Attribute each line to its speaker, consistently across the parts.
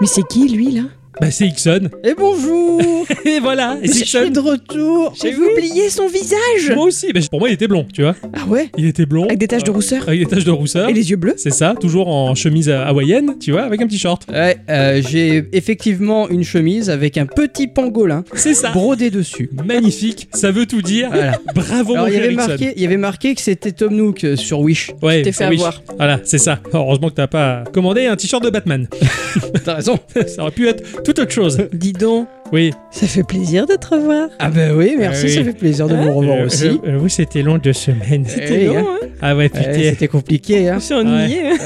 Speaker 1: Mais c'est qui lui là
Speaker 2: Bah, c'est Ixon.
Speaker 1: Et bonjour
Speaker 2: Et voilà, et
Speaker 1: Je
Speaker 2: c'est
Speaker 1: suis
Speaker 2: Ixon.
Speaker 1: de retour
Speaker 2: Chez
Speaker 1: J'ai oublié son visage
Speaker 2: Moi aussi, bah, pour moi, il était blond, tu vois.
Speaker 1: Ah ouais
Speaker 2: Il était blond.
Speaker 1: Avec des taches de
Speaker 2: euh,
Speaker 1: rousseur
Speaker 2: Avec des taches de rousseur.
Speaker 1: Et les yeux bleus
Speaker 2: C'est ça, toujours en chemise euh, hawaïenne, tu vois, avec un petit short.
Speaker 3: Ouais, euh, j'ai effectivement une chemise avec un petit pangolin
Speaker 2: C'est ça.
Speaker 3: brodé dessus.
Speaker 2: Magnifique, ça veut tout dire.
Speaker 3: Voilà.
Speaker 2: Bravo,
Speaker 3: Alors
Speaker 2: mon
Speaker 3: il y
Speaker 2: cher
Speaker 3: avait
Speaker 2: Ixon.
Speaker 3: marqué, il y avait marqué que c'était Tom Nook euh, sur Wish.
Speaker 2: Ouais, ah
Speaker 1: t'es fait
Speaker 2: oui.
Speaker 1: avoir.
Speaker 2: Voilà, c'est ça. Heureusement que t'as pas commandé un t-shirt de Batman.
Speaker 3: T'as raison.
Speaker 2: ça aurait pu être toute autre chose.
Speaker 1: Dis donc,
Speaker 2: Oui.
Speaker 1: ça fait plaisir de te revoir Eh
Speaker 3: Ah ben oui, merci,
Speaker 2: Ah oui.
Speaker 3: ça fait plaisir de vous revoir
Speaker 2: Euh,
Speaker 3: aussi.
Speaker 2: euh, euh, oui, c'était long deux semaines.
Speaker 3: Eh, hein.
Speaker 1: long, hein
Speaker 2: Ah ouais,
Speaker 3: Ouais,
Speaker 2: putain,
Speaker 3: c'était compliqué. Hein.
Speaker 1: Je suis ennuyée hein.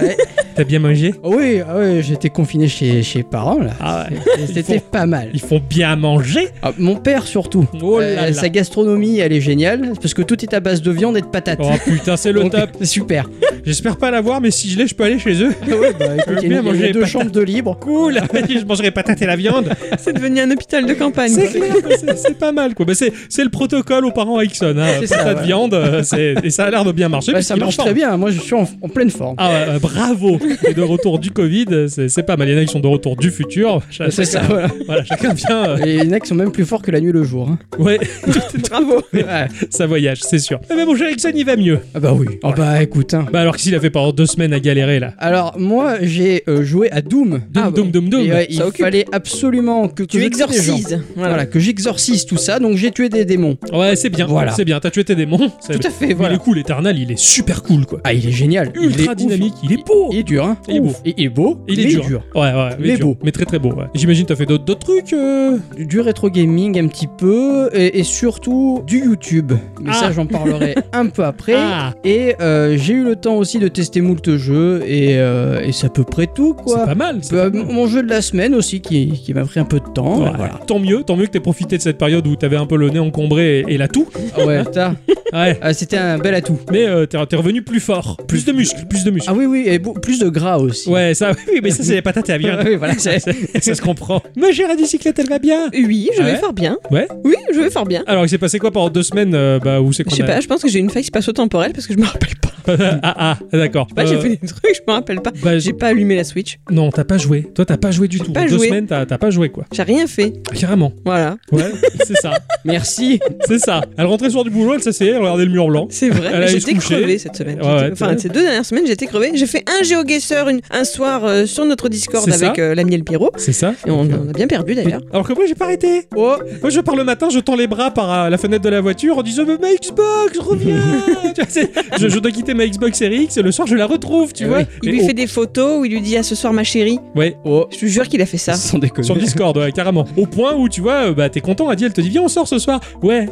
Speaker 2: t'as bien mangé
Speaker 3: Oui, ah ouais, j'étais confiné chez, chez parents là.
Speaker 2: Ah ouais.
Speaker 3: Et
Speaker 2: Ils
Speaker 3: C'était
Speaker 2: font-
Speaker 3: pas mal.
Speaker 2: Ils font bien à manger
Speaker 3: Ah, mon père surtout. Euh,
Speaker 2: Oh là là.
Speaker 3: Sa gastronomie, elle est géniale parce que tout est à base de viande et de patates.
Speaker 2: Oh putain, c'est le
Speaker 3: Donc,
Speaker 2: top.
Speaker 3: c'est Super.
Speaker 2: J'espère pas l'avoir, mais si je l'ai, je peux aller chez eux.
Speaker 3: Ah ouais, bah, écoute,
Speaker 2: veux
Speaker 3: il y
Speaker 2: bien
Speaker 3: a une- il y
Speaker 2: manger
Speaker 3: a
Speaker 2: les
Speaker 3: deux
Speaker 2: patates.
Speaker 3: chambres de libre.
Speaker 2: Cool Je mangerai patate et la viande.
Speaker 1: C'est devenu un hôpital de campagne
Speaker 2: C'est
Speaker 1: quoi.
Speaker 2: clair, c'est- c'est pas mal quoi. Bah, c'est c'est le protocole aux parents à Ixon. Hein.
Speaker 3: C'est ça,
Speaker 2: Patate,
Speaker 3: ouais.
Speaker 2: viande, euh, c'est- et ça a l'air de bien marcher.
Speaker 3: Bah,
Speaker 2: puisqu'il
Speaker 3: ça
Speaker 2: est en
Speaker 3: marche
Speaker 2: forme.
Speaker 3: très bien. Moi, je suis en, en pleine forme.
Speaker 2: Ah ouais, ouais, bravo Et de retour du Covid, c'est c'est pas mal. Il y en a qui sont de retour du futur. Ch-
Speaker 3: C'est ça.
Speaker 2: chacun-
Speaker 3: Voilà.
Speaker 2: Voilà, chacun vient. euh,
Speaker 3: Et il y en a qui sont même plus forts que la nuit le jour. hein.
Speaker 2: ouais,
Speaker 1: Bravo
Speaker 3: Ouais.
Speaker 2: ça voyage, c'est sûr. Mais bon, cher Ixon, il va mieux.
Speaker 3: Ah bah oui. Ah bah écoute. hein.
Speaker 2: Bah alors que s'il a fait pendant deux semaines à galérer là.
Speaker 3: Alors moi j'ai euh, joué à Doom.
Speaker 2: Doom,
Speaker 3: Ah,
Speaker 2: Doom, Doom, Doom.
Speaker 3: et, ouais, il
Speaker 1: Ça occupe.
Speaker 3: fallait absolument que, que
Speaker 1: Tu
Speaker 3: je tue des gens.
Speaker 1: exorcises
Speaker 3: Voilà. que j'exorcise tout ça. Donc j'ai tué des démons.
Speaker 2: Ouais, c'est bien.
Speaker 3: Voilà.
Speaker 2: C'est bien, t'as tué tes démons. c'est
Speaker 3: Tout
Speaker 2: bien.
Speaker 3: à fait.
Speaker 2: Mais
Speaker 3: Voilà.
Speaker 2: le coup, l'Eternal, il est super cool quoi.
Speaker 3: Ah il est génial. il est
Speaker 2: Ultra
Speaker 3: ouf.
Speaker 2: dynamique, il est beau.
Speaker 3: Il est dur. Hein.
Speaker 2: Il est beau.
Speaker 3: Ouf. Et il est beau.
Speaker 2: Il est
Speaker 3: mais
Speaker 2: dur. Ouais, ouais,
Speaker 3: Il est
Speaker 2: dur.
Speaker 3: beau.
Speaker 2: Mais très très beau, ouais. J'imagine t'as fait d'autres d'autres trucs. euh,
Speaker 3: Du, du rétro gaming un petit peu et, et surtout du YouTube. Mais
Speaker 2: Ah.
Speaker 3: ça j'en parlerai un peu après.
Speaker 2: Ah,
Speaker 3: Et euh, j'ai eu le temps aussi de tester moult jeux et, euh, et c'est à peu près tout
Speaker 2: c'est
Speaker 3: quoi.
Speaker 2: pas mal. c'est
Speaker 3: Bah,
Speaker 2: pas mal.
Speaker 3: mon jeu de la semaine aussi qui, qui m'a pris un peu de temps.
Speaker 2: Ouais,
Speaker 3: Bah, Voilà.
Speaker 2: Tant mieux, tant mieux que t'aies profité de cette période où t'avais un peu le nez encombré et, et la toux.
Speaker 3: Ah ouais, ça,
Speaker 2: Ouais,
Speaker 3: ah, c'était un bel atout.
Speaker 2: mais euh, t'es t'es revenu plus fort, plus de muscles, plus de muscles.
Speaker 3: Ah oui, oui, et beau- plus de gras aussi.
Speaker 2: Ouais, ça, oui, mais ça, c'est les patates à la viande.
Speaker 3: Oui, voilà, c'est-
Speaker 2: Ça, ça se comprend. Mais j'ai la bicyclette, elle va bien.
Speaker 1: Oui, je
Speaker 2: Ah
Speaker 1: vais
Speaker 2: ouais
Speaker 1: fort bien
Speaker 2: Ouais.
Speaker 1: Oui, je vais fort bien
Speaker 2: Alors, il s'est passé quoi pendant deux semaines euh, Bah, où c'est qu'on
Speaker 1: Je sais
Speaker 2: a-
Speaker 1: pas, je pense que j'ai une faille spatio-temporelle parce que je me rappelle pas
Speaker 2: ah, ah, d'accord.
Speaker 1: Bah,
Speaker 2: Euh,
Speaker 1: J'ai fait des trucs, je me rappelle pas
Speaker 2: bah,
Speaker 1: J'ai pas allumé la Switch,
Speaker 2: Non, t'as pas joué. Toi, t'as pas joué du tout.
Speaker 1: pas
Speaker 2: Deux
Speaker 1: joué.
Speaker 2: semaines, t'as t'as pas joué, quoi.
Speaker 1: j'ai rien fait
Speaker 2: Carrément.
Speaker 1: Voilà,
Speaker 2: Ouais, c'est ça.
Speaker 3: Merci.
Speaker 2: C'est ça. Elle rentrait sur du boulot, elle s'asseyait, elle regardait le mur blanc.
Speaker 1: c'est vrai,
Speaker 2: Elle
Speaker 1: mais
Speaker 2: allait se
Speaker 1: j'étais
Speaker 2: coucher.
Speaker 1: crevée cette semaine.
Speaker 2: Ouais,
Speaker 1: J'étais-
Speaker 2: ouais,
Speaker 1: enfin,
Speaker 2: t'as-
Speaker 1: ces deux dernières semaines, j'étais crevée. J'ai fait un GeoGuessr une- un soir euh, sur notre Discord
Speaker 2: C'est ça.
Speaker 1: avec euh, l'ami El Piro.
Speaker 2: C'est ça.
Speaker 1: Et on, on a bien perdu d'ailleurs.
Speaker 2: Alors que moi, j'ai pas arrêté.
Speaker 3: Oh,
Speaker 2: Moi, je pars le matin, je tends les bras par euh, la fenêtre de la voiture en disant Mais ma Xbox, reviens Tu vois, c'est- je, je dois quitter ma Xbox Series X et le soir, je la retrouve, tu
Speaker 3: Eh
Speaker 2: vois.
Speaker 3: oui.
Speaker 1: Il
Speaker 2: Et
Speaker 1: lui
Speaker 2: oh,
Speaker 1: fait des photos où il lui dit à ce soir ma chérie.
Speaker 2: Ouais,
Speaker 3: oh.
Speaker 1: Je te jure qu'il a fait ça.
Speaker 3: Sans déconner.
Speaker 2: sur Discord, ouais, carrément. Au point où, tu vois, euh, bah, t'es content, Adi, elle te dit Viens, on sort ce soir. Ouais,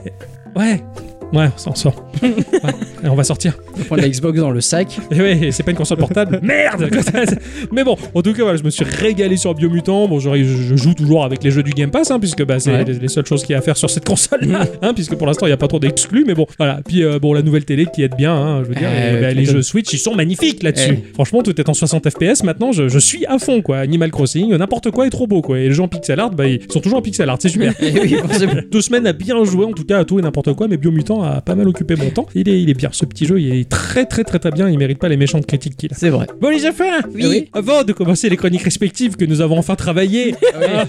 Speaker 2: ouais. Ouais, on s'en sort. Ouais. Et on va sortir.
Speaker 3: Je prends la Xbox dans le sac.
Speaker 2: Et Eh ouais, c'est pas une console portable. Merde Mais bon, en tout cas, voilà, je me suis régalé sur Biomutant. Bon, je, je- je joue toujours avec les jeux du Game Pass, hein, puisque bah, c'est
Speaker 3: Ouais. Mm.
Speaker 2: les, les seules choses qu'il y a à faire sur cette console-là, hein, puisque pour l'instant, il n'y a pas trop d'exclus. Mais bon, voilà. Puis, euh, bon, la nouvelle télé qui aide bien, hein, je veux dire,
Speaker 3: Euh,
Speaker 2: et, bah,
Speaker 3: tu
Speaker 2: les
Speaker 3: m'étonnes.
Speaker 2: jeux Switch, ils sont magnifiques là-dessus.
Speaker 3: Eh.
Speaker 2: Franchement, tout est en 60 FPS. Maintenant, je, je suis à fond, quoi. Animal Crossing, euh, n'importe quoi est trop beau, quoi. Et les gens pixel art, bah, ils sont toujours en pixel art, c'est super.
Speaker 3: Eh oui, forcément.
Speaker 2: Deux semaines à bien jouer, en tout cas à tout et n'importe quoi, mais Biomutant a pas mal occupé mon temps. Il est, il est bien, ce petit jeu, il est très très très très bien, il mérite pas les méchantes critiques qu'il a.
Speaker 3: C'est vrai.
Speaker 2: Bon les affaires,
Speaker 1: Oui. Oui.
Speaker 2: avant de commencer les chroniques respectives que nous avons enfin travaillées hein,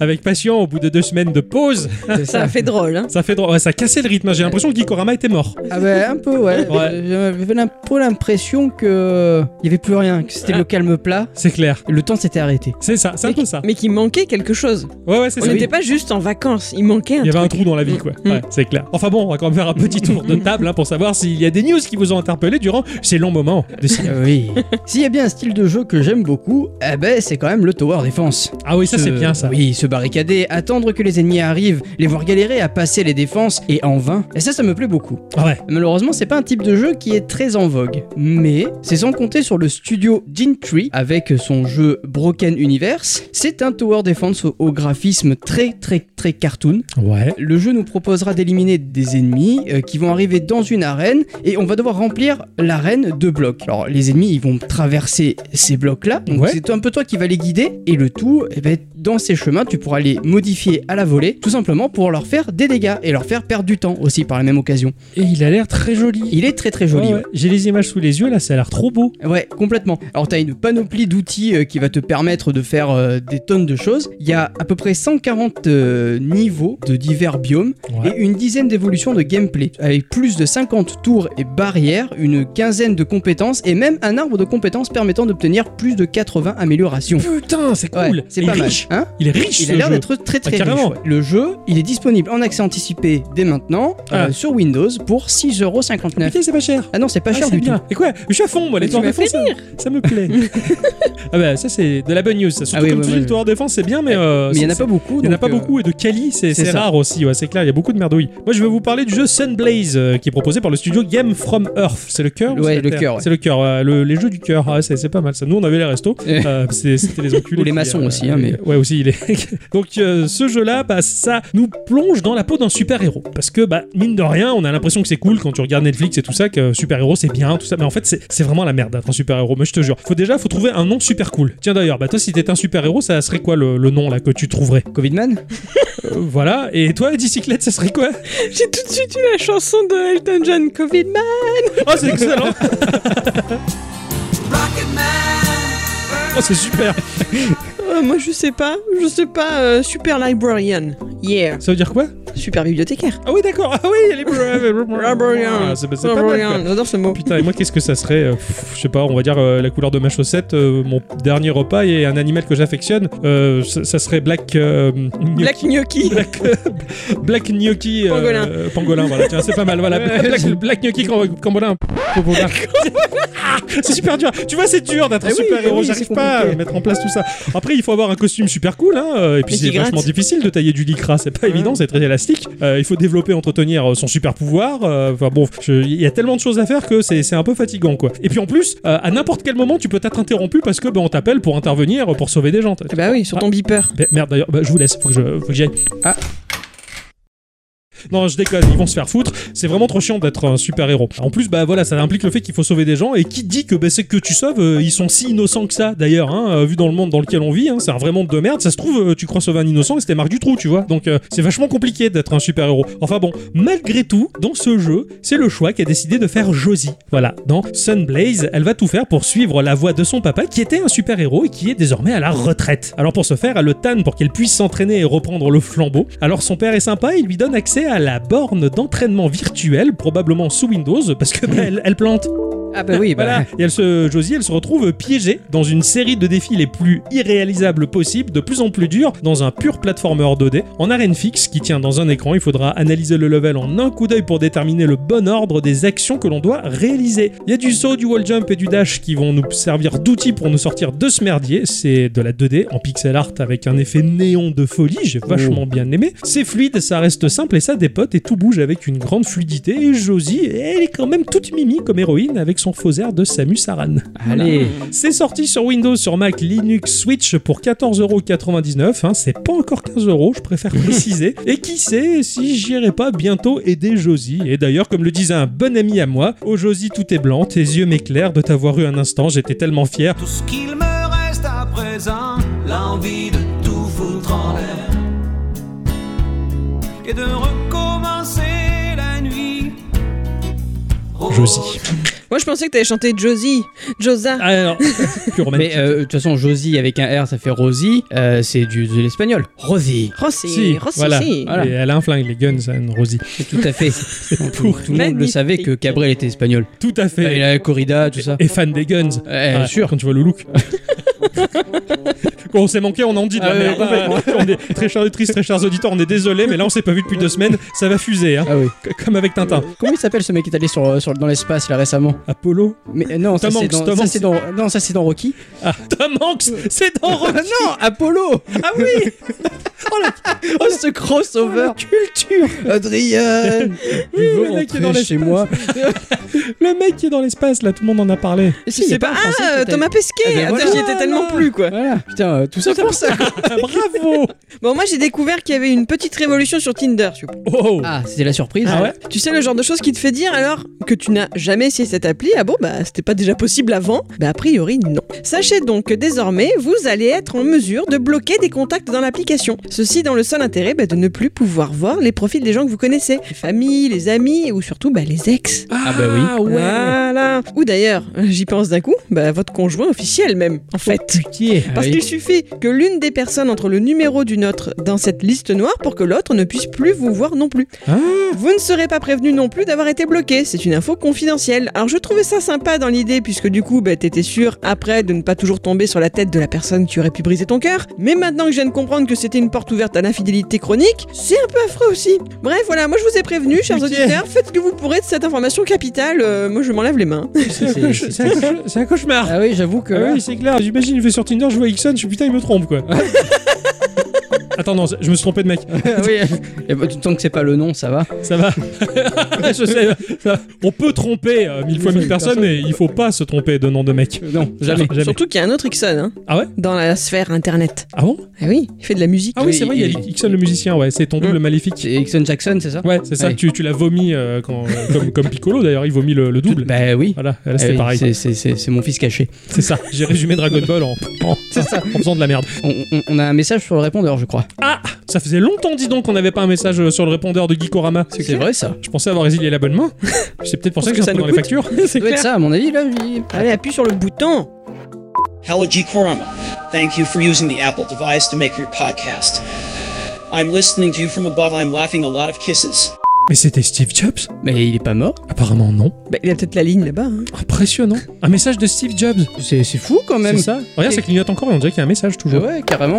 Speaker 2: avec passion au bout de deux semaines de pause,
Speaker 3: Ah C'est
Speaker 1: Ça a
Speaker 3: ça.
Speaker 1: fait drôle. Hein.
Speaker 2: ça fait drôle, ouais, ça cassait le rythme, hein. j'ai l'impression que Gikorama était mort.
Speaker 3: Ah bah un peu, ouais.
Speaker 2: Ouais.
Speaker 3: J'avais un peu l'impression que il y avait plus rien, que c'était le calme plat.
Speaker 2: C'est clair.
Speaker 3: Le temps s'était arrêté.
Speaker 2: C'est ça, c'est un peu ça.
Speaker 1: Mais qu'il manquait quelque chose.
Speaker 2: Ouais ouais c'est
Speaker 1: On
Speaker 2: ça.
Speaker 1: n'était pas juste en vacances, il manquait un
Speaker 2: Il y avait un
Speaker 1: truc.
Speaker 2: trou dans la vie, quoi.
Speaker 1: Mm.
Speaker 2: Ouais, c'est clair. Enfin bon, on va quand même faire un petit tour de table hein, pour savoir s'il y a des news qui vous ont interpellé durant ces longs moments de cinéma.
Speaker 3: Ah Oui. S'il y a bien un style de jeu que j'aime beaucoup, eh ben c'est quand même le tower défense.
Speaker 2: Ah oui, ça
Speaker 3: Se-
Speaker 2: c'est bien ça.
Speaker 3: Oui, se barricader, attendre que les ennemis arrivent, les voir galérer à passer les défenses et en vain. Et ça, ça me plaît beaucoup.
Speaker 2: Ah ouais.
Speaker 3: Malheureusement, c'est pas un type de jeu qui est très en vogue. Mais c'est sans compter sur le studio Tree avec son jeu Broken Universe. C'est un tower defense au, au graphisme très très très cartoon.
Speaker 2: Ouais.
Speaker 3: Le jeu nous proposera d'éliminer des ennemis ennemis euh, qui vont arriver dans une arène et on va devoir remplir l'arène de blocs. Alors les ennemis ils vont traverser ces blocs là, donc
Speaker 2: Ouais.
Speaker 3: c'est un peu toi qui va les guider et le tout eh ben, dans ces chemins tu pourras les modifier à la volée tout simplement pour leur faire des dégâts et leur faire perdre du temps aussi par la même occasion.
Speaker 2: Et il a l'air très joli.
Speaker 3: Il est très très joli.
Speaker 2: Ouais, ouais. J'ai les images sous les yeux là, ça a l'air trop beau.
Speaker 3: Ouais, complètement. Alors t'as une panoplie d'outils euh, qui va te permettre de faire euh, des tonnes de choses. Il y a à peu près 140 euh, niveaux de divers biomes
Speaker 2: Ouais.
Speaker 3: et une dizaine d'évolutions de gameplay. Avec plus de 50 tours et barrières, une quinzaine de compétences et même un arbre de compétences permettant d'obtenir plus de 80 améliorations.
Speaker 2: Putain, c'est
Speaker 3: Ouais,
Speaker 2: cool.
Speaker 3: c'est
Speaker 2: il
Speaker 3: pas
Speaker 2: est
Speaker 3: mal.
Speaker 2: riche.
Speaker 3: Hein
Speaker 2: Il est riche.
Speaker 3: il
Speaker 2: ce
Speaker 3: a l'air
Speaker 2: jeu.
Speaker 3: d'être très très
Speaker 2: Ah, carrément.
Speaker 3: riche. ouais. Le jeu, il est disponible en accès anticipé dès maintenant euh,
Speaker 2: Ah.
Speaker 3: sur Windows pour 6,59€.
Speaker 2: Putain, c'est pas cher.
Speaker 3: Ah non, c'est pas
Speaker 2: Ah,
Speaker 3: cher
Speaker 2: c'est
Speaker 3: du
Speaker 2: bien.
Speaker 3: tout.
Speaker 2: Et quoi Je suis à fond, moi, les
Speaker 1: Mais tu
Speaker 2: tours de
Speaker 1: m'as
Speaker 2: défense, ça, ça me plaît. ah bah ça, c'est de la bonne news. Ça. Surtout
Speaker 3: Ah oui,
Speaker 2: comme
Speaker 3: ouais,
Speaker 2: tu dis,
Speaker 3: ouais,
Speaker 2: le tour de défense, c'est bien, mais... euh,
Speaker 3: Mais il n'y en a
Speaker 2: c'est-
Speaker 3: pas beaucoup.
Speaker 2: Il n'y en a
Speaker 3: donc,
Speaker 2: pas
Speaker 3: euh,
Speaker 2: beaucoup et de Kali, c'est
Speaker 3: c'est
Speaker 2: c'est
Speaker 3: ça.
Speaker 2: rare aussi, ouais, c'est clair, il y a beaucoup de merdouilles. Moi je vais vous parler du jeu Sunblaze euh, qui est proposé par le studio Game From Earth. C'est le cœur ou
Speaker 3: Ouais,
Speaker 2: c'est la
Speaker 3: le
Speaker 2: terre
Speaker 3: cœur, ouais.
Speaker 2: C'est le cœur, ouais, le- les jeux du cœur, Ah, ouais, c'est c'est pas mal ça. Nous on avait les restos, euh, c'est- c'était les enculés.
Speaker 3: Ou les
Speaker 2: qui,
Speaker 3: maçons aussi, hein, mais-
Speaker 2: Ouais, aussi, il est. Donc euh, ce jeu-là, bah, ça nous plonge dans la peau d'un super-héros. Parce que, bah, mine de rien, on a l'impression que c'est cool quand tu regardes Netflix et tout ça, que super-héros c'est bien, tout ça. Mais en fait, c'est c'est vraiment la merde d'être un super-héros. Mais je te jure, faut déjà, faut trouver un nom super cool. Tiens d'ailleurs, bah toi si t'étais un super-héros, ça serait quoi le, le nom là que tu trouverais
Speaker 3: Covidman
Speaker 2: euh, voilà, et toi, la bicyclette, ça serait quoi
Speaker 1: J'ai tout de suite eu la chanson de Elton John, Covid Man.
Speaker 2: Oh, c'est excellent Oh, c'est super
Speaker 1: Euh, moi, je sais pas. Je sais pas. euh, super Librarian. Yeah.
Speaker 2: Ça veut dire quoi
Speaker 1: Super bibliothécaire.
Speaker 2: Ah oui, d'accord Ah oui, les
Speaker 1: Librarian.
Speaker 2: Ah, C'est c'est pas mal, quoi.
Speaker 1: Librarian. J'adore ce mot.
Speaker 2: Putain, et moi, qu'est-ce que ça serait Euh, pff, Je sais pas, on va dire euh, la couleur de ma chaussette, euh, mon dernier repas et un animal que j'affectionne. Euh, ça, ça serait Black... euh,
Speaker 1: Black Gnocchi.
Speaker 2: Black, Black Gnocchi. euh,
Speaker 1: Pangolin.
Speaker 2: euh, pangolin, voilà, tiens, c'est pas mal, voilà. Black, Black Gnocchi cam- Cambolin. Cambolin. c'est super dur. Tu vois, c'est dur d'être un
Speaker 3: Eh oui,
Speaker 2: super héros.
Speaker 3: eh oui,
Speaker 2: J'arrive
Speaker 3: c'est
Speaker 2: pas à
Speaker 3: compliqué.
Speaker 2: mettre en place tout ça. Après, il faut avoir un costume super cool, hein. euh, Et puis,
Speaker 1: Mais
Speaker 2: c'est
Speaker 1: qui gratte.
Speaker 2: vachement difficile de tailler du lycra. C'est pas
Speaker 1: Ouais.
Speaker 2: évident, c'est très élastique. Euh, il faut développer, entretenir euh, son super pouvoir. euh, Enfin, bon, je- il y a tellement de choses à faire que c'est c'est un peu fatigant, quoi. Et puis, en plus, euh, à n'importe quel moment, tu peux t'être interrompu parce que, ben, on t'appelle pour intervenir, pour sauver des gens.
Speaker 1: Eh bah oui, sur ton beeper.
Speaker 2: Ben, merde d'ailleurs, ben, je vous laisse, faut que je- faut que j'y aille.
Speaker 3: Ah.
Speaker 2: Non, je déconne, ils vont se faire foutre. C'est vraiment trop chiant d'être un super héros. En plus, bah voilà, ça implique le fait qu'il faut sauver des gens. Et qui dit que bah, c'est que tu sauves, euh, ils sont si innocents que ça. D'ailleurs, hein, euh, vu dans le monde dans lequel on vit, hein, c'est un vrai monde de merde. Ça se trouve, euh, tu crois sauver un innocent et c'était Marc Dutroux, tu vois. Donc euh, c'est vachement compliqué d'être un super héros. Enfin bon, malgré tout, dans ce jeu, c'est le choix qui a décidé de faire Josie. Voilà, dans Sunblaze, elle va tout faire pour suivre la voie de son papa qui était un super héros et qui est désormais à la retraite. Alors pour ce faire, elle le tanne pour qu'elle puisse s'entraîner et reprendre le flambeau. Alors son père est sympa, il lui donne accès à la borne d'entraînement virtuel, probablement sous Windows, parce que bah, elle- elle plante.
Speaker 3: Ah bah oui, bah.
Speaker 2: Voilà. Et elle se, Josie, elle se retrouve piégée dans une série de défis les plus irréalisables possibles, de plus en plus durs, dans un pur platformer 2D, en arène fixe qui tient dans un écran. Il faudra analyser le level en un coup d'œil pour déterminer le bon ordre des actions que l'on doit réaliser. Il y a du saut, du wall jump et du dash qui vont nous servir d'outils pour nous sortir de ce merdier. C'est de la 2D en pixel art avec un effet néon de folie. J'ai vachement bien aimé. C'est fluide, ça reste simple et ça dépote et tout bouge avec une grande fluidité. Et Josie, elle est quand même toute mimi comme héroïne avec son faux air de Samus Aran.
Speaker 3: Allez.
Speaker 2: C'est sorti sur Windows, sur Mac, Linux, Switch pour 14,99€. hein, c'est pas encore 15€, je préfère préciser. Et qui sait si j'irai pas bientôt aider Josie. Et d'ailleurs, comme le disait un bon ami à moi, oh Josie, tout est blanc, tes yeux m'éclairent de t'avoir eu un instant, j'étais tellement fier.
Speaker 4: Tout ce qu'il me reste à présent, l'envie de tout foutre en l'air et de recommencer la nuit. Oh,
Speaker 2: Josie.
Speaker 1: Moi, je pensais que t'allais chanter Josie. Josa.
Speaker 2: Alors, plus romain.
Speaker 3: Mais euh, de toute façon, Josie avec un R, ça fait Rosie. Euh, c'est du de l'espagnol. Rosie.
Speaker 1: Rossi.
Speaker 2: Si,
Speaker 1: Rossi.
Speaker 2: voilà.
Speaker 1: Oh,
Speaker 2: Ah,
Speaker 1: si.
Speaker 3: Voilà.
Speaker 2: Et elle a un flingue, les guns, Anne Rosie.
Speaker 3: C'est tout à fait. tout, tout le monde le
Speaker 1: Magnifique.
Speaker 3: savait que Cabrel était espagnol. Euh,
Speaker 2: Tout à
Speaker 3: Et
Speaker 2: fait.
Speaker 3: la corrida, tout ça.
Speaker 2: Et fan des guns.
Speaker 3: Eh,
Speaker 2: Ouais,
Speaker 3: sûr.
Speaker 2: Quand tu vois le look. Quand on s'est manqué, on en dit de la
Speaker 3: Ah ouais,
Speaker 2: merde. On est- très chers auditrices, très chers auditeurs, on est désolé, mais là on s'est pas vu depuis deux semaines. Ça va fuser, hein.
Speaker 3: Ah oui.
Speaker 2: C- comme avec Tintin.
Speaker 3: Comment il s'appelle ce mec qui est allé sur, euh, sur- dans l'espace là récemment
Speaker 2: Apollo. Ah,
Speaker 3: Mais euh, non, ça
Speaker 2: Tom
Speaker 3: c'est
Speaker 2: Hanks,
Speaker 3: dans,
Speaker 2: Tom
Speaker 3: ça,
Speaker 2: Hanks.
Speaker 3: c'est dans- non, ça c'est dans Rocky.
Speaker 2: Ah, Tom Hanks, c'est dans Rocky.
Speaker 3: Apollo.
Speaker 2: Ah oui
Speaker 3: Oh, ce crossover
Speaker 2: Culture
Speaker 3: Adrien
Speaker 2: Oui,
Speaker 3: Je veux
Speaker 2: le mec est dans
Speaker 3: rentrer chez
Speaker 2: l'espace.
Speaker 3: moi.
Speaker 2: Le mec qui est dans l'espace, là, tout le monde en a parlé.
Speaker 3: Et si,
Speaker 1: Tu
Speaker 3: il y a
Speaker 1: sais
Speaker 3: pas
Speaker 1: pas,
Speaker 3: un Français qui
Speaker 1: ah,
Speaker 3: était-
Speaker 1: Thomas Pesquet
Speaker 3: Ah, ben
Speaker 1: Ah,
Speaker 3: voilà.
Speaker 1: J'y étais tellement plus, quoi.
Speaker 3: Voilà, putain, euh, tout ça pour ça. quoi.
Speaker 2: Bravo
Speaker 1: Bon, moi, j'ai découvert qu'il y avait une petite révolution sur Tinder, s'il vous plaît.
Speaker 2: Oh
Speaker 3: Ah, c'était la surprise.
Speaker 2: Ah ouais
Speaker 1: Tu sais, le genre de choses qui te fait dire, alors, que tu n'as jamais essayé cette appli, ah bon, bah, c'était pas déjà possible avant Bah, a priori, non. Sachez donc que désormais, vous allez être en mesure de bloquer des contacts dans l'application. Ceci dans le seul intérêt bah, de ne plus pouvoir voir les profils des gens que vous connaissez. Les familles, les amis, ou surtout, bah, les ex.
Speaker 3: Ah bah oui.
Speaker 2: Ah ouais
Speaker 1: Voilà Ou d'ailleurs, j'y pense d'un coup, bah, votre conjoint officiel même, en fait.
Speaker 3: Ah
Speaker 1: Parce
Speaker 3: oui.
Speaker 1: qu'il suffit que l'une des personnes entre le numéro d'une autre dans cette liste noire pour que l'autre ne puisse plus vous voir non plus.
Speaker 2: Ah.
Speaker 1: Vous ne serez pas prévenu non plus d'avoir été bloqué, c'est une info confidentielle. Alors je trouvais ça sympa dans l'idée puisque du coup bah, t'étais sûr après de ne pas toujours tomber sur la tête de la personne qui aurait pu briser ton cœur. Mais maintenant que je viens de comprendre que c'était une porte ouverte à l'infidélité chronique, c'est un peu affreux aussi. Bref voilà, moi je vous ai prévenu chers
Speaker 2: Putain.
Speaker 1: auditeurs, faites ce que vous pourrez de cette information capitale, Euh, moi je m'enlève les mains.
Speaker 2: C'est un cauche- c'est un cauche- c'est un cauchemar
Speaker 3: Ah oui, j'avoue que.
Speaker 2: Ah oui, c'est clair. J'imagine, je vais sur Tinder, je vois Ixon, je suis putain, il me trompe quoi. Attends, non, je me suis trompé de mec.
Speaker 3: Ah oui. Eh ben, tant que c'est pas le nom, ça va.
Speaker 2: Ça va. Je sais, ça va. On peut tromper euh, mille fois mille personnes, mais il faut pas se tromper de nom de mec.
Speaker 3: Non,
Speaker 2: Jamais, jamais.
Speaker 1: Surtout qu'il y a un autre Ixon hein,
Speaker 2: Ah ouais
Speaker 1: dans la sphère internet.
Speaker 2: Ah bon
Speaker 1: Ah oui, il fait de la musique.
Speaker 2: Ah oui,
Speaker 3: Oui,
Speaker 2: c'est vrai, il y a
Speaker 3: il-
Speaker 2: Ixon le musicien, ouais, c'est ton double maléfique.
Speaker 3: C'est Exxon Jackson, c'est ça
Speaker 2: Ouais, c'est ça,
Speaker 3: Ouais.
Speaker 2: tu, tu l'as vomi euh, quand, euh, comme, comme Piccolo d'ailleurs, il vomit le, le double.
Speaker 3: Bah oui.
Speaker 2: Voilà, là
Speaker 3: Ah
Speaker 2: c'était
Speaker 3: oui,
Speaker 2: pareil.
Speaker 3: c'est- c'est- C'est c'est mon fils caché.
Speaker 2: C'est ça, j'ai résumé Dragon Ball en, en- en faisant de la merde.
Speaker 3: On, on- on a un message sur le répondeur, je crois.
Speaker 2: Ah Ça faisait longtemps, dis donc, qu'on n'avait pas un message euh, sur le répondeur de Geekorama.
Speaker 3: C'est vrai ça.
Speaker 2: Je pensais avoir résilié l'abonnement. C'est peut-être pour ça que,
Speaker 1: Parce que ça
Speaker 2: j'ai un peu dans
Speaker 1: nous
Speaker 2: les factures.
Speaker 1: c'est
Speaker 3: Ça doit être ça, à mon avis, là. il-
Speaker 2: Ah
Speaker 1: Allez, Ah appuie sur le bouton.
Speaker 5: Hello, G. Korama. Thank you for using the Apple device to make your podcast. I'm listening to you from above. I'm laughing a lot of kisses.
Speaker 2: Mais c'était Steve Jobs
Speaker 3: Mais il est pas mort.
Speaker 2: Apparemment non.
Speaker 1: Bah, il a peut-être la ligne là-bas. hein.
Speaker 2: Impressionnant. Un message de Steve Jobs.
Speaker 3: C'est c'est fou quand
Speaker 2: C'est
Speaker 3: même.
Speaker 2: ça Regarde, ça clignote encore et on dirait qu'il y a un message
Speaker 3: Ah
Speaker 2: toujours.
Speaker 3: Ouais, carrément.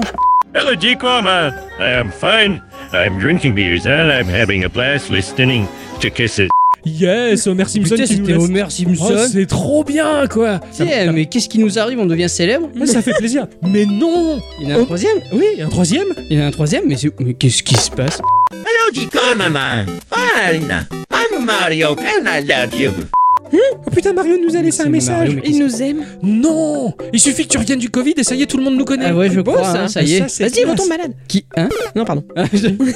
Speaker 6: Hello, G-Corma. I am fine. I'm drinking beers and I'm having a blast listening to kisses.
Speaker 2: Yes, Homer Simpson
Speaker 3: Putain,
Speaker 2: qui nous
Speaker 3: c'était
Speaker 2: laisse-
Speaker 3: Homer
Speaker 2: Oh,
Speaker 3: Simpson.
Speaker 2: c'est trop bien quoi
Speaker 3: Tiens, mais qu'est-ce qui nous arrive On devient célèbre
Speaker 2: Ouais, Ça fait plaisir. Mais non
Speaker 3: Il y en a un
Speaker 2: Oh.
Speaker 3: troisième
Speaker 2: Oui, il y a un troisième
Speaker 3: Il y en a un troisième, mais, c'est- mais qu'est-ce qui se passe
Speaker 7: Hello, Gikormaman. Fine. I'm Mario, and I love you.
Speaker 2: Oh putain, Mario nous a laissé
Speaker 3: C'est
Speaker 2: un message
Speaker 3: Mario, mais
Speaker 1: Il nous aime.
Speaker 2: Non Il suffit que tu reviennes du Covid et ça y est, tout le monde nous connaît.
Speaker 3: Ah ouais, je
Speaker 1: beau,
Speaker 3: crois,
Speaker 1: ça.
Speaker 3: hein, ça y est.
Speaker 2: c'est
Speaker 1: Vas-y,
Speaker 2: classe.
Speaker 1: retombe malade.
Speaker 3: Qui, hein
Speaker 1: Non, pardon.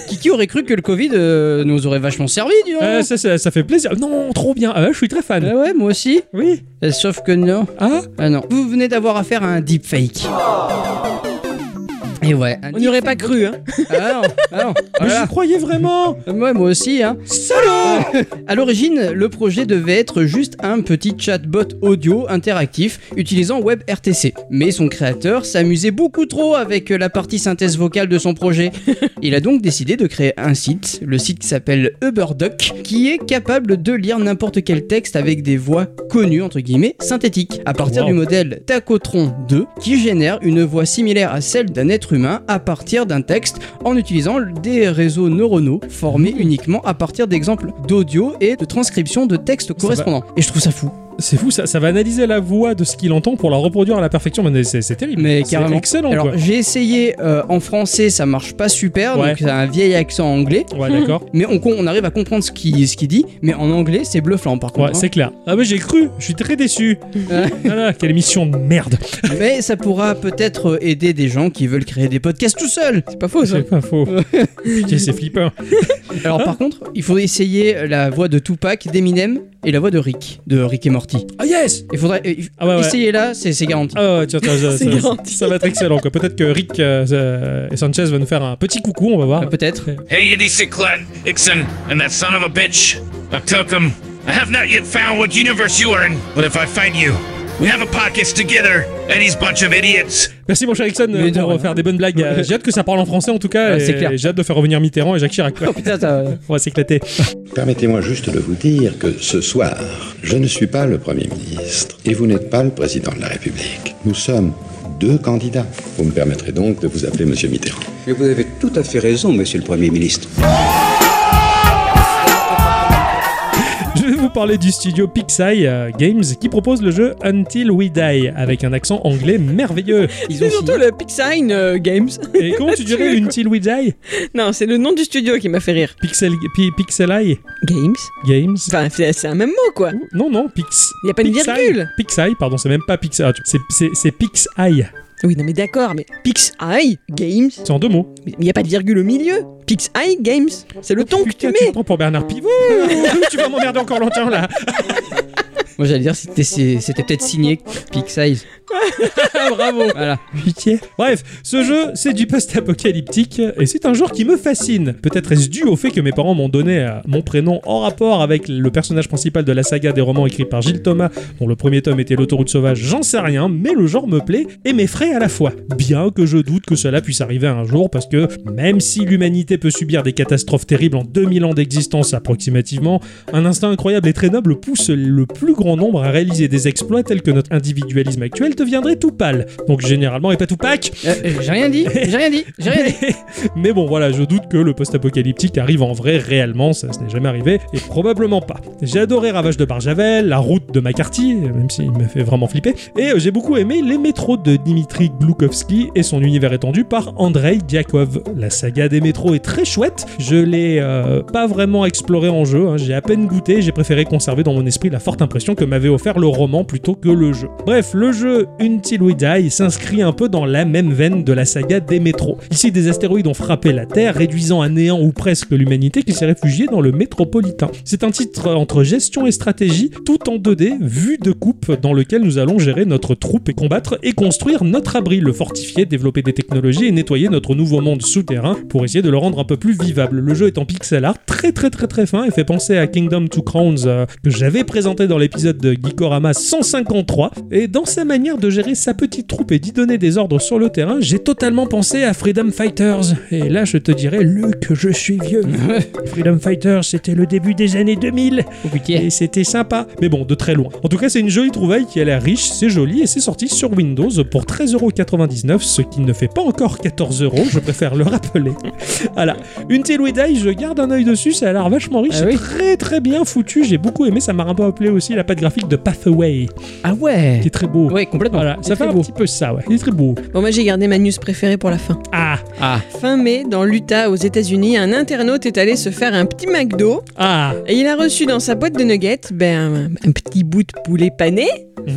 Speaker 3: qui, qui aurait cru que le Covid euh, nous aurait vachement servi, dis donc hein
Speaker 2: Euh, ça, ça, ça fait plaisir. Non, trop bien. Ah ouais, je suis très fan.
Speaker 3: Ah ouais, moi aussi.
Speaker 2: Oui.
Speaker 3: Euh, Sauf que non.
Speaker 2: Ah
Speaker 3: Ah non. Vous venez d'avoir affaire à un deepfake. Et ouais. un
Speaker 1: On n'y aurait pas cru, hein.
Speaker 3: deep- Ah non, ah non.
Speaker 2: Mais j'y
Speaker 3: Voilà.
Speaker 2: croyais vraiment.
Speaker 3: Ouais, moi aussi, hein.
Speaker 2: Solo
Speaker 3: À l'origine, le projet devait être juste un petit chatbot audio interactif utilisant WebRTC. Mais son créateur s'amusait beaucoup trop avec la partie synthèse vocale de son projet. Il a donc décidé de créer un site, le site qui s'appelle UberDoc, qui est capable de lire n'importe quel texte avec des voix connues, entre guillemets, synthétiques, à partir
Speaker 2: Wow.
Speaker 3: du modèle Tacotron 2, qui génère une voix similaire à celle d'un être humain à partir d'un texte en utilisant des réseaux neuronaux formés
Speaker 2: Mmh.
Speaker 3: uniquement à partir d'exemples d'audio et de transcription de textes correspondants. Et je trouve ça fou.
Speaker 2: C'est fou, ça, ça va analyser la voix de ce qu'il entend pour la reproduire à la perfection. Mais c'est c'est terrible.
Speaker 3: Mais
Speaker 2: C'est
Speaker 3: carrément.
Speaker 2: excellent,
Speaker 3: Alors
Speaker 2: quoi.
Speaker 3: j'ai essayé euh, en français, ça marche pas super,
Speaker 2: Ouais.
Speaker 3: donc ça a un vieil accent anglais.
Speaker 2: Ouais, d'accord.
Speaker 3: Mais on, on arrive à comprendre ce qu'il ce qu'il dit, mais en anglais c'est bluffant par
Speaker 2: Ouais,
Speaker 3: contre.
Speaker 2: c'est clair. Ah, mais j'ai cru, je suis très déçu.
Speaker 3: Ouais.
Speaker 2: Voilà, quelle émission de merde.
Speaker 3: hein. Mais ça pourra peut-être aider des gens qui veulent créer des podcasts tout seuls.
Speaker 1: C'est pas faux, ça.
Speaker 2: C'est pas faux. Putain, c'est flippant.
Speaker 3: Alors par contre, il faut essayer la voix de Tupac, d'Eminem et la voix de Rick, de Rick et Morty.
Speaker 2: Ah, yes
Speaker 3: Il faudrait euh, il-
Speaker 2: Ah, ouais, ouais.
Speaker 3: essayer là, c'est c'est garanti.
Speaker 2: Ah, ouais, tiens, tiens, ça,
Speaker 1: C'est
Speaker 2: ça-
Speaker 1: garanti.
Speaker 2: ça va être excellent. quoi. Peut-être que Rick euh, euh, et Sanchez va nous faire un petit coucou, on va voir.
Speaker 3: Ah, Peut-être.
Speaker 8: Hey, you sick clut, Ixon, and that son of a bitch. I took him. I have not yet found what universe you are in, but if I find you, we have a podcast together, and these bunch of idiots.
Speaker 2: Merci mon cher Ixon
Speaker 3: Mais de
Speaker 2: pour
Speaker 3: rien.
Speaker 2: faire des bonnes blagues. Euh, J'ai hâte que ça parle en français en tout cas.
Speaker 3: Ouais,
Speaker 2: et-
Speaker 3: c'est clair.
Speaker 2: et J'ai hâte de faire revenir Mitterrand et Jacques Chirac. quoi.
Speaker 3: Oh putain, ça-
Speaker 2: On va s'éclater.
Speaker 9: Permettez-moi juste de vous dire que ce soir, je ne suis pas le Premier ministre et vous n'êtes pas le Président de la République. Nous sommes deux candidats. Vous me permettrez donc de vous appeler Monsieur Mitterrand.
Speaker 10: Mais vous avez tout à fait raison, monsieur le Premier ministre.
Speaker 2: Je vais vous parler du studio Pixie euh, Games qui propose le jeu Until We Die avec un accent anglais merveilleux.
Speaker 3: Ils
Speaker 1: C'est
Speaker 3: ont
Speaker 1: surtout
Speaker 3: signé.
Speaker 1: le Pixine euh, Games.
Speaker 2: Et comment tu dirais Until We Die
Speaker 1: Non, c'est le nom du studio qui m'a fait rire.
Speaker 2: Pixel, Pi- Pixel Eye
Speaker 1: Games
Speaker 2: Games
Speaker 1: Enfin, c'est c'est un même mot, quoi.
Speaker 2: Non, non, Pix.
Speaker 1: Il n'y a pas de
Speaker 2: Pixie.
Speaker 1: virgule.
Speaker 2: Pixie, pardon, c'est même pas Pixie. Ah, tu- c'est- C'est c'est Pixie.
Speaker 1: Oui, non, mais d'accord, mais Pixeye Games
Speaker 2: C'est en deux mots.
Speaker 1: Mais il n'y a pas de virgule au milieu. Pixeye Games C'est le ton que tu
Speaker 2: Putain, tu te
Speaker 1: mets.
Speaker 2: prends pour Bernard Pivot Tu vas m'emmerder encore longtemps là.
Speaker 3: Moi j'allais dire c'était c'est- c'était peut-être signé Pixies. Bravo. Voilà.
Speaker 2: Pitié. Bref, ce jeu, c'est du post-apocalyptique et c'est un genre qui me fascine. Peut-être est-ce dû au fait que mes parents m'ont donné euh, mon prénom en rapport avec le personnage principal de la saga des romans écrits par Gilles Thomas, dont le premier tome était L'autoroute sauvage, j'en sais rien, mais le genre me plaît et m'effraie à la fois. Bien que je doute que cela puisse arriver un jour parce que même si l'humanité peut subir des catastrophes terribles en 2000 ans d'existence approximativement, un instinct incroyable et très noble pousse le plus grand nombre à réaliser des exploits tels que notre individualisme actuel deviendrait tout pâle. Donc généralement, et pas tout pack.
Speaker 3: Euh, euh, j'ai rien dit. J'ai rien dit. J'ai rien dit.
Speaker 2: Mais bon, voilà, je doute que le post-apocalyptique arrive en vrai réellement, ça, ce n'est jamais arrivé, et probablement pas. J'ai adoré Ravage de Barjavel, La route de McCarthy, même s'il m'a fait vraiment flipper, et euh, j'ai beaucoup aimé Les métros de Dimitri Gloukovski et son univers étendu par Andrei Diakov. La saga des métros est très chouette, je l'ai euh, pas vraiment explorée en jeu, hein, j'ai à peine goûté, j'ai préféré conserver dans mon esprit la forte impression que m'avait offert le roman plutôt que le jeu. Bref, le jeu Until We Die s'inscrit un peu dans la même veine de la saga des métros. Ici, des astéroïdes ont frappé la Terre, réduisant à néant ou presque l'humanité qui s'est réfugiée dans le métropolitain. C'est un titre entre gestion et stratégie, tout en 2D, vue de coupe, dans lequel nous allons gérer notre troupe et combattre et construire notre abri, le fortifier, développer des technologies et nettoyer notre nouveau monde souterrain pour essayer de le rendre un peu plus vivable. Le jeu est en pixel art très très très très fin et fait penser à Kingdom to Crowns euh, que j'avais présenté dans l'épisode de Geekorama 153 et dans sa manière de gérer sa petite troupe et d'y donner des ordres sur le terrain, j'ai totalement pensé à Freedom Fighters. Et là, je te dirais, Luc, je suis vieux. Freedom Fighters, c'était le début des années 2000
Speaker 3: Oh putain.
Speaker 2: et c'était sympa. Mais bon, de très loin. En tout cas, c'est une jolie trouvaille qui a l'air riche, c'est joli et c'est sorti sur Windows pour 13,99€, ce qui ne fait pas encore 14€, je préfère le rappeler. voilà. Until We Die, je garde un œil dessus, ça a l'air vachement riche,
Speaker 3: Ah
Speaker 2: c'est
Speaker 3: oui.
Speaker 2: très très bien foutu, j'ai beaucoup aimé, ça m'a un peu appelé aussi la patte graphique de Pathway,
Speaker 3: Ah ouais.
Speaker 2: qui est très beau.
Speaker 3: Ouais complètement.
Speaker 2: Voilà,
Speaker 3: C'est
Speaker 2: ça fait
Speaker 3: très
Speaker 2: un
Speaker 3: beau.
Speaker 2: petit peu ça, ouais. Il est très beau.
Speaker 1: Bon, moi j'ai gardé ma news préférée pour la fin.
Speaker 2: Ah,
Speaker 3: Ah.
Speaker 1: Fin mai, dans l'Utah, aux États-Unis, un internaute est allé se faire un petit McDo
Speaker 2: ah,
Speaker 1: et il a reçu dans sa boîte de nuggets ben, un, un petit bout de poulet pané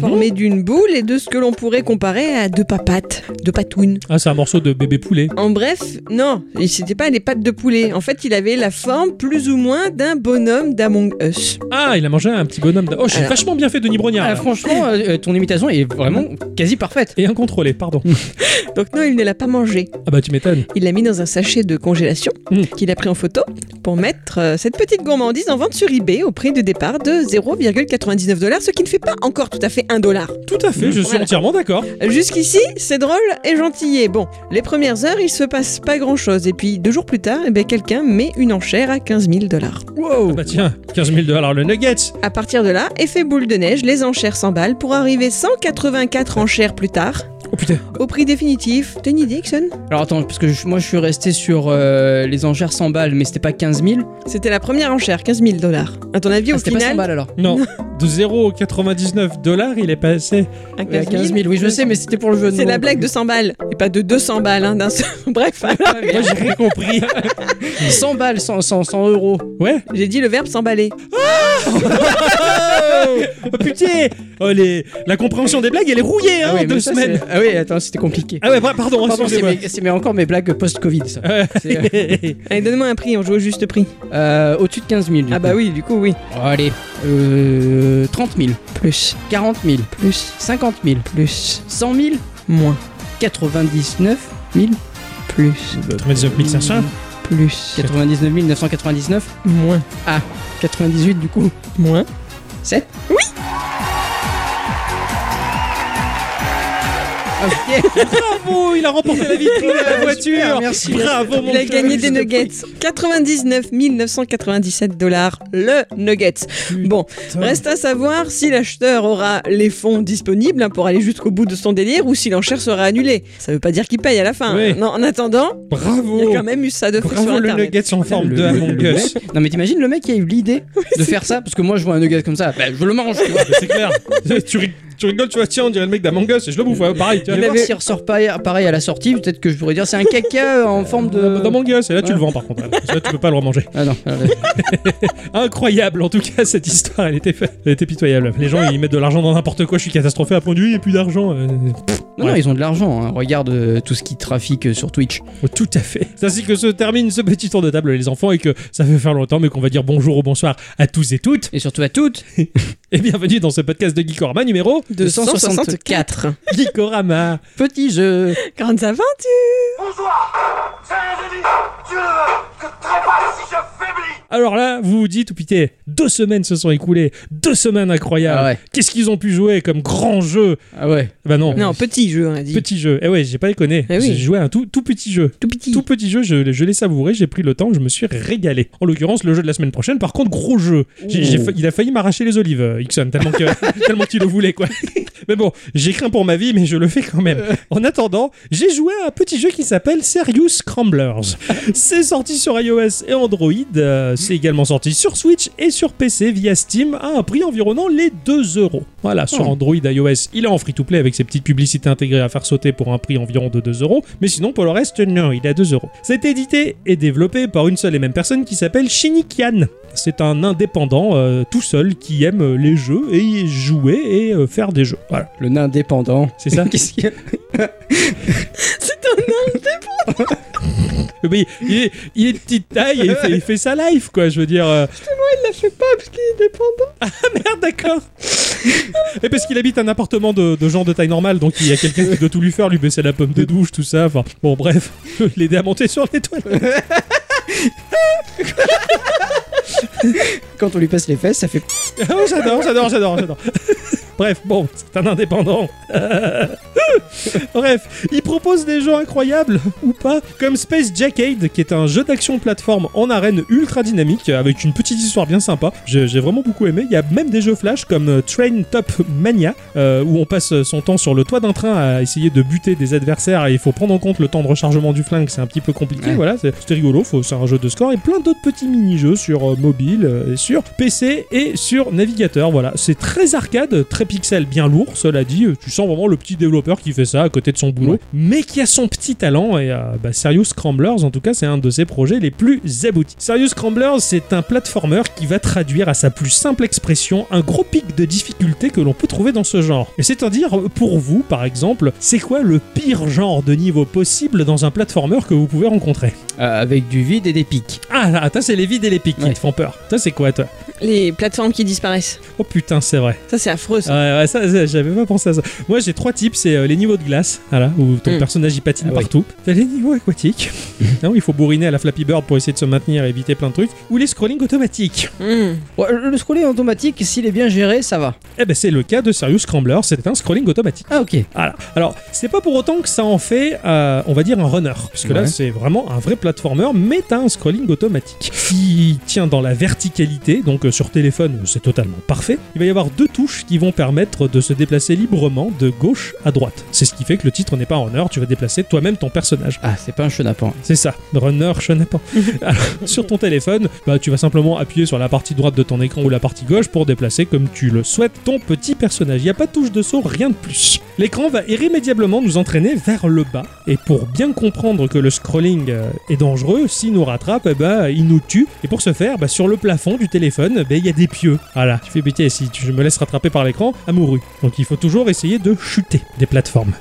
Speaker 1: formé d'une boule et de ce que l'on pourrait comparer à deux papates, deux patounes.
Speaker 2: ah c'est un morceau de bébé poulet.
Speaker 1: En bref, non, c'était pas des pattes de poulet. En fait, il avait la forme plus ou moins d'un bonhomme d'Among Us.
Speaker 2: Ah, il a mangé un petit bonhomme. d'a- Oh, je suis
Speaker 1: Alors-
Speaker 2: vachement bien fait, Denis Brognard.
Speaker 3: Ah,
Speaker 2: là.
Speaker 3: franchement, euh, euh, ton imitation est vraiment quasi parfaite.
Speaker 2: Et incontrôlé, pardon.
Speaker 3: Hmm.
Speaker 1: Donc non, il ne l'a pas mangé.
Speaker 2: ah bah tu m'étonnes.
Speaker 1: Il l'a mis dans un sachet de congélation
Speaker 2: Mm.
Speaker 1: qu'il a pris en photo pour mettre euh, cette petite gourmandise en vente sur eBay au prix de départ de 0,99 dollars, ce qui ne fait pas encore tout à fait 1 dollar.
Speaker 2: Tout à
Speaker 3: Hmm.
Speaker 2: fait, je suis
Speaker 1: Voilà.
Speaker 2: entièrement d'accord.
Speaker 1: Jusqu'ici, c'est drôle et gentil. Et bon, les premières heures, il se passe pas grand-chose. Et puis, deux jours plus tard, eh ben, quelqu'un met une enchère à 15 000 dollars.
Speaker 2: Ah bah tiens, 15 000 dollars le Nuggets.
Speaker 1: À partir de là, effet boule de neige, les enchères s'emballent pour arriver 184 enchères plus tard.
Speaker 2: Oh putain.
Speaker 1: Au prix définitif, t'as une idée, Ixon
Speaker 3: Alors attends, parce que je- moi je suis resté sur euh, les enchères 100 balles, mais c'était pas 15 000.
Speaker 1: C'était la première enchère, 15 000 dollars. À ton avis,
Speaker 3: Ah,
Speaker 1: au
Speaker 3: c'était pas 100
Speaker 1: final,
Speaker 3: balles alors.
Speaker 2: Non, de 0,99 dollars, il est passé.
Speaker 1: à
Speaker 3: Ouais, 15 000, oui, je sais, mais c'était pour le jeu de
Speaker 1: C'est
Speaker 3: mots.
Speaker 1: la blague de 100 balles, et pas de 200 balles, hein, d'un seul. Bref, alors,
Speaker 3: Oh,
Speaker 2: Moi j'ai rien compris.
Speaker 3: 100 balles, 100, 100, 100 euros.
Speaker 2: Ouais.
Speaker 1: j'ai dit le verbe s'emballer.
Speaker 2: Oh, oh, putain. Oh, les... La compréhension des blagues, elle est rouillée hein,
Speaker 3: oui,
Speaker 2: en
Speaker 3: mais
Speaker 2: deux
Speaker 3: ça,
Speaker 2: semaines.
Speaker 3: c'est- Ah oui, attends, c'était compliqué.
Speaker 2: Ah ouais, bah, pardon,
Speaker 3: Pardon, c'est
Speaker 2: excusez-moi.
Speaker 3: mes- c'est mes- encore mes blagues post-Covid, ça.
Speaker 2: Ouais.
Speaker 3: C'est,
Speaker 1: Allez, donne-moi un prix, on joue au juste prix.
Speaker 3: euh, au-dessus de 15 000. du
Speaker 1: Ah
Speaker 3: coup.
Speaker 1: bah oui, du coup, oui.
Speaker 3: Oh, allez, euh, 30 000,
Speaker 1: Plus,
Speaker 3: 40 000,
Speaker 1: plus,
Speaker 3: 50 000,
Speaker 1: plus,
Speaker 3: 100 000,
Speaker 1: moins,
Speaker 3: 99 000,
Speaker 1: plus,
Speaker 2: 99 500.
Speaker 1: plus,
Speaker 3: 99 999,
Speaker 1: moins,
Speaker 3: 98 du coup,
Speaker 1: moins.
Speaker 3: 7 Ah, Ok.
Speaker 2: Bravo, il a remporté la vitrine de la voiture.
Speaker 3: merci.
Speaker 2: Bravo, mon
Speaker 1: Il a
Speaker 2: cher
Speaker 1: gagné
Speaker 2: Luc.
Speaker 1: des nuggets. 99 997 dollars le nuggets. Bon, reste à savoir si l'acheteur aura les fonds disponibles hein, pour aller jusqu'au bout de son délire ou si l'enchère sera annulée. Ça veut pas dire qu'il paye à la fin.
Speaker 2: Oui.
Speaker 1: hein. Non, en attendant, il y a
Speaker 2: Bravo.
Speaker 1: quand même eu ça de fou sur
Speaker 2: Bravo le
Speaker 1: Internet.
Speaker 2: nuggets en forme de
Speaker 3: Le- le-
Speaker 2: Among
Speaker 3: le
Speaker 2: Us.
Speaker 3: mec- Non mais t'imagines le mec qui a eu l'idée de faire ça parce que moi je vois un nugget comme ça, bah, je le mange. Tu vois.
Speaker 2: C'est clair. tu, rig- tu rigoles, tu vois, tiens, on dirait le mec d'Among Us et je le bouffe. ouais, pareil, tu
Speaker 3: Je
Speaker 2: vois.
Speaker 3: vais voir s'il ressort pas pareil à la sortie, peut-être que je pourrais dire c'est un caca en forme de.
Speaker 2: D'Among Us, et là tu
Speaker 3: Ouais.
Speaker 2: le vends par contre. Parce que Là tu peux pas le remanger.
Speaker 3: Ah non. alors,
Speaker 2: Incroyable, en tout cas, cette histoire, elle était, elle était pitoyable. Les gens, ils mettent de l'argent dans n'importe quoi, je suis catastrophé à point de vue, il n'y a plus d'argent. euh,
Speaker 3: Non, non, ils ont de l'argent. hein. Regarde euh, tout ce qui trafique euh, sur Twitch.
Speaker 2: Oh, Tout à fait. C'est ainsi que se termine ce petit tour de table, les enfants, et que ça fait faire longtemps, mais qu'on va dire bonjour ou bonsoir à tous et toutes.
Speaker 3: Et surtout à toutes.
Speaker 2: Et bienvenue dans ce podcast de Geekorama numéro
Speaker 1: 264.
Speaker 2: Geekorama.
Speaker 3: Petit jeu.
Speaker 1: Grandes aventures
Speaker 2: Alors là, vous vous dites, oh, putain, deux semaines se sont écoulées, deux semaines incroyables.
Speaker 3: Ah ouais.
Speaker 2: Qu'est-ce qu'ils ont pu jouer comme grand jeu
Speaker 3: Ah ouais.
Speaker 2: Bah non.
Speaker 1: Non, petit jeu, on a dit.
Speaker 2: Petit jeu. Eh ouais, j'ai pas déconné.
Speaker 1: Eh oui.
Speaker 2: J'ai joué à un tout, tout petit jeu.
Speaker 1: Tout petit.
Speaker 2: Tout petit jeu, je, je l'ai savouré, j'ai pris le temps, je me suis régalé. En l'occurrence, le jeu de la semaine prochaine, par contre, gros jeu. J'ai- j'ai fa- il a failli m'arracher les olives, euh, Ixon, tellement que- tellement qu'il le voulait, quoi. mais bon, j'ai craint pour ma vie, mais je le fais quand même. En attendant, j'ai joué à un petit jeu qui s'appelle Serious Scramblers. c'est sorti sur iOS et Android, euh, c'est également sorti sur Switch et sur PC via Steam à un prix environnant les 2 euros. Voilà, sur Android, iOS, il est en free-to-play avec ses petites publicités intégrées à faire sauter pour un prix environ de 2 euros, mais sinon pour le reste, non, il est à 2 euros. C'est édité et développé par une seule et même personne qui s'appelle Shinikian. C'est un indépendant euh, tout seul qui aime euh, les jeux et y jouer et euh, faire des jeux. Voilà,
Speaker 3: Le nain dépendant.
Speaker 2: c'est ça.
Speaker 3: Qu'est-ce qu'il y a
Speaker 1: C'est un homme
Speaker 2: Mais il est, il est de petite taille et il fait, il fait sa life, quoi. Je veux dire. euh. Ah,
Speaker 1: Il la fait pas parce qu'il est dépendant.
Speaker 2: Merde, d'accord. et parce qu'il habite un appartement de, de gens de taille normale, donc il y a quelqu'un qui doit tout lui faire, lui baisser la pomme de douche, tout ça. Enfin, bon, bref, l'aider à monter sur les toilettes.
Speaker 3: Quand on lui passe les fesses, ça fait.
Speaker 2: Ah, j'adore, j'adore, j'adore, j'adore. Bref, bon, c'est un indépendant. Bref, il propose des jeux incroyables ou pas, comme Space Jackade, qui est un jeu d'action plateforme en arène ultra dynamique, avec une petite histoire bien sympa. J'ai j'ai vraiment beaucoup aimé. Il y a même des jeux flash comme euh, Train Top Mania, euh, où on passe son temps sur le toit d'un train à essayer de buter des adversaires et il faut prendre en compte le temps de rechargement du flingue, c'est un petit peu compliqué.
Speaker 3: Ouais.
Speaker 2: Voilà, c'est- c'était rigolo, faut- c'est un jeu de score et plein d'autres petits mini-jeux sur euh, mobile, euh, et sur PC et sur navigateur. Voilà, c'est très arcade, très pixel, bien lourd, cela dit. euh, Tu sens vraiment le petit développeur qui fait ça à côté de son boulot,
Speaker 3: Ouais.
Speaker 2: mais qui a son petit talent. Et euh, bah, Serious Scramblers, en tout cas, c'est un de ses projets les plus aboutis. Serious Scramblers, c'est un platformer qui va traduire à sa plus simple expression un gros pic de difficulté que l'on peut trouver dans ce genre. Et c'est-à-dire, euh, pour vous, par exemple, c'est quoi le pire genre de niveau possible dans un platformer que vous pouvez rencontrer
Speaker 3: Euh, avec du vide et des pics.
Speaker 2: Ah, là, toi, c'est les vides et les pics qui
Speaker 3: Ouais.
Speaker 2: te font peur. Toi, c'est quoi, toi
Speaker 1: Les plateformes qui disparaissent.
Speaker 2: Oh putain, c'est vrai.
Speaker 1: Ça, c'est affreux. Ça.
Speaker 3: hein.
Speaker 2: Ouais, ouais, ça, ça, j'avais pas pensé à ça. Moi, j'ai trois types c'est euh, les niveaux de glace, voilà, où ton
Speaker 1: Mm.
Speaker 2: personnage y patine
Speaker 3: Ah oui.
Speaker 2: partout. T'as les niveaux aquatiques, hein, où il faut bourriner à la Flappy Bird pour essayer de se maintenir et éviter plein de trucs. Ou les scrolling automatiques.
Speaker 1: Hmm.
Speaker 3: Ouais, le scroller automatique, s'il est bien géré, ça va.
Speaker 2: Eh ben, c'est le cas de Serious Scrambler, c'est un scrolling automatique.
Speaker 3: Ah ok.
Speaker 2: Voilà. Alors, c'est pas pour autant que ça en fait, euh, on va dire, un runner. Puisque là,
Speaker 3: Ouais.
Speaker 2: c'est vraiment un vrai platformer, mais t'as un scrolling automatique qui tient dans la verticalité. Donc, euh, sur téléphone, c'est totalement parfait. Il va y avoir deux touches qui vont permettre de se déplacer librement de gauche à droite. C'est ce qui fait que le titre n'est pas un runner, tu vas déplacer toi-même ton personnage.
Speaker 3: Ah c'est pas un chenapan.
Speaker 2: C'est ça, runner chenapan. Alors, sur ton téléphone, bah, tu vas simplement appuyer sur la partie droite de ton écran ou la partie gauche pour déplacer comme tu le souhaites ton petit personnage. Il n'y a pas de touche de saut, rien de plus. L'écran va irrémédiablement nous entraîner vers le bas. Et pour bien comprendre que le scrolling euh, est dangereux, s'il nous rattrape, eh bah, il nous tue. Et pour ce faire, bah, sur le plafond du téléphone, eh ben, il y a des pieux. Voilà, tu fais bêtise, si tu- je me laisse rattraper par l'écran, amoureux. Donc il faut toujours essayer de chuter des plateformes.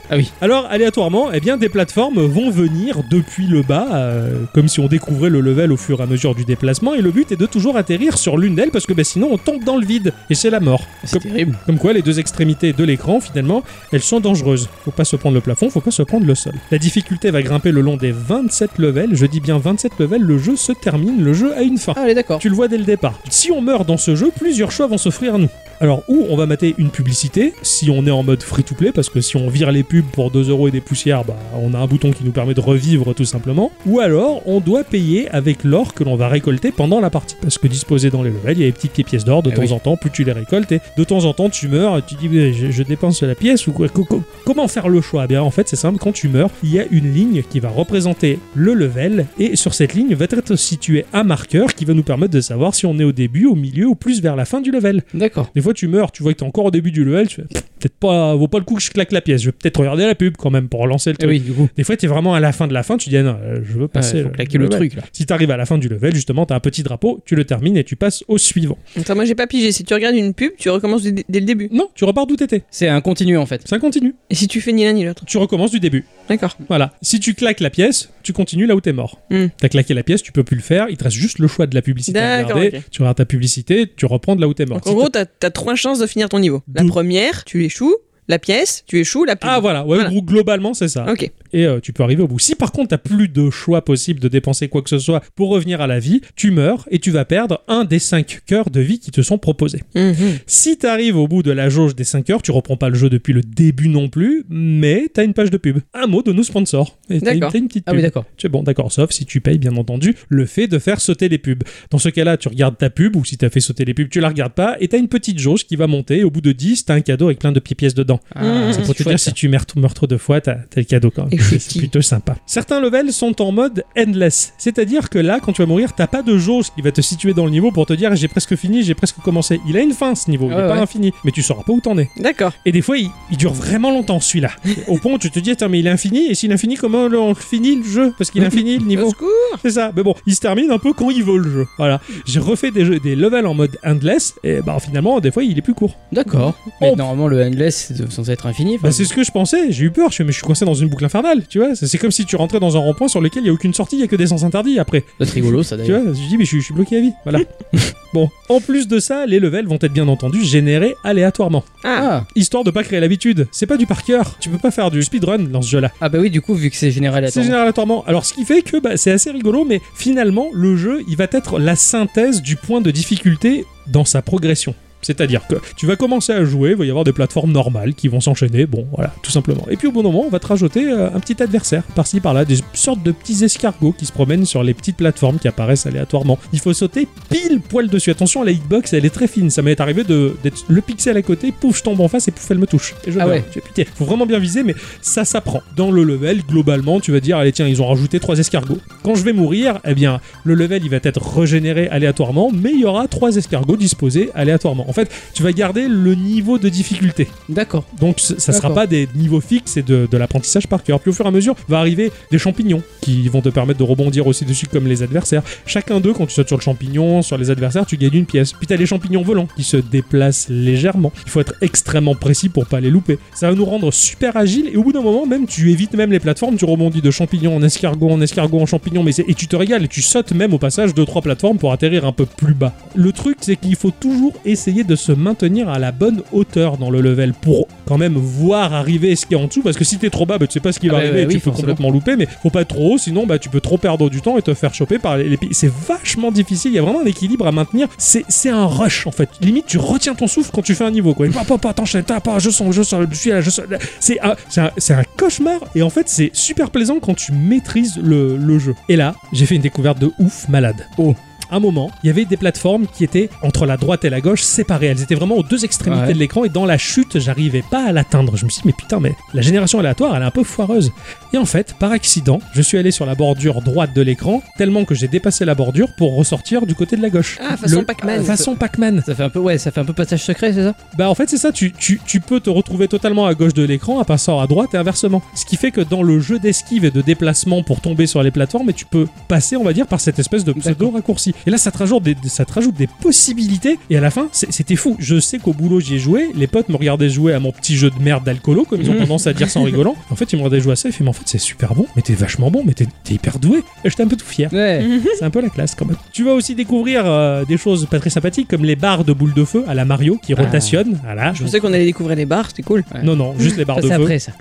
Speaker 2: Alors aléatoirement, eh bien, des plateformes vont venir depuis le bas, euh, comme si on découvrait le level au fur et à mesure du déplacement, et le but est de toujours atterrir sur l'une d'elles parce que bah, sinon on tombe dans le vide et c'est la mort.
Speaker 3: C'est
Speaker 2: Comme,
Speaker 3: terrible.
Speaker 2: comme quoi les deux extrémités de l'écran finalement, elles sont dangereuses. Faut pas se prendre le plafond, faut pas se prendre le sol. La difficulté va grimper le long des 27 levels, je dis bien 27 levels, le jeu se termine, le jeu a une fin.
Speaker 3: Ah, allez d'accord.
Speaker 2: Tu le vois dès le départ. Si on meurt dans ce jeu, plusieurs choix vont s'offrir à nous. Alors, ou on va mater une publicité, si on est en mode free-to-play, parce que si on vire les pubs pour 2 euros et des poussières, bah, on a un bouton qui nous permet de revivre tout simplement. Ou alors, on doit payer avec l'or que l'on va récolter pendant la partie. Parce que disposé dans les levels, il y a des petites pièces d'or, de
Speaker 3: Eh
Speaker 2: temps
Speaker 3: oui.
Speaker 2: en temps, plus tu les récoltes, et de temps en temps, tu meurs, et tu dis, mais je, je dépense la pièce, ou quoi Co- co- Comment faire le choix Eh bien, en fait, c'est simple, quand tu meurs, il y a une ligne qui va représenter le level, et sur cette ligne va être situé un marqueur qui va nous permettre de savoir si on est au début, au milieu, ou plus vers la fin du level.
Speaker 3: D'accord.
Speaker 2: Des fois, tu meurs, tu vois que t'es encore au début du level, tu fais Pff, peut-être pas, vaut pas le coup que je claque la pièce. Je vais peut-être regarder la pub quand même pour relancer le
Speaker 3: Eh
Speaker 2: truc.
Speaker 3: oui, du coup.
Speaker 2: Des fois, t'es vraiment à la fin de la fin, tu dis Ah non, euh, je veux
Speaker 3: Ah,
Speaker 2: passer.
Speaker 3: faut
Speaker 2: le-
Speaker 3: claquer le
Speaker 2: level.
Speaker 3: truc là.
Speaker 2: Si t'arrives à la fin du level, justement, t'as un petit drapeau, tu le termines et tu passes au suivant.
Speaker 1: Attends, moi j'ai pas pigé. Si tu regardes une pub, tu recommences dès, dès le début.
Speaker 2: Non, tu repars d'où t'étais.
Speaker 3: C'est un continu en fait.
Speaker 2: Ça continue.
Speaker 1: Et si tu fais ni l'un ni l'autre.
Speaker 2: Tu recommences du début.
Speaker 1: D'accord.
Speaker 2: Voilà. Si tu claques la pièce, tu continues là où t'es mort.
Speaker 1: Hmm.
Speaker 2: T'as claqué la pièce, tu peux plus le faire. Il te reste juste le choix de la publicité à
Speaker 1: D'accord,
Speaker 2: regarder.
Speaker 1: ok.
Speaker 2: Tu regardes ta publicité, tu reprends de là où t'es mort.
Speaker 1: Donc
Speaker 2: Si
Speaker 1: en gros, t'as as trois chances de finir ton niveau. La
Speaker 2: D'où-
Speaker 1: première, tu échoues. La pièce, tu échoues. La
Speaker 2: t'as-
Speaker 1: pub.
Speaker 2: ah voilà, ouais,
Speaker 1: Voilà.
Speaker 2: gros, globalement c'est ça.
Speaker 1: Ok.
Speaker 2: et euh, tu peux arriver au bout. Si par contre t'as plus de choix possible de dépenser quoi que ce soit pour revenir à la vie, tu meurs et tu vas perdre un des cinq cœurs de vie qui te sont proposés.
Speaker 1: Mhm.
Speaker 2: Si t'arrives au bout de la jauge des 5 heures, tu reprends pas le jeu depuis le début non plus, mais t'as une page de pub. Un mot de nos sponsors. Et t'as une,
Speaker 1: D'accord.
Speaker 2: t'as une petite
Speaker 3: Ah
Speaker 2: pub.
Speaker 3: oui, d'accord.
Speaker 2: Tu es bon, d'accord, sauf si tu payes, bien entendu, le fait de faire sauter les pubs. Dans ce cas-là, tu regardes ta pub, ou si t'as fait sauter les pubs, tu la regardes pas, et t'as une petite jauge qui va monter, et au bout de 10, t'as un cadeau avec plein de petites pièces dedans.
Speaker 1: Ah,
Speaker 2: C'est pour te
Speaker 3: chouette,
Speaker 2: dire, si tu meurs, meurs trop deux fois, t'as t'as le cadeau quand même.
Speaker 1: Et
Speaker 2: C'est
Speaker 1: chouetti.
Speaker 2: plutôt sympa. Certains levels sont en mode endless, c'est-à-dire que là, quand tu vas mourir, t'as pas de jauge qui va te situer dans le niveau pour te dire j'ai presque fini, j'ai presque commencé. Il a une fin ce niveau, il
Speaker 3: Ouais,
Speaker 2: est pas
Speaker 3: ouais.
Speaker 2: infini, mais tu sauras pas où t'en es.
Speaker 1: D'accord.
Speaker 2: Et des fois, il, il dure vraiment longtemps celui-là. Au point où tu te dis attends, mais il est infini, et s'il est infini, comment on finit le jeu Parce qu'il est infini le
Speaker 1: Au
Speaker 2: niveau.
Speaker 1: secours.
Speaker 2: C'est ça, mais bon, il se termine un peu quand il veut le jeu. Voilà. J'ai refait des, jeux, des levels en mode endless, et bah finalement, des fois, il est plus court.
Speaker 3: D'accord. Mais
Speaker 2: Oh.
Speaker 3: normalement, le endless, c'est censé être infini. enfin,
Speaker 2: Bah, c'est ce que je pensais, j'ai eu peur, je suis, mais je suis coincé dans une boucle infernale, tu vois. C'est c'est comme si tu rentrais dans un rond-point sur lequel il n'y a aucune sortie, il n'y a que des sens interdits après.
Speaker 3: ça doit être rigolo, ça
Speaker 2: Tu
Speaker 3: d'ailleurs.
Speaker 2: vois, je dis, mais je, suis- je suis bloqué à vie, voilà. bon, en plus de ça, les levels vont être bien entendu générés aléatoirement,
Speaker 3: Ah.
Speaker 2: histoire de pas créer l'habitude. C'est pas du par cœur, tu peux pas faire du speedrun dans ce jeu-là.
Speaker 3: ah, bah oui, du coup, vu que c'est général,
Speaker 2: C'est
Speaker 3: attends.
Speaker 2: généré aléatoirement. Alors, ce qui fait que bah, c'est assez rigolo, mais finalement, le jeu, il va être la synthèse du point de difficulté dans sa progression. C'est-à-dire que tu vas commencer à jouer, il va y avoir des plateformes normales qui vont s'enchaîner, bon voilà, tout simplement. Et puis au bon moment, on va te rajouter euh, un petit adversaire, par-ci par-là, des sortes de petits escargots qui se promènent sur les petites plateformes qui apparaissent aléatoirement. Il faut sauter pile poil dessus. Attention, la hitbox, elle est très fine, ça m'est arrivé de- d'être le pixel à côté, pouf, je tombe en face et pouf, elle me touche. Et je
Speaker 3: Ah
Speaker 2: meurs.
Speaker 3: ouais.
Speaker 2: Tu fais, putain, faut vraiment bien viser, mais ça s'apprend. Dans le level, globalement, tu vas dire, allez tiens, ils ont rajouté trois escargots. Quand je vais mourir, eh bien, le level, il va être régénéré aléatoirement, mais il y aura trois escargots disposés aléatoirement. En fait, tu vas garder le niveau de difficulté.
Speaker 3: D'accord.
Speaker 2: Donc c- ça sera
Speaker 3: D'accord.
Speaker 2: pas des niveaux fixes et de, de l'apprentissage par cœur. Puis au fur et à mesure va arriver des champignons qui vont te permettre de rebondir aussi dessus comme les adversaires. Chacun d'eux, quand tu sautes sur le champignon, sur les adversaires, tu gagnes une pièce. Puis t'as les champignons volants qui se déplacent légèrement. Il faut être extrêmement précis pour pas les louper. Ça va nous rendre super agile et au bout d'un moment même tu évites même les plateformes, tu rebondis de champignon en escargot en escargot en champignon mais c'est- et tu te régales et tu sautes même au passage de trois plateformes pour atterrir un peu plus bas. Le truc c'est qu'il faut toujours essayer de se maintenir à la bonne hauteur dans le level pour quand même voir arriver ce qu'il y a en dessous parce que si t'es trop bas bah, tu sais pas ce qui va
Speaker 3: Ah bah,
Speaker 2: arriver
Speaker 3: bah
Speaker 2: et tu
Speaker 3: oui,
Speaker 2: peux
Speaker 3: forcément.
Speaker 2: complètement louper mais faut pas être trop haut sinon bah tu peux trop perdre du temps et te faire choper par les les pi- C'est vachement difficile, il y a vraiment un équilibre à maintenir. C'est c'est un rush en fait. Limite tu retiens ton souffle quand tu fais un niveau quoi. Et pas pas pas t'enchaînes, t'as pas je sens je sens je suis là je sens là. C'est un, c'est un- c'est un cauchemar et en fait c'est super plaisant quand tu maîtrises le, le jeu. Et là, j'ai fait une découverte de ouf malade.
Speaker 3: Oh.
Speaker 2: Un moment, il y avait des plateformes qui étaient entre la droite et la gauche séparées. Elles étaient vraiment aux deux extrémités
Speaker 3: Ouais.
Speaker 2: de l'écran et dans la chute, j'arrivais pas à l'atteindre. Je me suis dit, mais putain, mais la génération aléatoire, elle est un peu foireuse. Et en fait, par accident, je suis allé sur la bordure droite de l'écran, tellement que j'ai dépassé la bordure pour ressortir du côté de la gauche.
Speaker 1: Ah, façon
Speaker 2: Le- euh,
Speaker 1: Pac-Man.
Speaker 2: Façon Pac-Man.
Speaker 3: Ça fait un peu, ouais, ça fait un peu passage secret, c'est ça
Speaker 2: Bah en fait c'est ça, tu, tu, tu peux te retrouver totalement à gauche de l'écran en passant à droite et inversement. Ce qui fait que dans le jeu d'esquive et de déplacement pour tomber sur les plateformes, et tu peux passer on va dire par cette espèce de pseudo
Speaker 3: D'accord.
Speaker 2: raccourci. Et là ça te rajoute des, ça te rajoute des possibilités et à la fin c'est- c'était fou. Je sais qu'au boulot j'y ai joué, les potes me regardaient jouer à mon petit jeu de merde d'alcoolo comme ils ont
Speaker 3: Mhm.
Speaker 2: tendance à dire ça en rigolant. En fait ils me regardaient jouer à ça et ils fait mais en fait c'est super bon, mais t'es vachement bon, mais t'es t'es hyper doué. Et j'étais un peu tout fier.
Speaker 3: Ouais.
Speaker 2: C'est un peu la classe quand même. Tu vas aussi découvrir euh, des choses pas très sympathiques comme les barres de boules de feu à la Mario qui
Speaker 3: Ah.
Speaker 2: rotationnent. Voilà.
Speaker 1: Je pensais qu'on allait découvrir les bars, c'était cool.
Speaker 3: Ouais.
Speaker 2: Non, non, juste les barres
Speaker 3: Ça,
Speaker 2: de
Speaker 3: c'est
Speaker 2: feu.
Speaker 3: après ça.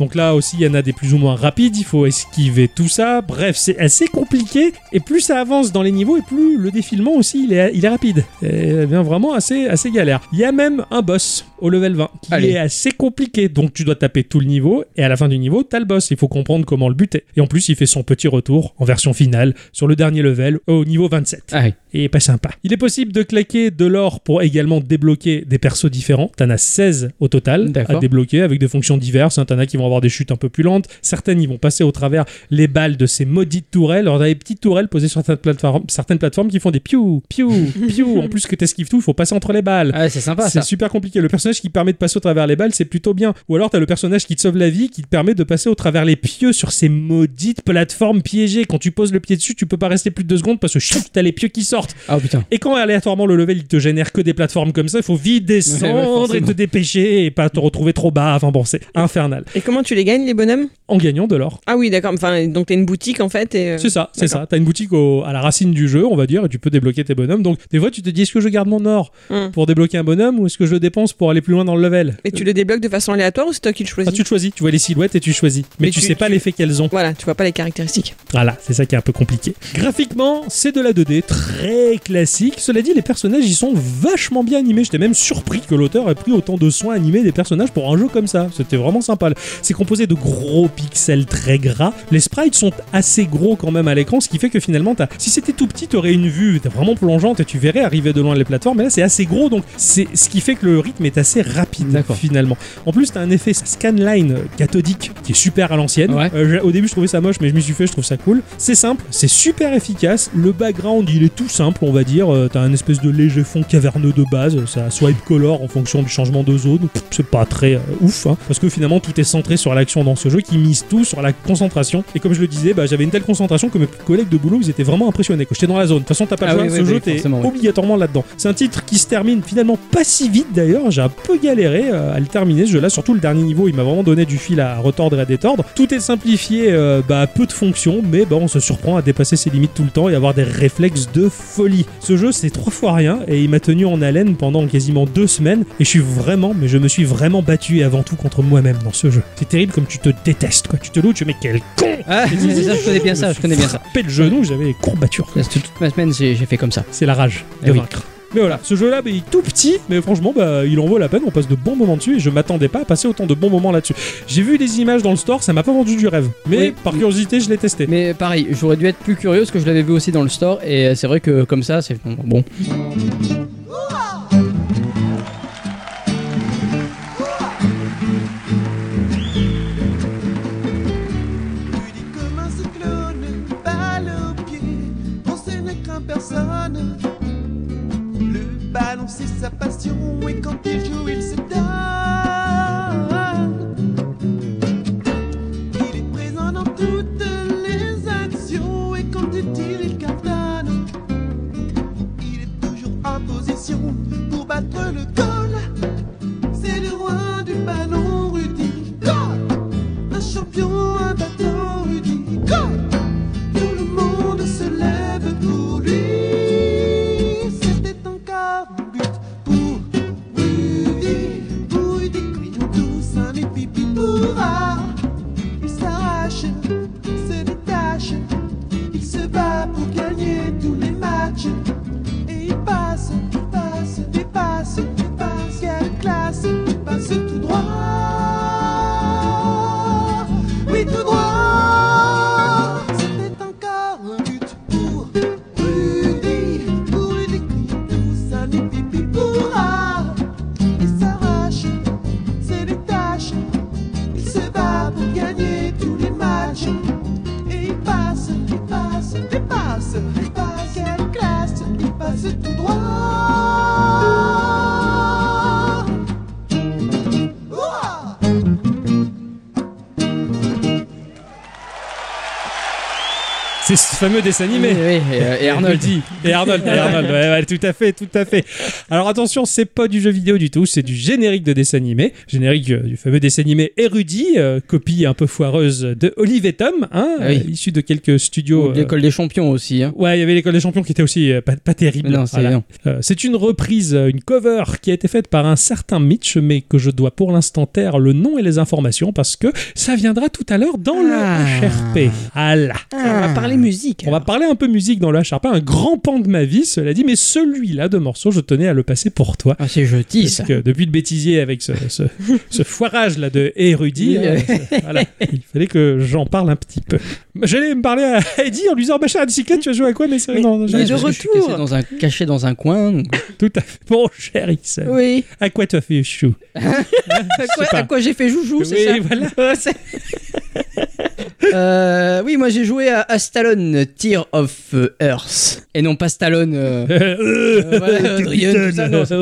Speaker 2: Donc là aussi, il y en a des plus ou moins rapides, il faut esquiver tout ça. Bref, c'est assez compliqué. Et plus ça avance dans les niveaux, et plus plus, le défilement aussi, il est, il est rapide. Et euh, bien vraiment assez, assez galère. Il y a même un boss au level 20 qui
Speaker 3: Allez.
Speaker 2: est assez compliqué. Donc tu dois taper tout le niveau et à la fin du niveau, t'as le boss. Il faut comprendre comment le buter. Et en plus, il fait son petit retour en version finale sur le dernier level au niveau 27
Speaker 3: Ah oui.
Speaker 2: et pas sympa. Il est possible de claquer de l'or pour également débloquer des persos différents. T'en as 16 au total
Speaker 3: D'accord.
Speaker 2: à débloquer avec des fonctions diverses. hein. T'en as qui vont avoir des chutes un peu plus lentes. Certaines, ils vont passer au travers les balles de ces maudites tourelles. Alors, t'as des petites tourelles posées sur certaines plateformes, certaines plateformes qui font des piou, piou, piou. en plus que t'esquives tout, il faut passer entre les balles.
Speaker 3: Ah, c'est sympa ça.
Speaker 2: C'est super compliqué. Le personnage qui permet de passer au travers les balles, c'est plutôt bien. Ou alors, t'as le personnage qui te sauve la vie, qui te permet de passer au travers les pieux sur ces maudites plateformes piégées. Quand tu poses le pied dessus, tu peux pas rester plus de deux secondes parce que chou, t'as les pieux qui sortent.
Speaker 3: Ah putain.
Speaker 2: Et quand aléatoirement le level il te génère que des plateformes comme ça, il faut vite
Speaker 3: Ouais, ouais,
Speaker 2: descendre et
Speaker 3: forcément.
Speaker 2: te dépêcher et pas te retrouver trop bas. Enfin bon, c'est infernal.
Speaker 1: Et comment tu les gagnes, les bonhommes
Speaker 2: En gagnant de l'or.
Speaker 1: Ah oui, d'accord. Enfin, donc t'as une boutique en fait. Et, euh,
Speaker 2: C'est ça, c'est
Speaker 1: d'accord.
Speaker 2: ça. T'as une boutique au- à la racine du jeu, on va dire, et tu peux débloquer tes bonhommes. Donc, des fois, tu te dis est-ce que je garde mon or
Speaker 1: Hmm.
Speaker 2: pour débloquer un bonhomme ou est-ce que je le dépense pour aller plus loin dans le level
Speaker 1: Et tu le débloques de façon aléatoire ou c'est toi qui le choisis
Speaker 2: Ah, tu le choisis, tu vois les silhouettes et tu choisis. Mais,
Speaker 1: Mais
Speaker 2: tu,
Speaker 1: tu-
Speaker 2: sais pas l'effet qu'elles ont.
Speaker 1: Voilà, tu vois pas les caractéristiques.
Speaker 2: Voilà, c'est ça qui est un peu compliqué. Graphiquement, c'est de la 2D, très classique. Cela dit, les personnages, ils sont vachement bien animés. J'étais même surpris que l'auteur ait pris autant de soin à animer des personnages pour un jeu comme ça. C'était vraiment sympa. C'est composé de gros pixels très gras. Les sprites sont assez gros quand même à l'écran, ce qui fait que finalement, t'as- si c'était tout petit, t'aurais une vue vraiment plongeante et tu verrais arriver de loin les plateformes. Mais là, c'est assez gros, donc c'est ce qui fait que le rythme est assez rapide
Speaker 3: D'accord.
Speaker 2: finalement. En plus, t'as un effet scanline euh, cathodique qui est super à l'ancienne.
Speaker 3: Ouais.
Speaker 2: Euh, j'ai- au début, je trouvais ça moche, mais je m'y suis fait, je trouve ça cool. C'est simple, c'est super efficace. Le background, il est tout simple, on va dire. Euh, T'as un espèce de léger fond caverneux de base. Ça swipe color en fonction du changement de zone. Pff, C'est pas très euh, ouf, hein, parce que finalement, tout est centré sur l'action dans ce jeu qui mise tout sur la concentration. Et comme je le disais, bah, j'avais une telle concentration que mes collègues de boulot, ils étaient vraiment impressionnés. Que j'étais dans la zone. De toute façon, t'as pas
Speaker 3: Ah
Speaker 2: le choix.
Speaker 3: oui,
Speaker 2: ce
Speaker 3: oui,
Speaker 2: jeu,
Speaker 3: oui,
Speaker 2: t'es
Speaker 3: forcément, oui.
Speaker 2: obligatoirement là-dedans. C'est un titre qui se termine finalement pas si vite d'ailleurs. J'ai un peu galéré euh, à le terminer ce jeu-là, surtout le dernier niveau. Il m'a vraiment donné du fil à retordre et à détordre. Tout est simplifié, euh, bah, à peu de fonctions, mais bah, on se surprend à dépasser ses limites tout le temps et avoir des réflexes de folie. Ce jeu, c'est trois fois rien et il m'a tenu en haleine pendant quasiment deux semaines. Et je suis vraiment, mais je me suis vraiment battu et avant tout contre moi-même dans ce jeu. C'est terrible comme tu te détestes, quoi. Tu te loues, tu mets quel con
Speaker 3: Ah, mais ça, je connais bien ça, je connais bien ça.
Speaker 2: Frappé le genou, j'avais les courbatures.
Speaker 3: Parce que Toute ma semaine, j'ai j'ai fait comme ça.
Speaker 2: C'est la rage de
Speaker 3: Eh oui.
Speaker 2: vaincre. Mais voilà, ce jeu-là, bah, il est tout petit, mais franchement, bah, il en vaut la peine. On passe de bons moments dessus et je m'attendais pas à passer autant de bons moments là-dessus. J'ai vu des images dans le store, ça m'a pas vendu du rêve. Mais
Speaker 3: Oui.
Speaker 2: par curiosité, je l'ai testé.
Speaker 3: Mais pareil, j'aurais dû être plus curieux parce que je l'avais vu aussi dans le store et euh, c'est vrai que comme ça, c'est bon. bon.
Speaker 4: Pudique comme un cyclone, balle au pied, penser ne craint personne. Le ballon c'est sa passion et quand il joue il se donne. Il est présent dans toutes les actions et quand il tire il cartonne. Il est toujours en position pour battre le goal. C'est le roi du ballon Rudy. Goal un champion, un battant, Rudy. Go Tout le monde se lève pour lui. C'était encore un but pour Rudy. Pour Rudy, crions tous un épipi pour Il s'arrache, se détache. Il se bat pour gagner tous les matchs. Et il passe, passe, dépasse, dépasse. Quelle classe, passe tout droit. Oui, tout droit. C'était encore un but pour Rudy. Pour Rudy, qui tous un pipi pour Il s'arrache, c'est les tâches. Il se bat pour gagner tous les matchs. Et il passe, il passe, il passe, il passe. Quelle classe, il passe tout droit. Ouah
Speaker 2: C'est ce fameux dessin
Speaker 3: Oui,
Speaker 2: animé.
Speaker 3: oui, et, euh, et Arnold dit.
Speaker 2: Et Arnold, et Arnold, ouais, ouais, tout à fait, tout à fait. Alors attention, c'est pas du jeu vidéo du tout, c'est du générique de dessin animé, générique euh, du fameux dessin animé Érudit, euh, copie un peu foireuse de Olive et Tom, hein,
Speaker 3: Ah oui.
Speaker 2: euh, issu de quelques studios. euh,
Speaker 3: L'école des champions aussi. Hein.
Speaker 2: Ouais, il y avait l'école des champions qui était aussi euh, pas, pas terrible.
Speaker 3: Non, c'est
Speaker 2: Voilà.
Speaker 3: non.
Speaker 2: Euh, c'est une reprise, euh, une cover qui a été faite par un certain Mitch, mais que je dois pour l'instant taire le nom et les informations parce que ça viendra tout à l'heure dans
Speaker 3: Ah.
Speaker 2: le HRP. Ah là.
Speaker 1: On va parler musique.
Speaker 2: On va parler un peu musique dans le H.R.P. un grand pan de ma vie, cela dit, mais celui-là de morceau, je tenais à le passer pour toi.
Speaker 3: Ah, c'est joli ça.
Speaker 2: Parce que depuis le bêtisier avec ce, ce, ce foirage là de érudit,
Speaker 3: Oui,
Speaker 2: euh, c'est- voilà, il fallait que j'en parle un petit peu. J'allais me parler à Heidi en lui disant Bah, cher à bicyclette, tu as joué à quoi Mais c'est
Speaker 1: Mais-
Speaker 2: non, non,
Speaker 1: mais
Speaker 2: j'ai-
Speaker 1: de
Speaker 3: Parce que je suis
Speaker 1: retour.
Speaker 3: cassé dans un, caché dans un coin.
Speaker 2: tout à fait. Bon, cher Ixon,
Speaker 3: Oui.
Speaker 2: à quoi tu as fait chou
Speaker 3: À quoi,
Speaker 2: pas.
Speaker 3: à quoi j'ai fait joujou, c'est
Speaker 2: Oui,
Speaker 3: ça
Speaker 2: voilà.
Speaker 3: Euh, oui, moi j'ai joué à Astalon Tear of euh, Earth. Et non pas Stallone. euh,
Speaker 2: Euh,
Speaker 3: voilà, Adrien, tout ça, non, ça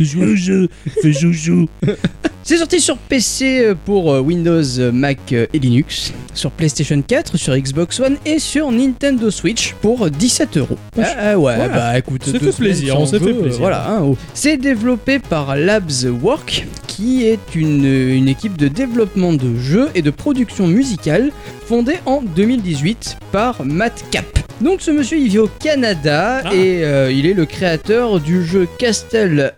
Speaker 2: Joujou, fais joujou.
Speaker 3: C'est sorti sur PC euh, pour euh, Windows, euh, Mac euh, et Linux, sur PlayStation 4, sur Xbox One et sur Nintendo Switch pour 17 euros. Ah, ah ouais,
Speaker 2: Ouais.
Speaker 3: bah écoute,
Speaker 2: Ça
Speaker 3: deux
Speaker 2: fait
Speaker 3: semaines
Speaker 2: plaisir,
Speaker 3: sans
Speaker 2: on s'est
Speaker 3: jeu,
Speaker 2: fait
Speaker 3: euh,
Speaker 2: plaisir.
Speaker 3: Voilà, hein, oh. c'est développé par Labs Work, qui est une, euh, une équipe de développement de jeux et de production musicale fondée en 2018 par Matt Cap. Donc ce monsieur il vit au Canada
Speaker 2: Ah.
Speaker 3: et euh, il est le créateur du jeu Castle.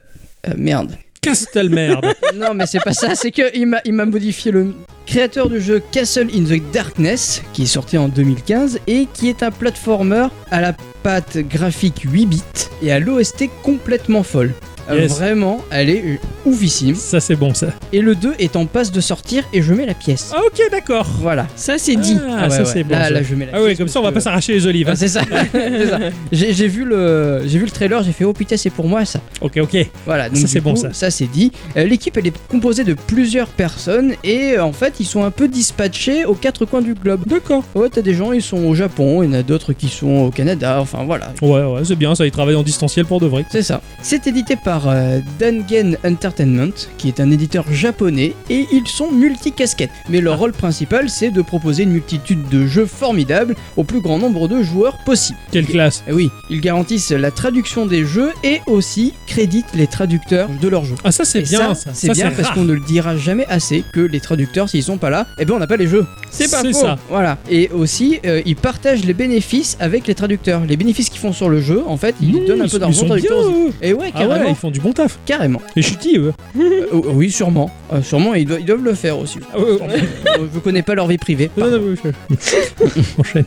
Speaker 3: euh, merde.
Speaker 2: Castelmerde.
Speaker 3: Non, mais c'est pas ça, c'est que il m'a- il m'a modifié le. Créateur du jeu Castle in the Darkness, qui est sorti en 2015 et qui est un platformer à la patte graphique 8 bits et à l'OST complètement folle. Euh,
Speaker 2: Yes.
Speaker 3: Vraiment, elle est oufissime.
Speaker 2: Ça, c'est bon, ça.
Speaker 3: Et le 2 est en passe de sortir et je mets la pièce.
Speaker 2: Ah, ok, d'accord.
Speaker 3: Voilà.
Speaker 1: Ça, c'est dit.
Speaker 2: Ah,
Speaker 3: ouais,
Speaker 2: ça,
Speaker 3: ouais.
Speaker 2: c'est bon.
Speaker 3: Là,
Speaker 2: ça.
Speaker 3: là, je mets la
Speaker 2: Ah, oui,
Speaker 3: pièce
Speaker 2: comme ça, on
Speaker 3: parce
Speaker 2: va
Speaker 3: que-
Speaker 2: pas s'arracher les olives. hein.
Speaker 3: Ah, c'est ça. C'est ça. J'ai j'ai vu le, j'ai vu le trailer, j'ai fait oh putain c'est pour moi ça.
Speaker 2: Ok, ok.
Speaker 3: Voilà, donc
Speaker 2: Ça,
Speaker 3: du
Speaker 2: c'est bon,
Speaker 3: coup,
Speaker 2: ça.
Speaker 3: c'est dit. Euh, L'équipe elle est composée de plusieurs personnes et euh, en fait ils sont un peu dispatchés aux quatre coins du globe.
Speaker 2: D'accord.
Speaker 3: Ouais, t'as des gens ils sont au Japon, il y en a d'autres qui sont au Canada, enfin voilà.
Speaker 2: Ouais, ouais, c'est bien ça. Ils travaillent en distanciel pour de vrai.
Speaker 3: C'est ça. C'est édité par euh, Dangen Entertainment, qui est un éditeur japonais, et ils sont multicasquettes. Mais
Speaker 2: Ah.
Speaker 3: leur rôle principal, c'est de proposer une multitude de jeux formidables au plus grand nombre de joueurs possible.
Speaker 2: Quelle classe.
Speaker 3: Et oui, ils garantissent la traduction des jeux et aussi créditent les traducteurs de leurs jeux.
Speaker 2: Ah, ça, c'est
Speaker 3: Et
Speaker 2: bien.
Speaker 3: ça,
Speaker 2: ça.
Speaker 3: c'est
Speaker 2: Ça,
Speaker 3: bien parce
Speaker 2: rare.
Speaker 3: qu'on ne le dira jamais assez que les traducteurs, s'ils sont pas là, eh ben on n'a pas les jeux. C'est pas
Speaker 2: C'est
Speaker 3: faux.
Speaker 2: ça.
Speaker 3: Voilà. Et aussi, euh, ils partagent les bénéfices avec les traducteurs. Les bénéfices qu'ils font sur le jeu, en fait, ils
Speaker 2: Mmh,
Speaker 3: donnent
Speaker 2: ils
Speaker 3: un peu
Speaker 2: sont-
Speaker 3: d'argent
Speaker 2: ils
Speaker 3: aux
Speaker 2: sont
Speaker 3: traducteurs.
Speaker 2: bien, eux.
Speaker 3: Et ouais,
Speaker 2: Ah
Speaker 3: carrément.
Speaker 2: ouais, ils font du bon taf.
Speaker 3: Carrément.
Speaker 2: Les chutis, eux.
Speaker 3: Euh, oh, oui, sûrement. Euh, sûrement, ils, doivent- ils doivent le faire aussi.
Speaker 2: Ah ouais, ouais.
Speaker 3: Euh, Je connais pas leur vie privée.
Speaker 2: Non, non, non, je- Enchaîne.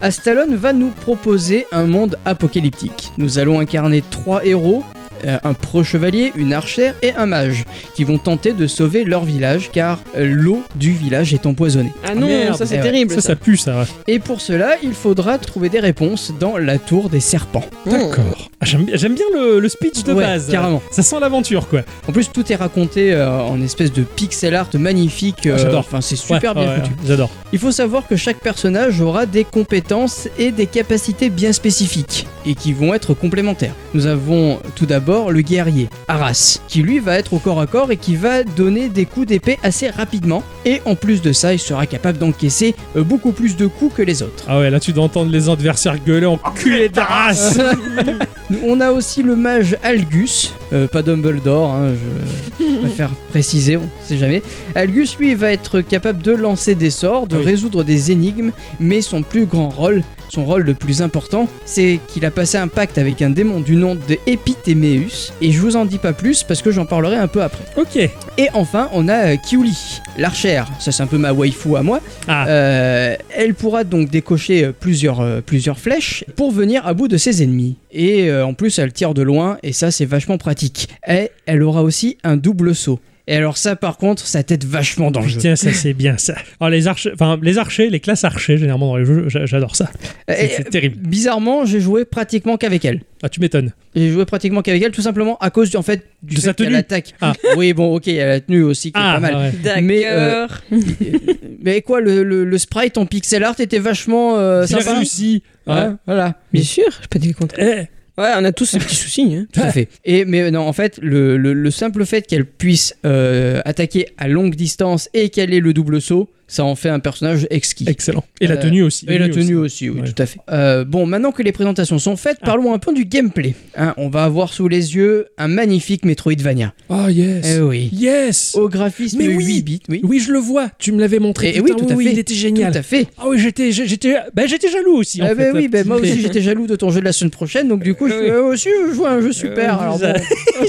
Speaker 3: Astalon va nous proposer un monde apocalyptique. Nous allons incarner trois héros, euh, un pro-chevalier, une archère et un mage, qui vont tenter de sauver leur village car euh, l'eau du village est empoisonnée.
Speaker 1: Ah non,
Speaker 2: Merde.
Speaker 1: ça,
Speaker 3: Eh
Speaker 1: c'est
Speaker 3: ouais.
Speaker 1: terrible.
Speaker 2: Ça, ça pue, ça. ouais.
Speaker 3: Et pour cela, il faudra trouver des réponses dans la tour des serpents.
Speaker 2: D'accord. Ah, J'aime bien, j'aime bien le, le speech de
Speaker 3: Ouais,
Speaker 2: base.
Speaker 3: carrément.
Speaker 2: Ça sent l'aventure, quoi.
Speaker 3: En plus, tout est raconté euh, en espèce de pixel art magnifique. euh,
Speaker 2: Ah, j'adore.
Speaker 3: Enfin, c'est super
Speaker 2: Ouais,
Speaker 3: bien
Speaker 2: ouais,
Speaker 3: foutu.
Speaker 2: ouais, J'adore.
Speaker 3: Il faut savoir que chaque personnage aura des compétences et des capacités bien spécifiques et qui vont être complémentaires. Nous avons tout d'abord le guerrier, Arras, qui lui va être au corps à corps et qui va donner des coups d'épée assez rapidement et en plus de ça, il sera capable d'encaisser euh, beaucoup plus de coups que les autres.
Speaker 2: Ah ouais, là, tu dois entendre les adversaires gueuler en culé de race.
Speaker 3: On a aussi le mage Algus, euh, pas Dumbledore, hein, je préfère préciser, on sait jamais. Algus, lui, va être capable de lancer des sorts, de
Speaker 2: Ah oui.
Speaker 3: résoudre des énigmes, mais son plus grand rôle, son rôle le plus important, c'est qu'il a passé un pacte avec un démon du nom de Epitéméus, et je vous en dis pas plus parce que j'en parlerai un peu après.
Speaker 2: ok.
Speaker 3: Et enfin, on a euh, Kiuli, l'archère, ça c'est un peu ma waifu à moi,
Speaker 2: Ah,
Speaker 3: euh, elle pourra donc décocher euh, plusieurs, euh, plusieurs flèches pour venir à bout de ses ennemis. Et euh, en plus, elle tire de loin, et ça, c'est vachement pratique. Et elle aura aussi un double saut. Et alors ça, par contre, ça t'aide vachement dans le jeu.
Speaker 2: putain, ça, c'est bien, ça. Alors, les archers, enfin, les archers, les classes archers, généralement, dans les jeux, j'a- j'adore ça.
Speaker 3: Et- euh,
Speaker 2: C'est c'est terrible.
Speaker 3: Bizarrement, j'ai joué pratiquement qu'avec elle.
Speaker 2: Ah, tu m'étonnes.
Speaker 3: J'ai joué pratiquement qu'avec elle, tout simplement à cause du, en fait, du
Speaker 2: De sa
Speaker 3: fait qu'elle
Speaker 2: tenue.
Speaker 3: attaque.
Speaker 2: Ah.
Speaker 3: Oui, bon, ok, elle a la tenue aussi, qui est
Speaker 2: Ah,
Speaker 3: pas mal.
Speaker 2: ouais.
Speaker 1: D'accord.
Speaker 3: Mais, euh, Mais quoi, le, le- le sprite en pixel art était vachement euh,
Speaker 2: Il a
Speaker 3: sympa.
Speaker 2: réussi. Ouais.
Speaker 3: Ouais, voilà.
Speaker 1: Bien sûr, je pas dit le contraire.
Speaker 2: Eh,
Speaker 1: Ouais, on a tous ces petits soucis. hein.
Speaker 3: Tout à fait. Et, mais euh, non, en fait, le, le- le simple fait qu'elle puisse euh, attaquer à longue distance et qu'elle ait le double saut, ça en fait un personnage exquis.
Speaker 2: excellent. Et la
Speaker 3: Euh,
Speaker 2: tenue aussi.
Speaker 3: et la tenue aussi, oui,
Speaker 2: Ouais. Ah.
Speaker 3: tout à fait. Euh, bon, maintenant que les présentations sont faites, parlons un peu du gameplay. Hein, on va avoir sous les yeux un magnifique Metroidvania.
Speaker 2: Oh, yes.
Speaker 3: Eh oui. Oh.
Speaker 2: Yes.
Speaker 3: Au graphisme
Speaker 2: Mais oui.
Speaker 3: 8 bits, oui.
Speaker 2: Oui, je le vois. Tu me l'avais montré.
Speaker 3: Et Eh oui,
Speaker 2: Putain,
Speaker 3: tout à fait.
Speaker 2: il était
Speaker 3: Tout
Speaker 2: génial.
Speaker 3: à fait.
Speaker 2: Ah oui, j'étais, j'ai- j'étais, bah, j'étais jaloux aussi. en
Speaker 3: Ah
Speaker 2: fait,
Speaker 3: ben oui,
Speaker 2: la
Speaker 3: ben
Speaker 2: petite-
Speaker 3: moi aussi j'étais jaloux de ton jeu de la semaine prochaine, donc du coup je,
Speaker 2: Oui.
Speaker 3: euh, aussi je joue à un jeu super.
Speaker 2: Euh,
Speaker 3: alors
Speaker 2: ça-
Speaker 3: bon.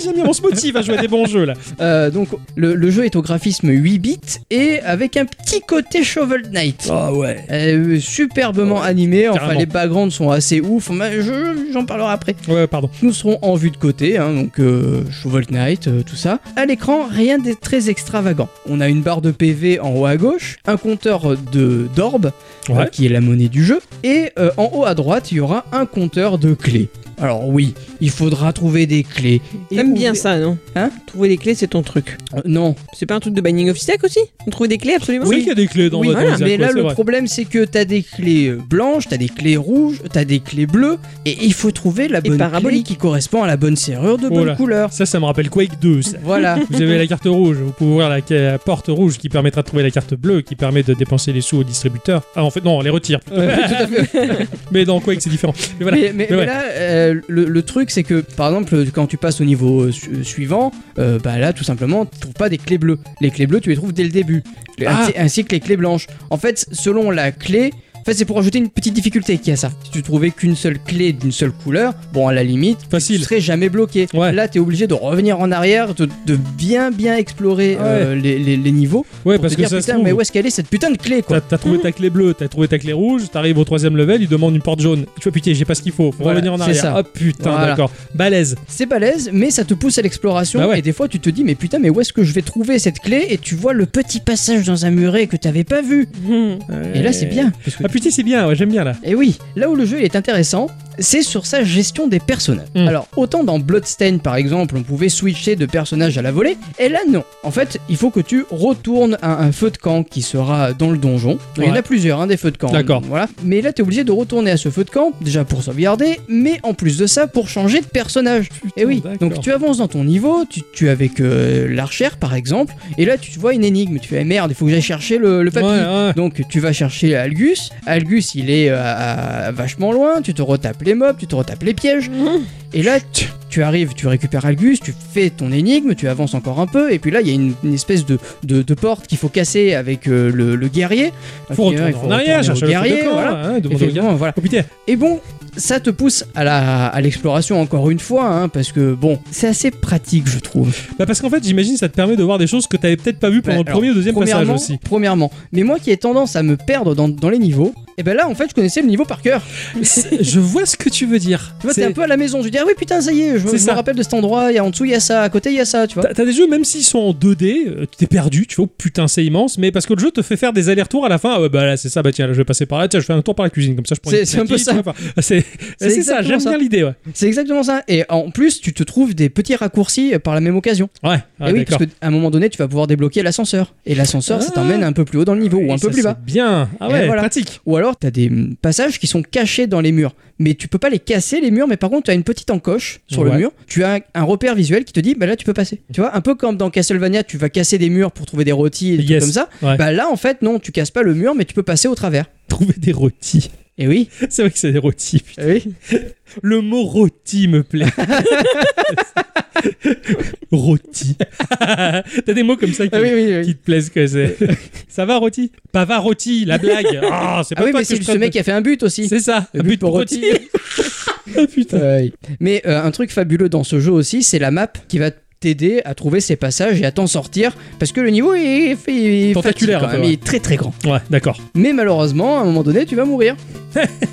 Speaker 2: J'aime bien, on se motive à jouer à des bons jeux là.
Speaker 3: Euh, donc le, le jeu est au graphisme 8 bits et avec un petit côté Shovel Knight.
Speaker 2: Ah ouais.
Speaker 3: Euh, superbement animé, enfin
Speaker 2: carrément.
Speaker 3: les backgrounds sont assez ouf, mais je- j'en parlerai après.
Speaker 2: Ouais, pardon.
Speaker 3: Nous serons en vue de côté, hein, donc euh, Shovel Knight, euh, tout ça. À l'écran, rien de très extravagant. On a une barre de PV en haut à gauche, un compteur de d'orbes,
Speaker 2: Ouais.
Speaker 3: euh, qui est la monnaie du jeu, et euh, en haut à droite, il y aura un compteur de clés. Alors oui, il faudra trouver des clés. Et
Speaker 1: T'aimes bien
Speaker 3: ouvrir-
Speaker 1: ça, non
Speaker 3: Hein
Speaker 1: Trouver des clés, c'est ton truc.
Speaker 3: Euh, Non,
Speaker 1: C'est pas un truc de Binding of Isaac aussi On trouve des clés absolument
Speaker 2: Oui, qu'il y a des clés dans,
Speaker 3: Oui,
Speaker 2: dans
Speaker 1: voilà,
Speaker 2: les Isaac,
Speaker 3: mais là,
Speaker 2: ouais, c'est
Speaker 3: le
Speaker 2: vrai.
Speaker 3: problème, c'est que t'as des clés euh, blanches, t'as des clés rouges, t'as des clés bleues, et il faut trouver la bonne clé
Speaker 1: parabolique.
Speaker 3: qui correspond à la bonne serrure de bonne
Speaker 2: Voilà.
Speaker 3: couleur.
Speaker 2: Ça, ça me rappelle Quake 2. ça.
Speaker 3: Voilà.
Speaker 2: Vous avez la carte rouge, vous pouvez ouvrir la, la porte rouge qui permettra de trouver la carte bleue qui permet de dépenser les sous au distributeur. Ah, en fait, non, on les retire. mais dans Quake, c'est différent. Mais voilà.
Speaker 3: Mais, mais-
Speaker 2: Mais
Speaker 3: mais
Speaker 2: ouais.
Speaker 3: là, euh, le, le truc, c'est que par exemple, quand tu passes au niveau euh, su- suivant, euh, bah là, tout simplement, tu trouves pas des clés bleues. Les clés bleues, tu les trouves dès le début, Les-
Speaker 2: Ah.
Speaker 3: ainsi, ainsi que les clés blanches. En fait, selon la clé. En fait, c'est pour ajouter une petite difficulté qu'il y a ça. Si tu trouvais qu'une seule clé d'une seule couleur, bon, à la limite,
Speaker 2: Facile.
Speaker 3: tu serais jamais bloqué.
Speaker 2: Ouais.
Speaker 3: Là, tu es obligé de revenir en arrière, de, de bien, bien explorer euh, les, les- les niveaux.
Speaker 2: Ouais,
Speaker 3: pour
Speaker 2: parce que
Speaker 3: te dire,
Speaker 2: ça se
Speaker 3: putain,
Speaker 2: trouve-
Speaker 3: mais où est-ce qu'elle est cette putain de clé, quoi
Speaker 2: T'as t'as trouvé ta clé bleue, t'as trouvé ta clé rouge, t'arrives au troisième level, il demande une porte jaune. Tu vois, putain, j'ai pas ce qu'il faut, faut
Speaker 3: Voilà,
Speaker 2: revenir en
Speaker 3: c'est
Speaker 2: arrière.
Speaker 3: ça.
Speaker 2: Ah putain,
Speaker 3: Voilà.
Speaker 2: d'accord. Balèze.
Speaker 3: C'est balèze, mais ça te pousse à l'exploration.
Speaker 2: Bah ouais.
Speaker 3: Et des fois, tu te dis, mais putain, mais où est-ce que je vais trouver cette clé Et tu vois le petit passage dans un muret que t'avais pas vu.
Speaker 1: Hmm.
Speaker 3: Et là, c'est bien. parce que-
Speaker 2: Ah putain, c'est bien, ouais, j'aime bien là.
Speaker 3: Et oui, là où le jeu il est intéressant, c'est sur sa gestion des personnages.
Speaker 2: Mm.
Speaker 3: Alors, autant dans Bloodstain par exemple, on pouvait switcher de personnage à la volée, et là non. En fait, il faut que tu retournes à un feu de camp qui sera dans le donjon. Il y en
Speaker 2: Ouais.
Speaker 3: a plusieurs, hein, des feux de camp.
Speaker 2: D'accord.
Speaker 3: Voilà. Mais là, t'es obligé de retourner à ce feu de camp, déjà pour sauvegarder, mais en plus de ça, pour changer de personnage. et Eh oui,
Speaker 2: d'accord.
Speaker 3: donc tu avances dans ton niveau, tu, tu es avec euh, l'archère par exemple, et là tu vois une énigme, tu fais Eh merde, il faut que j'aille chercher le, le papy.
Speaker 2: Ouais, hein. ouais.
Speaker 3: Donc tu vas chercher Algus. Algus, il est euh, à- à- vachement loin. Tu te retapes les mobs, tu te retapes les pièges. Et là, tu, tu arrives, tu récupères Algus, tu fais ton énigme, tu avances encore un peu. Et puis là, il y a une, une espèce de, de- de porte qu'il faut casser avec euh, le, le guerrier.
Speaker 2: Faut
Speaker 3: Ok,
Speaker 2: retourner
Speaker 3: ouais,
Speaker 2: en arrière,
Speaker 3: retourner au
Speaker 2: chercher
Speaker 3: guerrier,
Speaker 2: le feu de camp,
Speaker 3: voilà.
Speaker 2: hein, demander au gars.
Speaker 3: Effectivement, voilà.
Speaker 2: Oh putain,
Speaker 3: Et bon, ça te pousse à la- à l'exploration encore une fois, hein, parce que bon, c'est assez pratique, je trouve.
Speaker 2: bah parce qu'en fait, j'imagine ça te permet de voir des choses que t'avais peut-être pas vu pendant
Speaker 3: Ouais,
Speaker 2: le premier ou deuxième passage
Speaker 3: Premièrement,
Speaker 2: aussi.
Speaker 3: premièrement, mais moi qui ai tendance à me perdre dans, dans les niveaux, et ben là en fait je connaissais le niveau par cœur.
Speaker 2: C'est- je vois ce que tu veux dire.
Speaker 3: Tu vois, t'es
Speaker 2: C'est-
Speaker 3: un peu à la maison. Je dis, ah oui, putain, ça y est, je,
Speaker 2: C'est
Speaker 3: je me
Speaker 2: ça.
Speaker 3: rappelle de cet endroit. Il y a en dessous, il y a ça. À côté, il y a ça, tu vois.
Speaker 2: T'as t'as des jeux, même s'ils sont en 2D, euh, tu t'es perdu, tu vois, putain, c'est immense, mais parce que le jeu te fait faire des allers-retours à la fin, ah ouais, bah là, c'est ça, bah tiens, là, je vais passer par là, tiens, je fais un tour par la cuisine, comme ça, je prends
Speaker 3: C'est-
Speaker 2: une
Speaker 3: c'est un peu
Speaker 2: petite,
Speaker 3: ça.
Speaker 2: tu vois, enfin, C'est c'est
Speaker 3: C'est
Speaker 2: ça,
Speaker 3: exactement
Speaker 2: j'aime
Speaker 3: ça.
Speaker 2: bien l'idée, ouais.
Speaker 3: C'est exactement ça. Et en plus, tu te trouves des petits raccourcis euh, par la même occasion.
Speaker 2: Ouais, ouais,
Speaker 3: et oui,
Speaker 2: Ah, d'accord.
Speaker 3: parce qu'à un moment donné, tu vas pouvoir débloquer l'ascenseur. Et l'ascenseur, ça
Speaker 2: Ah.
Speaker 3: t'emmène un peu plus haut dans le niveau ou un
Speaker 2: Et
Speaker 3: peu
Speaker 2: ça,
Speaker 3: plus
Speaker 2: c'est
Speaker 3: bas.
Speaker 2: Bien, ah
Speaker 3: Et
Speaker 2: ouais,
Speaker 3: voilà.
Speaker 2: pratique.
Speaker 3: Ou alors, t'as des mm, passages qui sont cachés dans les murs. Mais tu peux pas les casser, les murs. Mais par contre, tu as une petite encoche sur
Speaker 2: Ouais.
Speaker 3: le mur. Tu as un, un repère visuel qui te dit, bah là, tu peux passer. Tu vois, un peu comme dans Castlevania, tu vas casser des murs pour trouver des rôtis et des trucs
Speaker 2: Yes.
Speaker 3: comme ça.
Speaker 2: Ouais.
Speaker 3: Bah là, en fait, non, tu casses pas le mur, mais tu peux passer au travers.
Speaker 2: Trouver des rôtis.
Speaker 3: Et oui.
Speaker 2: C'est vrai que c'est des rôtis, putain.
Speaker 3: Eh oui.
Speaker 2: Le mot rôti me plaît. rôti. T'as des mots comme ça qui,
Speaker 3: Ah oui, oui, oui.
Speaker 2: qui te plaisent que c'est. Ça va, rôti Pava rôti, la blague. Ah, c'est pas
Speaker 3: Ah oui,
Speaker 2: toi
Speaker 3: mais
Speaker 2: que
Speaker 3: c'est
Speaker 2: je
Speaker 3: ce
Speaker 2: traite.
Speaker 3: mec qui a fait un but aussi.
Speaker 2: C'est ça,
Speaker 3: Le
Speaker 2: un
Speaker 3: but
Speaker 2: but
Speaker 3: pour
Speaker 2: pour rôti. Ah, putain.
Speaker 3: Ouais. Mais euh, un truc fabuleux dans ce jeu aussi, c'est la map qui va t'aider à trouver ses passages et à t'en sortir parce que le niveau est, fait- est
Speaker 2: Tentaculaire,
Speaker 3: fatigué
Speaker 2: un peu,
Speaker 3: quand même,
Speaker 2: ouais.
Speaker 3: il est très très grand.
Speaker 2: Ouais, d'accord.
Speaker 3: Mais malheureusement, à un moment donné, tu vas mourir.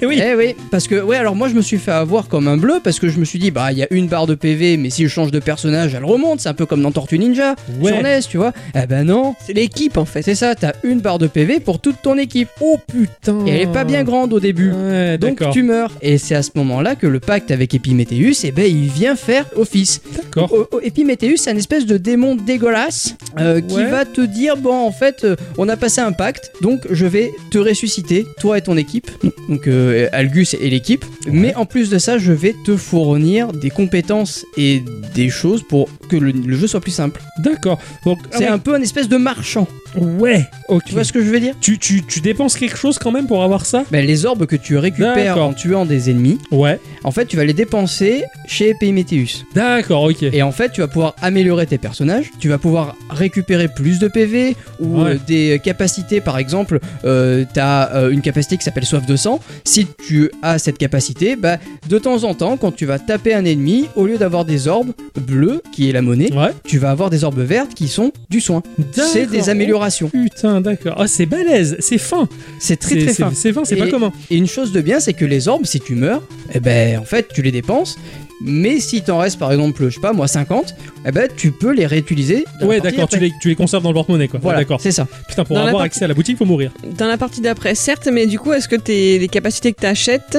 Speaker 2: Eh oui.
Speaker 3: Eh oui, parce que ouais, alors moi je me suis fait avoir comme un bleu parce que je me suis dit bah il y a une barre de PV, mais si je change de personnage, elle remonte, c'est un peu comme dans Tortue Ninja
Speaker 2: Ouais.
Speaker 3: sur NES, tu vois. Eh ben non,
Speaker 1: C'est l'équipe en fait.
Speaker 3: c'est ça, t'as une barre de PV pour toute ton équipe.
Speaker 2: Oh putain.
Speaker 3: Et elle est pas bien grande au début.
Speaker 2: Ouais, Eh,
Speaker 3: Donc
Speaker 2: d'accord.
Speaker 3: tu meurs. Et c'est à ce moment-là que le pacte avec Epiméthéeus, eh ben, il vient faire office.
Speaker 2: D'accord.
Speaker 3: O- o- Epiméthéeus, c'est un espèce de démon dégueulasse euh, qui
Speaker 2: Ouais.
Speaker 3: va te dire bon, en fait, euh, on a passé un pacte, donc je vais te ressusciter, toi et ton équipe, donc euh, Algus et l'équipe. Mais en plus de ça, je vais te fournir des compétences et des choses pour que le, le jeu soit plus simple.
Speaker 2: D'accord. Donc, ah
Speaker 3: c'est
Speaker 2: ouais.
Speaker 3: un peu un espèce de marchand.
Speaker 2: Ouais, ok.
Speaker 3: Tu vois ce que je veux dire
Speaker 2: Tu, tu, tu dépenses quelque chose quand même pour avoir ça
Speaker 3: ben, Les orbes que tu récupères
Speaker 2: D'accord.
Speaker 3: en tuant des ennemis,
Speaker 2: Ouais.
Speaker 3: en fait, tu vas les dépenser chez Epiméthéeus.
Speaker 2: D'accord, ok.
Speaker 3: Et en fait, tu vas pouvoir améliorer tes personnages, tu vas pouvoir récupérer plus de PV ou
Speaker 2: Ouais.
Speaker 3: euh, des capacités, par exemple, euh, t'as euh, une capacité qui s'appelle soif de sang. Si tu as cette capacité, bah, de temps en temps, quand tu vas taper un ennemi, au lieu d'avoir des orbes bleus, qui est la monnaie,
Speaker 2: Ouais.
Speaker 3: tu vas avoir des orbes vertes qui sont du soin. C'est
Speaker 2: D'accord,
Speaker 3: des coloration.
Speaker 2: Putain, d'accord. Ah, c'est balèze, c'est fin.
Speaker 3: C'est très
Speaker 2: C'est-
Speaker 3: très
Speaker 2: c'est-
Speaker 3: fin.
Speaker 2: C'est fin, c'est
Speaker 3: Et-
Speaker 2: pas commun.
Speaker 3: Et une chose de bien, c'est que les orbes, si tu meurs, eh ben en fait tu les dépenses. Mais si t'en restes par exemple, je sais pas moi, 50, eh ben tu peux les réutiliser. dans la
Speaker 2: Ouais,
Speaker 3: partie
Speaker 2: d'accord, tu
Speaker 3: après.
Speaker 2: les, tu les conserves dans le porte-monnaie, quoi.
Speaker 3: Voilà,
Speaker 2: Ah, d'accord.
Speaker 3: c'est ça.
Speaker 2: Putain, pour
Speaker 1: Dans la
Speaker 2: avoir
Speaker 1: partie-
Speaker 2: accès à la boutique, faut mourir.
Speaker 1: Dans la partie d'après, certes, mais du coup, est-ce que tes, les capacités que tu achètes,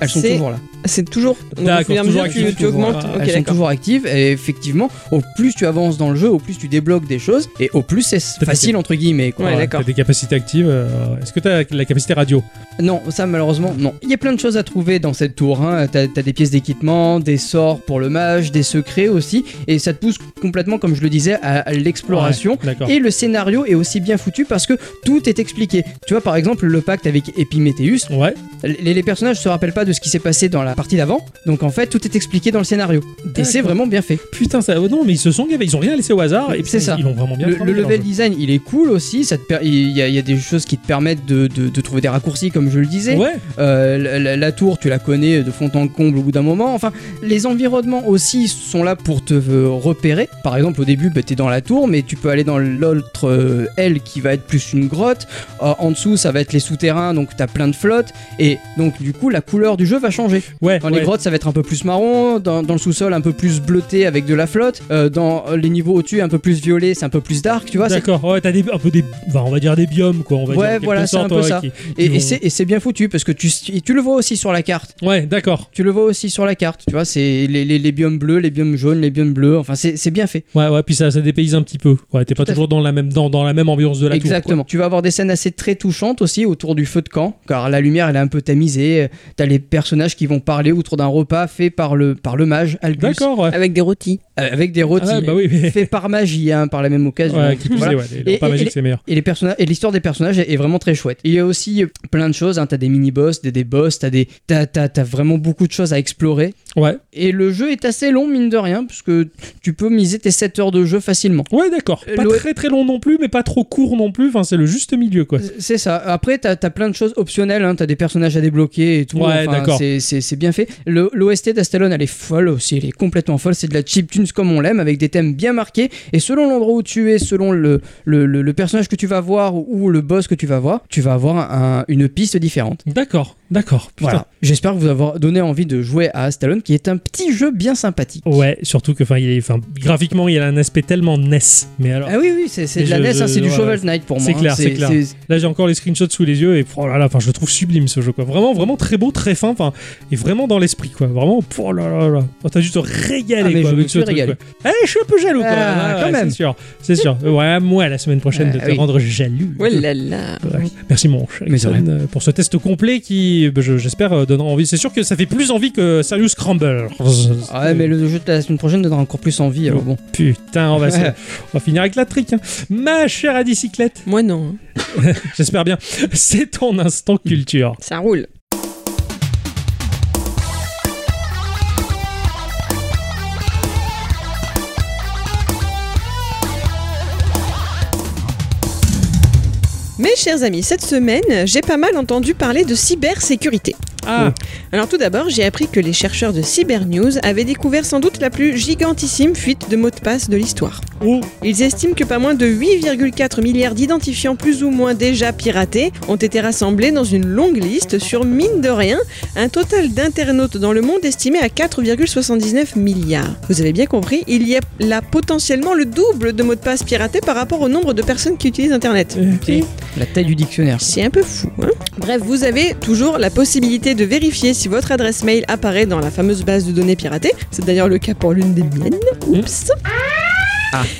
Speaker 3: Elles sont
Speaker 1: C'est-
Speaker 3: toujours là.
Speaker 1: c'est toujours. Donc,
Speaker 2: D'accord,
Speaker 1: au fur et à
Speaker 2: toujours
Speaker 1: mesure, tu,
Speaker 2: actives,
Speaker 1: tu augmentes.
Speaker 2: toujours,
Speaker 1: ok,
Speaker 3: Elles sont
Speaker 1: d'accord.
Speaker 3: toujours actives et effectivement, au plus tu avances dans le jeu, au plus tu débloques des choses et au plus c'est
Speaker 2: fait.
Speaker 3: facile entre guillemets. Quoi.
Speaker 1: Ouais, d'accord.
Speaker 2: T'as des capacités actives. euh, Est-ce que t'as la capacité radio
Speaker 3: Non, ça malheureusement, non. Il y a plein de choses à trouver dans cette tour. Hein. T'as t'as des pièces d'équipement, des sorts pour le mage, des secrets aussi, et ça te pousse complètement, comme je le disais, à, à l'exploration.
Speaker 2: Ouais, D'accord.
Speaker 3: Et le scénario est aussi bien foutu parce que tout est expliqué. Tu vois, par exemple, le pacte avec Epiméthéus,
Speaker 2: Ouais.
Speaker 3: les, les personnages se rappellent pas de ce qui s'est passé dans la partie d'avant, donc en fait, tout est expliqué dans le scénario. Et c'est vraiment bien fait.
Speaker 2: Putain, ça. oh Non, mais ils se sont gavés, ils ont rien laissé au hasard. Et
Speaker 3: C'est
Speaker 2: puis,
Speaker 3: ça.
Speaker 2: Ils l'ont vraiment bien
Speaker 3: Le, le
Speaker 2: travaillé, leur
Speaker 3: level
Speaker 2: jeu.
Speaker 3: design, il est cool aussi. Ça te per- il y, a- il y a des choses qui te permettent de, de- de trouver des raccourcis, comme je le disais.
Speaker 2: Ouais,
Speaker 3: Euh, la, la- la tour, tu la connais de fond en comble au bout d'un moment. Enfin, les environnements aussi sont là pour te euh, repérer. Par exemple, au début, bah, t'es dans la tour, mais tu peux aller dans l'autre euh, aile qui va être plus une grotte. Euh, en dessous, ça va être les souterrains, donc t'as plein de flottes. Et donc, du coup, la couleur du jeu va changer.
Speaker 2: ouais.
Speaker 3: Dans
Speaker 2: ouais.
Speaker 3: les grottes, ça va être un peu plus marron. Dans, dans le sous-sol, un peu plus bleuté avec de la flotte. Euh, dans les niveaux au-dessus, un peu plus violet, c'est un peu plus dark, tu vois. c'est-
Speaker 2: D'accord, ouais, t'as des, un peu des, enfin, on va dire des biomes quoi, on va
Speaker 3: Ouais,
Speaker 2: dire, en quelque
Speaker 3: voilà, c'est un
Speaker 2: sorte,
Speaker 3: peu
Speaker 2: ouais,
Speaker 3: ça.
Speaker 2: qui-
Speaker 3: Et,
Speaker 2: qui
Speaker 3: et
Speaker 2: vont-
Speaker 3: c'est- et c'est bien foutu parce que tu, tu le vois aussi sur la carte.
Speaker 2: Ouais, d'accord.
Speaker 3: Tu le vois aussi sur la carte, tu vois, c'est les, les- les biomes bleus, les biomes jaunes, les biomes bleus, enfin c'est c'est bien fait.
Speaker 2: Ouais, ouais, puis ça, ça dépayse un petit peu. Ouais, t'es pas
Speaker 3: Tout à
Speaker 2: toujours dans la même, dans, dans la même ambiance de la tour.
Speaker 3: Exactement. tu vas avoir des scènes assez très touchantes aussi autour du feu de camp, car la lumière elle est un peu tamisée, euh, t'as les personnages qui vont parler autour d'un repas fait par le, par le mage,
Speaker 2: quoi.
Speaker 3: Algus,
Speaker 2: D'accord, ouais.
Speaker 1: Avec des rôtis.
Speaker 3: euh, avec des rôtis,
Speaker 2: Ah, bah oui, mais.
Speaker 3: fait par magie, hein, par la même occasion.
Speaker 2: Ouais, qui plus
Speaker 3: Voilà.
Speaker 2: est, ouais, les
Speaker 3: Et-
Speaker 2: pas
Speaker 3: et-
Speaker 2: magiques,
Speaker 3: et-
Speaker 2: c'est meilleur.
Speaker 3: Et les personnages et l'histoire des personnages est est vraiment très chouette. Il y a aussi euh, plein de choses, hein, t'as des mini-boss, des, des boss, t'as des- t'as- t'as- t'as vraiment beaucoup de choses à explorer.
Speaker 2: Ouais,
Speaker 3: Et le jeu est assez long, mine de rien, puisque tu peux miser tes 7 heures de jeu facilement.
Speaker 2: ouais, d'accord.
Speaker 3: Euh,
Speaker 2: Pas
Speaker 3: l'O-
Speaker 2: très très long non plus, mais pas trop court non plus. Enfin, c'est le juste milieu quoi.
Speaker 3: C'est ça. Après, t'as as plein de choses optionnelles. Hein. T'as des personnages à débloquer et tout.
Speaker 2: Ouais,
Speaker 3: Enfin,
Speaker 2: d'accord.
Speaker 3: c'est- C'est c'est bien fait. Le- L'OST d'Astalon, elle est folle aussi. Elle est complètement folle. C'est de la chiptunes comme on l'aime, avec des thèmes bien marqués. Et selon l'endroit où tu es, selon le, le, le- le personnage que tu vas voir ou le boss que tu vas voir, tu vas avoir un- une piste différente.
Speaker 2: D'accord, d'accord. Putain.
Speaker 3: Voilà. J'espère vous avoir donné envie de jouer à Astalon, qui est un petit jeu bien sympathique.
Speaker 2: Ouais, surtout que, enfin, il est, enfin, graphiquement, il a un aspect tellement NES. Mais alors,
Speaker 3: Ah oui, oui, c'est c'est de la
Speaker 2: Je-
Speaker 3: NES,
Speaker 2: je-
Speaker 3: hein, c'est du
Speaker 2: ouais.
Speaker 3: Shovel Knight pour moi.
Speaker 2: C'est
Speaker 3: hein.
Speaker 2: clair, c'est clair.
Speaker 3: c'est-
Speaker 2: Là, j'ai encore les screenshots sous les yeux et oh là là, enfin, je le trouve sublime ce jeu quoi. Vraiment, vraiment très beau, très fin, enfin, et vraiment dans l'esprit quoi. Vraiment, oh là là là. Oh, T'as dû te régaler
Speaker 3: Ah, mais
Speaker 2: quoi.
Speaker 3: je me
Speaker 2: avec ce
Speaker 3: suis
Speaker 2: truc,
Speaker 3: régalé.
Speaker 2: quoi. Eh, je suis un peu jaloux quand
Speaker 3: Ah,
Speaker 2: même. hein,
Speaker 3: quand
Speaker 2: ouais,
Speaker 3: même.
Speaker 2: C'est sûr, c'est sûr. Ouais, moi la semaine prochaine de
Speaker 3: Ah,
Speaker 2: te
Speaker 3: oui.
Speaker 2: rendre jaloux.
Speaker 1: Ouais là là.
Speaker 2: Ouais. Merci mon cher
Speaker 3: Mais c'est
Speaker 2: Ixon, euh, pour ce test complet qui, bah, je- j'espère, euh, donnera envie. C'est sûr que ça fait plus envie que Serious Scramble.
Speaker 3: Ah ouais, mais le jeu de la semaine prochaine donnera encore plus envie,
Speaker 2: Oh.
Speaker 3: alors bon.
Speaker 2: Putain, on va, se-
Speaker 3: Ouais.
Speaker 2: on va finir avec la trique. hein. Ma chère Adicyclette,
Speaker 1: Moi non, hein.
Speaker 2: j'espère bien, c'est ton instant culture.
Speaker 1: ça roule. Mes chers amis, cette semaine, j'ai pas mal entendu parler de cybersécurité.
Speaker 2: Ah,
Speaker 1: Alors tout d'abord, j'ai appris que les chercheurs de Cybernews avaient découvert sans doute la plus gigantissime fuite de mots de passe de l'histoire.
Speaker 2: oh,
Speaker 1: Ils estiment que pas moins de 8,4 milliards d'identifiants plus ou moins déjà piratés ont été rassemblés dans une longue liste sur, mine de rien, un total d'internautes dans le monde estimé à 4,79 milliards. Vous avez bien compris, il y a là potentiellement le double de mots de passe piratés par rapport au nombre de personnes qui utilisent Internet.
Speaker 3: La taille du dictionnaire.
Speaker 1: C'est un peu fou. Hein Bref, vous avez toujours la possibilité de vérifier si votre adresse mail apparaît dans la fameuse base de données piratée. C'est d'ailleurs le cas pour l'une des miennes. Oups.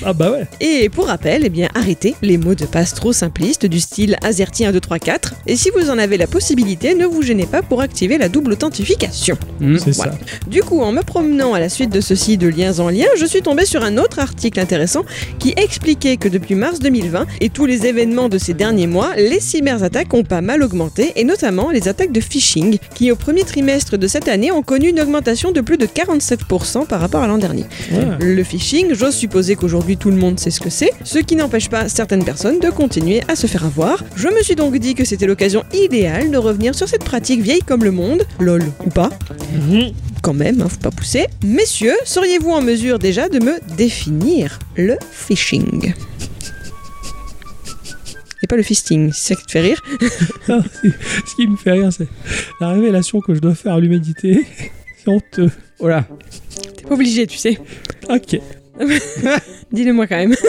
Speaker 2: ah bah ouais.
Speaker 1: Et pour rappel, eh bien, arrêtez les mots de passe trop simplistes du style AZERTY 1234. Et si vous en avez la possibilité, ne vous gênez pas pour activer la double authentification.
Speaker 2: C'est
Speaker 1: Voilà.
Speaker 2: ça.
Speaker 1: Du coup, en me promenant à la suite de ceci de liens en lien, je suis tombée sur un autre article intéressant qui expliquait que depuis mars 2020 et tous les événements de ces derniers mois, les cyberattaques ont pas mal augmenté et notamment les attaques de phishing qui au premier trimestre de cette année ont connu une augmentation de plus de 47% par rapport à l'an dernier.
Speaker 2: Ouais.
Speaker 1: Le phishing, j'ose supposer qu'aujourd'hui tout le monde sait ce que c'est, ce qui n'empêche pas certaines personnes de continuer à se faire avoir. Je me suis donc dit que c'était l'occasion idéale de revenir sur cette pratique vieille comme le monde, lol ou pas,
Speaker 2: Mhm.
Speaker 1: quand même, hein, faut pas pousser. Messieurs, seriez-vous en mesure déjà de me définir le phishing et pas le fisting, si ça qui te fait rire.
Speaker 2: Non, c'est- ce qui me fait rire, c'est la révélation que je dois faire à l'humanité. C'est honteux.
Speaker 3: Voilà.
Speaker 1: T'es pas obligé, tu sais.
Speaker 2: Ok.
Speaker 1: Dis-le moi quand même.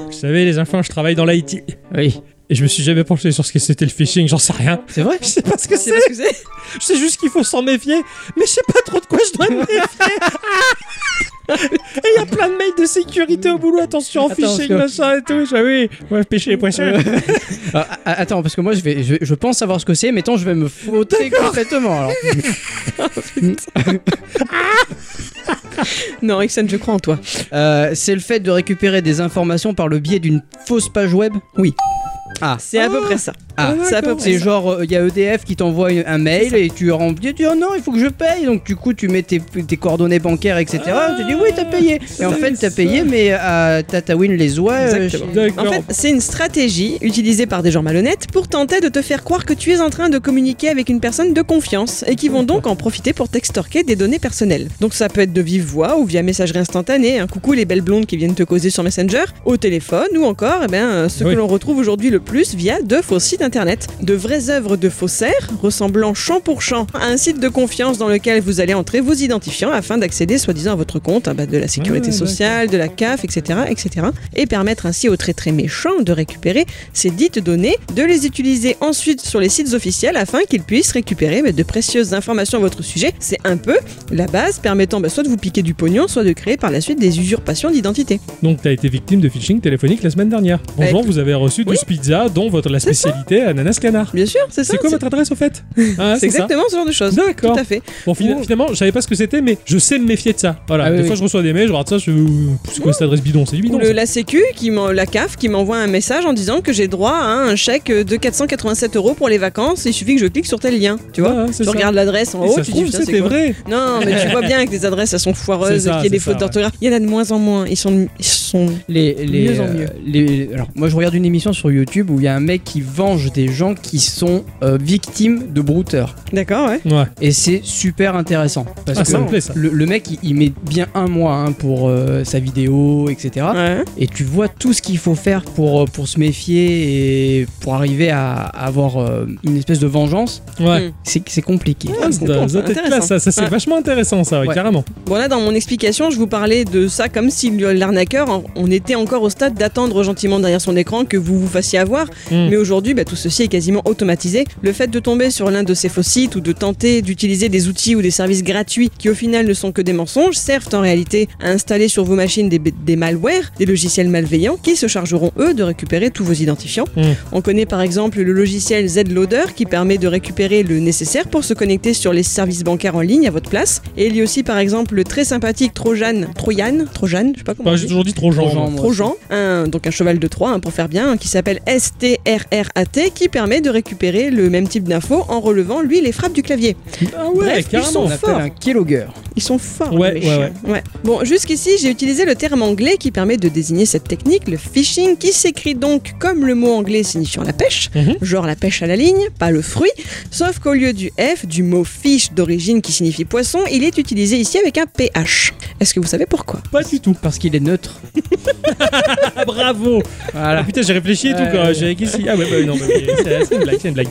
Speaker 2: Vous savez, les enfants, je travaille dans l'IT.
Speaker 3: Oui.
Speaker 2: Et je me suis jamais penché sur ce que c'était le phishing, j'en sais rien.
Speaker 3: C'est vrai
Speaker 2: Je sais pas ce que
Speaker 1: C'est
Speaker 2: c'est,
Speaker 1: parce que c'est.
Speaker 2: je sais juste qu'il faut s'en méfier, mais je sais pas trop de quoi je dois me méfier. Et il y a plein de mails de sécurité au boulot, attention,
Speaker 3: Attends, parce
Speaker 2: phishing,
Speaker 3: que-
Speaker 2: machin et tout. Je fais, oui, on va pêcher les poissons.
Speaker 3: Ah, ah, Attends, parce que moi je, vais, je, je pense savoir ce que c'est, mais attends, je vais me fauter complètement alors.
Speaker 1: Non, Ixon, je crois en toi.
Speaker 3: Euh, c'est le fait de récupérer des informations par le biais d'une fausse page web Oui. Ah,
Speaker 1: C'est à peu près ça.
Speaker 3: Ah,
Speaker 1: c'est à peu près
Speaker 3: C'est
Speaker 1: ça.
Speaker 3: genre, euh, il y a EDF qui t'envoie un mail et tu remplis, tu dis oh non, il faut que je paye. Donc, du coup, tu mets tes, tes coordonnées bancaires, etc.
Speaker 2: Ah,
Speaker 3: tu dis oui, t'as payé. Et en fait, t'as payé, mais à Tatawin les oies. euh,
Speaker 1: Exactement.
Speaker 3: chez-
Speaker 1: En
Speaker 2: D'accord.
Speaker 1: fait, c'est une stratégie utilisée par des gens malhonnêtes pour tenter de te faire croire que tu es en train de communiquer avec une personne de confiance et qui vont donc en profiter pour t'extorquer des données personnelles. Donc ça peut être de vive voix ou via messagerie instantanée, un coucou les belles blondes qui viennent te causer sur Messenger, au téléphone ou encore eh ben, euh, ce
Speaker 2: Oui.
Speaker 1: que l'on retrouve aujourd'hui le plus via de faux sites internet. De vraies œuvres de faussaires ressemblant champ pour champ à un site de confiance dans lequel vous allez entrer vos identifiants afin d'accéder soi-disant à votre compte hein, bah, de la sécurité
Speaker 2: Ouais, ouais,
Speaker 1: sociale, de la CAF, etc., etc. et permettre ainsi aux très très méchants de récupérer ces dites données, de les utiliser ensuite sur les sites officiels afin qu'ils puissent récupérer mais, de précieuses informations à votre sujet. C'est un peu la base permettant bah, soit de vous piquer du pognon, soit de créer par la suite des usurpations d'identité.
Speaker 2: Donc, t'as été victime de phishing téléphonique la semaine dernière. Bonjour, vous avez reçu
Speaker 1: oui.
Speaker 2: du pizza, dont votre, la
Speaker 1: C'est ça.
Speaker 2: spécialité ananas canard.
Speaker 1: Bien sûr, c'est ça.
Speaker 2: C'est quoi votre adresse au fait Ah,
Speaker 1: c'est
Speaker 2: ça.
Speaker 1: exactement ce genre de choses.
Speaker 2: D'accord.
Speaker 1: Tout à fait.
Speaker 2: Bon, fina- finalement, je savais pas ce que c'était, mais je sais me méfier de ça. Voilà,
Speaker 3: Ah oui,
Speaker 2: des
Speaker 3: oui.
Speaker 2: fois je reçois des mails, je regarde ça, je fais, euh, c'est quoi cette adresse bidon C'est du
Speaker 1: Ou
Speaker 2: bidon.
Speaker 1: le-
Speaker 2: ça.
Speaker 1: la Sécu, qui m'en- la CAF, qui m'envoie un message en disant que j'ai droit à un chèque de 487 euros pour les vacances. Il suffit que je clique sur tel lien. Tu vois
Speaker 2: Ah, c'est
Speaker 1: Tu
Speaker 2: ça.
Speaker 1: regardes l'adresse en
Speaker 2: Et
Speaker 1: haut,
Speaker 2: ça se
Speaker 1: tu dis
Speaker 2: trouve,
Speaker 1: putain, c'est
Speaker 2: c'était
Speaker 1: quoi
Speaker 2: vrai.
Speaker 1: Non, mais tu vois bien que les adresses elles sont foireuses,
Speaker 2: C'est ça,
Speaker 1: qu'il y a des
Speaker 2: c'est
Speaker 1: fautes
Speaker 2: ça,
Speaker 1: d'orthographe. Il y en a de moins en moins. Ils sont, ils sont
Speaker 3: Les, les, euh,
Speaker 1: Mieux en mieux.
Speaker 3: les- alors, moi, je regarde une émission sur YouTube où il y a un mec qui venge des gens qui sont euh, victimes de brouteurs.
Speaker 1: d'accord, ouais.
Speaker 2: Ouais.
Speaker 3: Et c'est super intéressant. Parce
Speaker 2: Ah,
Speaker 3: que
Speaker 2: ça me plaît, ça.
Speaker 3: Le, le mec, il, il met bien un mois hein, pour euh, sa vidéo, etc.
Speaker 1: Ouais.
Speaker 3: et tu vois tout ce qu'il faut faire pour, euh, pour se méfier et pour arriver à, à avoir euh, une espèce de vengeance,
Speaker 2: Ouais.
Speaker 3: c'est c'est compliqué.
Speaker 1: Ah, je comprends,
Speaker 2: Ça,
Speaker 1: c'est
Speaker 2: ça, t'es
Speaker 1: intéressant.
Speaker 2: classe, ça, ça, c'est
Speaker 1: Ouais.
Speaker 2: vachement intéressant, ça, ouais,
Speaker 3: Ouais.
Speaker 2: carrément.
Speaker 1: Bon là, dans mon explication, je vous parlais de ça comme si le- l'arnaqueur, en- on était encore au stade d'attendre gentiment derrière son écran que vous vous fassiez avoir.
Speaker 2: Mm.
Speaker 1: Mais aujourd'hui, bah, tout ceci est quasiment automatisé. Le fait de tomber sur l'un de ces faux sites ou de tenter d'utiliser des outils ou des services gratuits qui au final ne sont que des mensonges servent en réalité à installer sur vos machines des, des malwares, des logiciels malveillants qui se chargeront eux de récupérer tous vos identifiants.
Speaker 2: Mm.
Speaker 1: On connaît par exemple le logiciel Z-Loader qui permet de récupérer le nécessaire pour se connecter sur les services bancaires en ligne à votre place. Et il y a aussi par exemple le très sympathique Trojan, Trojan, Trojan, je sais pas comment.
Speaker 2: Bah,
Speaker 1: on
Speaker 2: j'ai
Speaker 1: dit.
Speaker 2: toujours dit trop genre.
Speaker 3: Trojan,
Speaker 2: moi.
Speaker 3: moi.
Speaker 1: Trojan, un, donc un cheval de Troie hein, pour faire bien, hein, qui s'appelle STRRAT, qui permet de récupérer le même type d'infos en relevant lui les frappes du clavier.
Speaker 2: Ah ouais,
Speaker 1: Bref, ils
Speaker 2: carrément.
Speaker 1: sont
Speaker 3: On appelle
Speaker 1: fort.
Speaker 3: un keylogger.
Speaker 1: Ils sont forts.
Speaker 2: Ouais,
Speaker 1: les
Speaker 2: ouais,
Speaker 1: chiens. Ouais. Bon, jusqu'ici, j'ai utilisé le terme anglais qui permet de désigner cette technique, le phishing, qui s'écrit donc comme le mot anglais signifiant la pêche,
Speaker 2: Mhm.
Speaker 1: genre la pêche à la ligne, pas le fruit, sauf qu'au lieu du F, du mot fish d'origine qui signifie poisson, il est utilisé ici avec un PH. Est-ce que vous savez pourquoi
Speaker 2: Pas du tout.
Speaker 3: Parce qu'il est neutre.
Speaker 2: Ah, bravo. Ah
Speaker 3: Voilà.
Speaker 2: putain, j'ai réfléchi et tout.
Speaker 3: Ouais,
Speaker 2: quoi.
Speaker 3: ouais.
Speaker 2: J'ai qu'est-ce qu'il- Ah ouais, bah non, bah, oui, c'est c'est une blague, c'est une blague.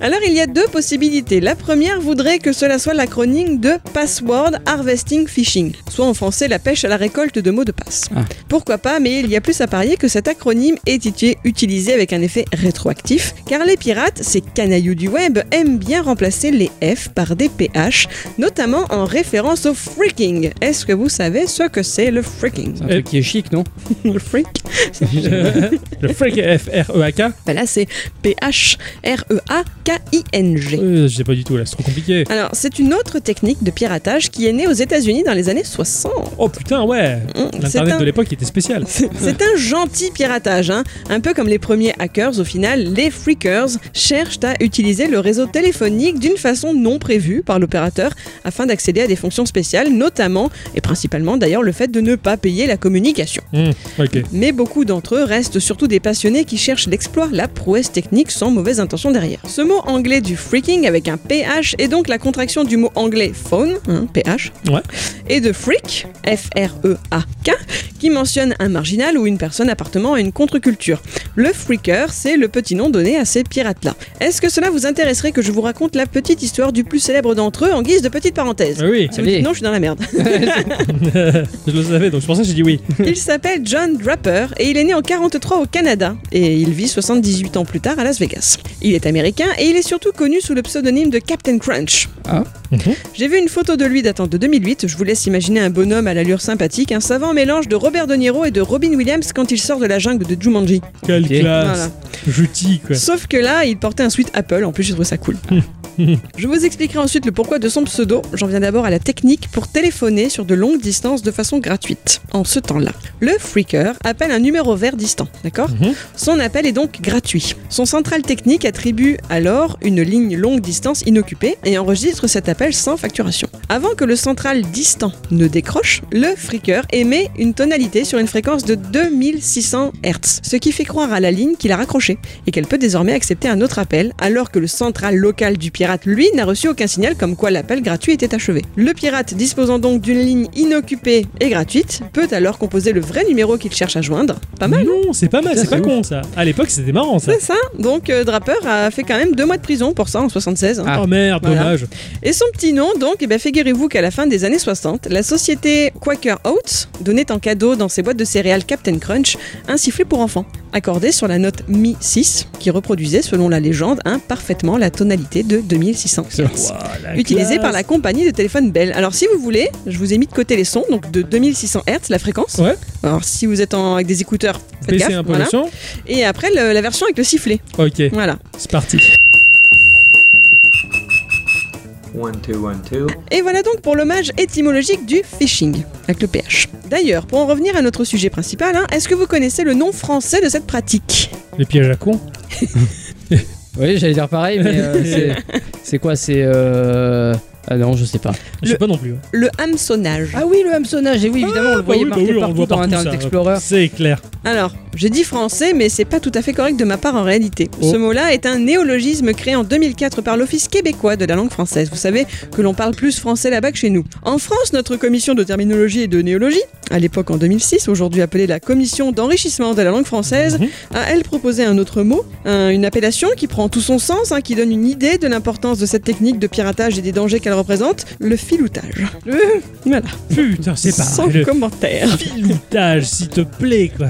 Speaker 1: Alors il y a deux possibilités. La première voudrait que cela soit l'acronyme de Password Harvesting Phishing, soit en français la pêche à la récolte de mots de passe.
Speaker 3: Ah.
Speaker 1: Pourquoi pas, mais il y a plus à parier que cet acronyme est uti- utilisé avec un effet rétroactif, car les pirates, ces canailloux du web, aiment bien remplacer les F par des PH, notamment en référence au freaking. Est-ce que vous savez ce que c'est le freaking
Speaker 3: C'est un truc qui est chic, non
Speaker 1: Le freak
Speaker 2: Le freak E F-R-E-A-K.
Speaker 1: Bah là c'est E P-H-R-E-A-K-I-N-G.
Speaker 2: Euh, je sais pas du tout, là, c'est trop compliqué.
Speaker 1: Alors, c'est une autre technique de piratage qui est née aux États-Unis dans les années 60.
Speaker 2: Oh putain, ouais.
Speaker 1: Mm, C'est
Speaker 2: L'internet
Speaker 1: un,
Speaker 2: de l'époque était spécial.
Speaker 1: c'est un gentil piratage, hein. un peu comme les premiers hackers au final, les freakers cherchent à utiliser le réseau téléphonique d'une façon non prévue par l'opérateur afin d'accéder à des fonctions spéciales, notamment et principalement d'ailleurs le fait de ne pas payer la communication.
Speaker 2: Mm, ok.
Speaker 1: Mais beaucoup d'entre eux restent surtout des passionnés qui cherchent l'exploit, la prouesse technique sans mauvaise intention derrière. Ce mot anglais du freaking avec un PH est donc la contraction du mot anglais phone, hein, PH,
Speaker 2: Ouais.
Speaker 1: et de freak, F-R-E-A-K, qui mentionne un marginal ou une personne appartenant à une contre-culture. Le freaker, c'est le petit nom donné à ces pirates-là. Est-ce que cela vous intéresserait que je vous raconte la petite histoire du plus célèbre d'entre eux en guise de petite parenthèse
Speaker 2: Ah oui,
Speaker 1: Si vous dites
Speaker 3: Allez.
Speaker 1: non, je suis dans la merde.
Speaker 2: je le savais, donc c'est pour ça que j'ai dit oui.
Speaker 1: Il s'appelle John Draper et il est né en 43 au Canada et il vit 78 ans plus tard à Las Vegas. Il est américain et il est surtout connu sous le pseudonyme de Captain Crunch.
Speaker 3: Ah.
Speaker 1: J'ai vu une photo de lui datant de 2008, je vous laisse imaginer un bonhomme à l'allure sympathique, un savant mélange de Robert De Niro et de Robin Williams quand il sort de la jungle de Jumanji.
Speaker 2: Quelle
Speaker 3: Ok.
Speaker 2: classe. Juti, quoi.
Speaker 1: Sauf que là, il portait un sweat Apple, en plus j'ai trouvé ça cool. Je vous expliquerai ensuite le pourquoi de son pseudo. J'en viens d'abord à la technique pour téléphoner sur de longues distances de façon gratuite. En ce temps-là, le freaker appelle un numéro vert distant, d'accord
Speaker 2: Mhm.
Speaker 1: Son appel est donc gratuit. Son central technique attribue alors une ligne longue distance inoccupée et enregistre cet appel sans facturation. Avant que le central distant ne décroche, le freaker émet une tonalité sur une fréquence de 2600 Hz, ce qui fait croire à la ligne qu'il a raccrochée et qu'elle peut désormais accepter un autre appel, alors que le central local du pirate, lui, n'a reçu aucun signal comme quoi l'appel gratuit était achevé. Le pirate, disposant donc d'une ligne inoccupée et gratuite, peut alors composer le vrai numéro qu'il cherche à joindre. Pas mal,
Speaker 2: Non, c'est pas mal,
Speaker 3: Ça,
Speaker 2: c'est pas
Speaker 3: c'est
Speaker 2: con ça. À l'époque, c'était marrant ça.
Speaker 1: c'est ça Donc euh, Draper a fait quand même deux mois de prison pour ça en 76. hein.
Speaker 3: Ah.
Speaker 2: Oh merde,
Speaker 1: Voilà.
Speaker 2: dommage.
Speaker 1: Et son petit nom, donc, eh ben, figurez-vous qu'à la fin des années 60, la société Quaker Oats donnait en cadeau dans ses boîtes de céréales Captain Crunch un sifflet pour enfants, accordé sur la note Mi 6, qui reproduisait, selon la légende, hein, parfaitement la tonalité de 2600 Hz. Utilisée par la compagnie de téléphone Bell. Alors, si vous voulez, je vous ai mis de côté les sons, donc de 2600 Hz, la fréquence.
Speaker 2: Ouais.
Speaker 1: Alors, si vous êtes en- avec des écouteurs, faites
Speaker 2: PC
Speaker 1: gaffe.
Speaker 2: un peu
Speaker 1: voilà.
Speaker 2: le son.
Speaker 1: Et après, le- la version avec le sifflet.
Speaker 2: Ok,
Speaker 1: Voilà.
Speaker 2: c'est parti.
Speaker 1: Et voilà donc pour l'hommage étymologique du phishing, avec le PH. D'ailleurs, pour en revenir à notre sujet principal, hein, est-ce que vous connaissez le nom français de cette pratique
Speaker 2: Les pièges à con.
Speaker 3: Oui, j'allais dire pareil, mais euh, c'est- c'est quoi C'est. euh, Ah non, je sais pas.
Speaker 2: Je sais pas non plus. hein.
Speaker 1: Le hameçonnage.
Speaker 3: Ah oui, le hameçonnage, et oui, évidemment, on le voyait
Speaker 2: Ah oui, bah
Speaker 3: marqué
Speaker 2: oui, on le
Speaker 3: partout
Speaker 2: voit
Speaker 3: dans
Speaker 2: partout,
Speaker 3: Internet
Speaker 2: ça.
Speaker 3: Explorer.
Speaker 2: C'est clair.
Speaker 1: Alors, j'ai dit français, mais c'est pas tout à fait correct de ma part en réalité.
Speaker 2: Oh.
Speaker 1: Ce mot-là est un néologisme créé en 2004 par l'Office québécois de la langue française. Vous savez que l'on parle plus français là-bas que chez nous. En France, notre commission de terminologie et de néologie, à l'époque en 2006, aujourd'hui appelée la commission d'enrichissement de la langue française,
Speaker 2: Mhm.
Speaker 1: a Ah, elle proposé un autre mot, un- une appellation qui prend tout son sens, hein, qui donne une idée de l'importance de cette technique de piratage et des dangers qu'elle représente, le filoutage. Euh, voilà,
Speaker 2: Putain, c'est pas
Speaker 1: sans
Speaker 2: le
Speaker 1: commentaire.
Speaker 2: filoutage, s'il te plaît, quoi.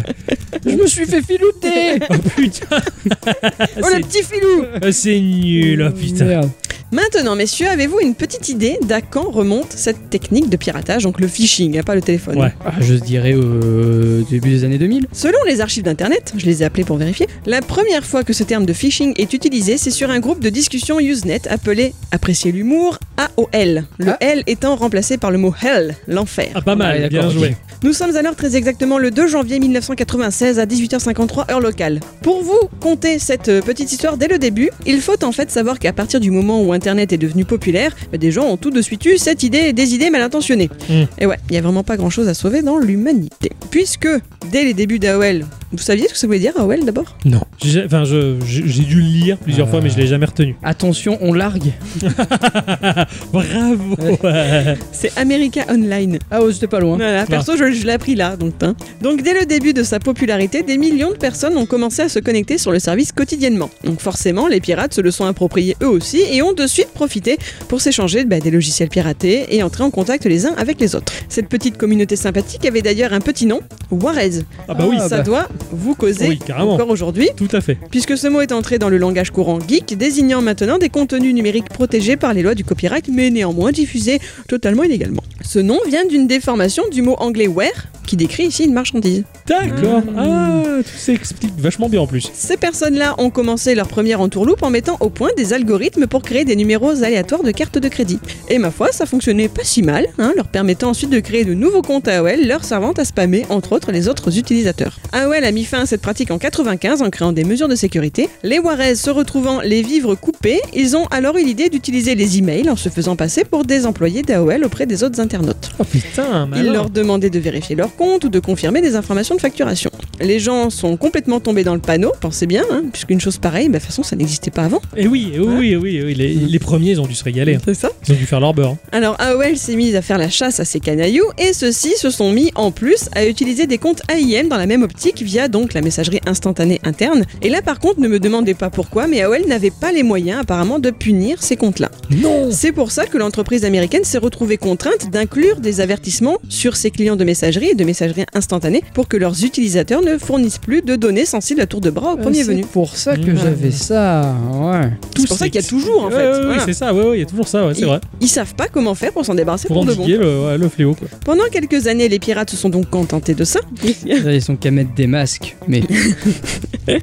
Speaker 3: Je me suis fait filouter
Speaker 2: Oh putain,
Speaker 1: Oh le petit filou
Speaker 2: euh, c'est nul, oh putain.
Speaker 3: Merde.
Speaker 1: Maintenant, messieurs, avez-vous une petite idée d'à quand remonte cette technique de piratage, donc le phishing, hein, pas le téléphone
Speaker 2: Ouais.
Speaker 3: Ah, Je dirais au début des années 2000.
Speaker 1: Selon les archives d'Internet, je les ai appelés pour vérifier, la première fois que ce terme de phishing est utilisé, c'est sur un groupe de discussion Usenet appelé Apprécier l'humour, AOL, le
Speaker 3: Ah.
Speaker 1: L étant remplacé par le mot Hell, l'enfer.
Speaker 2: Ah, pas mal,
Speaker 3: Ouais,
Speaker 2: bien
Speaker 3: d'accord,
Speaker 2: joué.
Speaker 1: Nous sommes alors très exactement le 2 janvier 1996 à 18h53 heure locale. Pour vous compter cette euh, petite histoire dès le début, il faut en fait savoir qu'à partir du moment où Internet est devenu populaire, bah, des gens ont tout de suite eu cette idée et des idées mal intentionnées.
Speaker 2: Mm.
Speaker 1: Et ouais, il n'y a vraiment pas grand-chose à sauver dans l'humanité. Puisque, dès les débuts d'AOL, vous saviez ce que ça voulait dire AOL d'abord
Speaker 2: Non. Ah. J'ai- Enfin, je- j'ai j'ai dû le lire plusieurs
Speaker 3: Euh.
Speaker 2: fois, mais je l'ai jamais retenu.
Speaker 3: Attention, on largue.
Speaker 2: Bravo. ouais.
Speaker 1: C'est America Online.
Speaker 3: Ah oh, c'était pas
Speaker 2: Hein,
Speaker 3: loin.
Speaker 1: Voilà, perso, je, je l'ai appris là, donc. hein. Donc, dès le début de sa popularité, des millions de personnes ont commencé à se connecter sur le service quotidiennement. Donc, forcément, les pirates se le sont appropriés eux aussi et ont de suite profité pour s'échanger bah, des logiciels piratés et entrer en contact les uns avec les autres. Cette petite communauté sympathique avait d'ailleurs un petit nom, Warez.
Speaker 2: Ah, bah oui,
Speaker 1: ça
Speaker 3: bah.
Speaker 1: doit vous causer
Speaker 2: Oui, carrément.
Speaker 1: encore aujourd'hui,
Speaker 2: tout à fait.
Speaker 1: puisque ce mot est entré dans le langage courant geek, désignant maintenant des contenus numériques protégés par les lois du copyright, mais néanmoins diffusés totalement illégalement. Ce nom vient d'une déformation du mot anglais ware, qui décrit ici une marchandise.
Speaker 2: D'accord. Ah, tout s'explique vachement bien en plus.
Speaker 1: Ces personnes-là ont commencé leur première entourloupe en mettant au point des algorithmes pour créer des numéros aléatoires de cartes de crédit. Et ma foi, ça fonctionnait pas si mal, hein, leur permettant ensuite de créer de nouveaux comptes AOL, leur servant à spammer, entre autres, les autres utilisateurs. AOL a mis fin à cette pratique en 95 en créant des mesures de sécurité. Les Warez se retrouvant les vivres coupés, ils ont alors eu l'idée d'utiliser les emails en se faisant passer pour des employés d'AOL auprès des autres internautes. internautes.
Speaker 2: Oh putain, malin.
Speaker 1: Il leur demandait de vérifier leur compte ou de confirmer des informations de facturation. Les gens sont complètement tombés dans le panneau, pensez bien, hein, puisqu'une chose pareille, bah, de toute façon, ça n'existait pas avant.
Speaker 2: Eh oui, eh oui, eh oui, eh oui, les, les premiers ils ont dû se régaler. hein.
Speaker 1: C'est ça
Speaker 2: Ils ont dû faire leur beurre. hein.
Speaker 1: Alors AOL s'est mise à faire la chasse à ces canailloux et ceux-ci se sont mis en plus à utiliser des comptes AIM dans la même optique via donc la messagerie instantanée interne. Et là par contre ne me demandez pas pourquoi mais AOL n'avait pas les moyens apparemment de punir ces comptes-là.
Speaker 2: Non
Speaker 1: C'est pour ça que l'entreprise américaine s'est retrouvée contrainte d'inclure des avertissements sur ses clients de messagerie et de messagerie instantanée pour que leurs utilisateurs ne fournissent plus de données sensibles à tour de bras au premier
Speaker 3: Euh, C'est
Speaker 1: venu.
Speaker 3: pour ça que
Speaker 2: Mmh.
Speaker 3: j'avais ça, ouais.
Speaker 1: C'est pour ça qu'il y a toujours en fait.
Speaker 2: Oui,
Speaker 1: Voilà.
Speaker 2: c'est ça, ouais, ouais, il y a toujours ça, ouais, c'est
Speaker 1: Ils,
Speaker 2: vrai.
Speaker 1: ils savent pas comment faire pour s'en débarrasser
Speaker 2: Pour
Speaker 1: pour, de bon.
Speaker 2: endiguer le, ouais, le fléau, quoi.
Speaker 1: Pendant quelques années, les pirates se sont donc contentés de ça.
Speaker 3: Ils sont qu'à mettre des masques, mais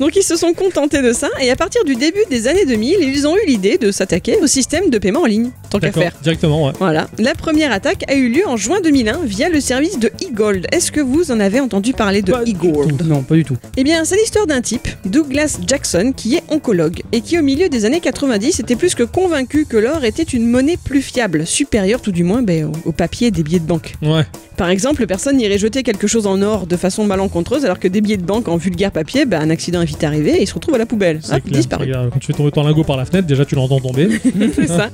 Speaker 1: Donc ils se sont contentés de ça et à partir du début des années 2000, ils ont eu l'idée de s'attaquer au système de paiement en ligne, tant qu'à
Speaker 2: D'accord,
Speaker 1: faire.
Speaker 2: directement, ouais.
Speaker 1: Voilà. La première attaque a eu lieu en juin 2001 via le service de eGold. Est-ce que vous en avez entendu parler de
Speaker 2: Pas du
Speaker 1: eGold
Speaker 3: non, pas du tout.
Speaker 1: Eh bien, c'est l'histoire d'un type, Douglas Jackson, qui est oncologue et qui, au milieu des années 90, était plus que convaincu que l'or était une monnaie plus fiable, supérieure tout du moins ben, au au papier des billets de banque.
Speaker 2: Ouais,
Speaker 1: Par exemple, personne n'irait jeter quelque chose en or de façon malencontreuse, alors que des billets de banque en vulgaire papier, bah, un accident est vite arrivé et ils se retrouvent à la poubelle.
Speaker 2: c'est
Speaker 1: Hop,
Speaker 2: clair.
Speaker 1: disparu.
Speaker 2: Regarde, quand tu fais tomber ton lingot par la fenêtre, déjà tu l'entends tomber.
Speaker 1: C'est ça.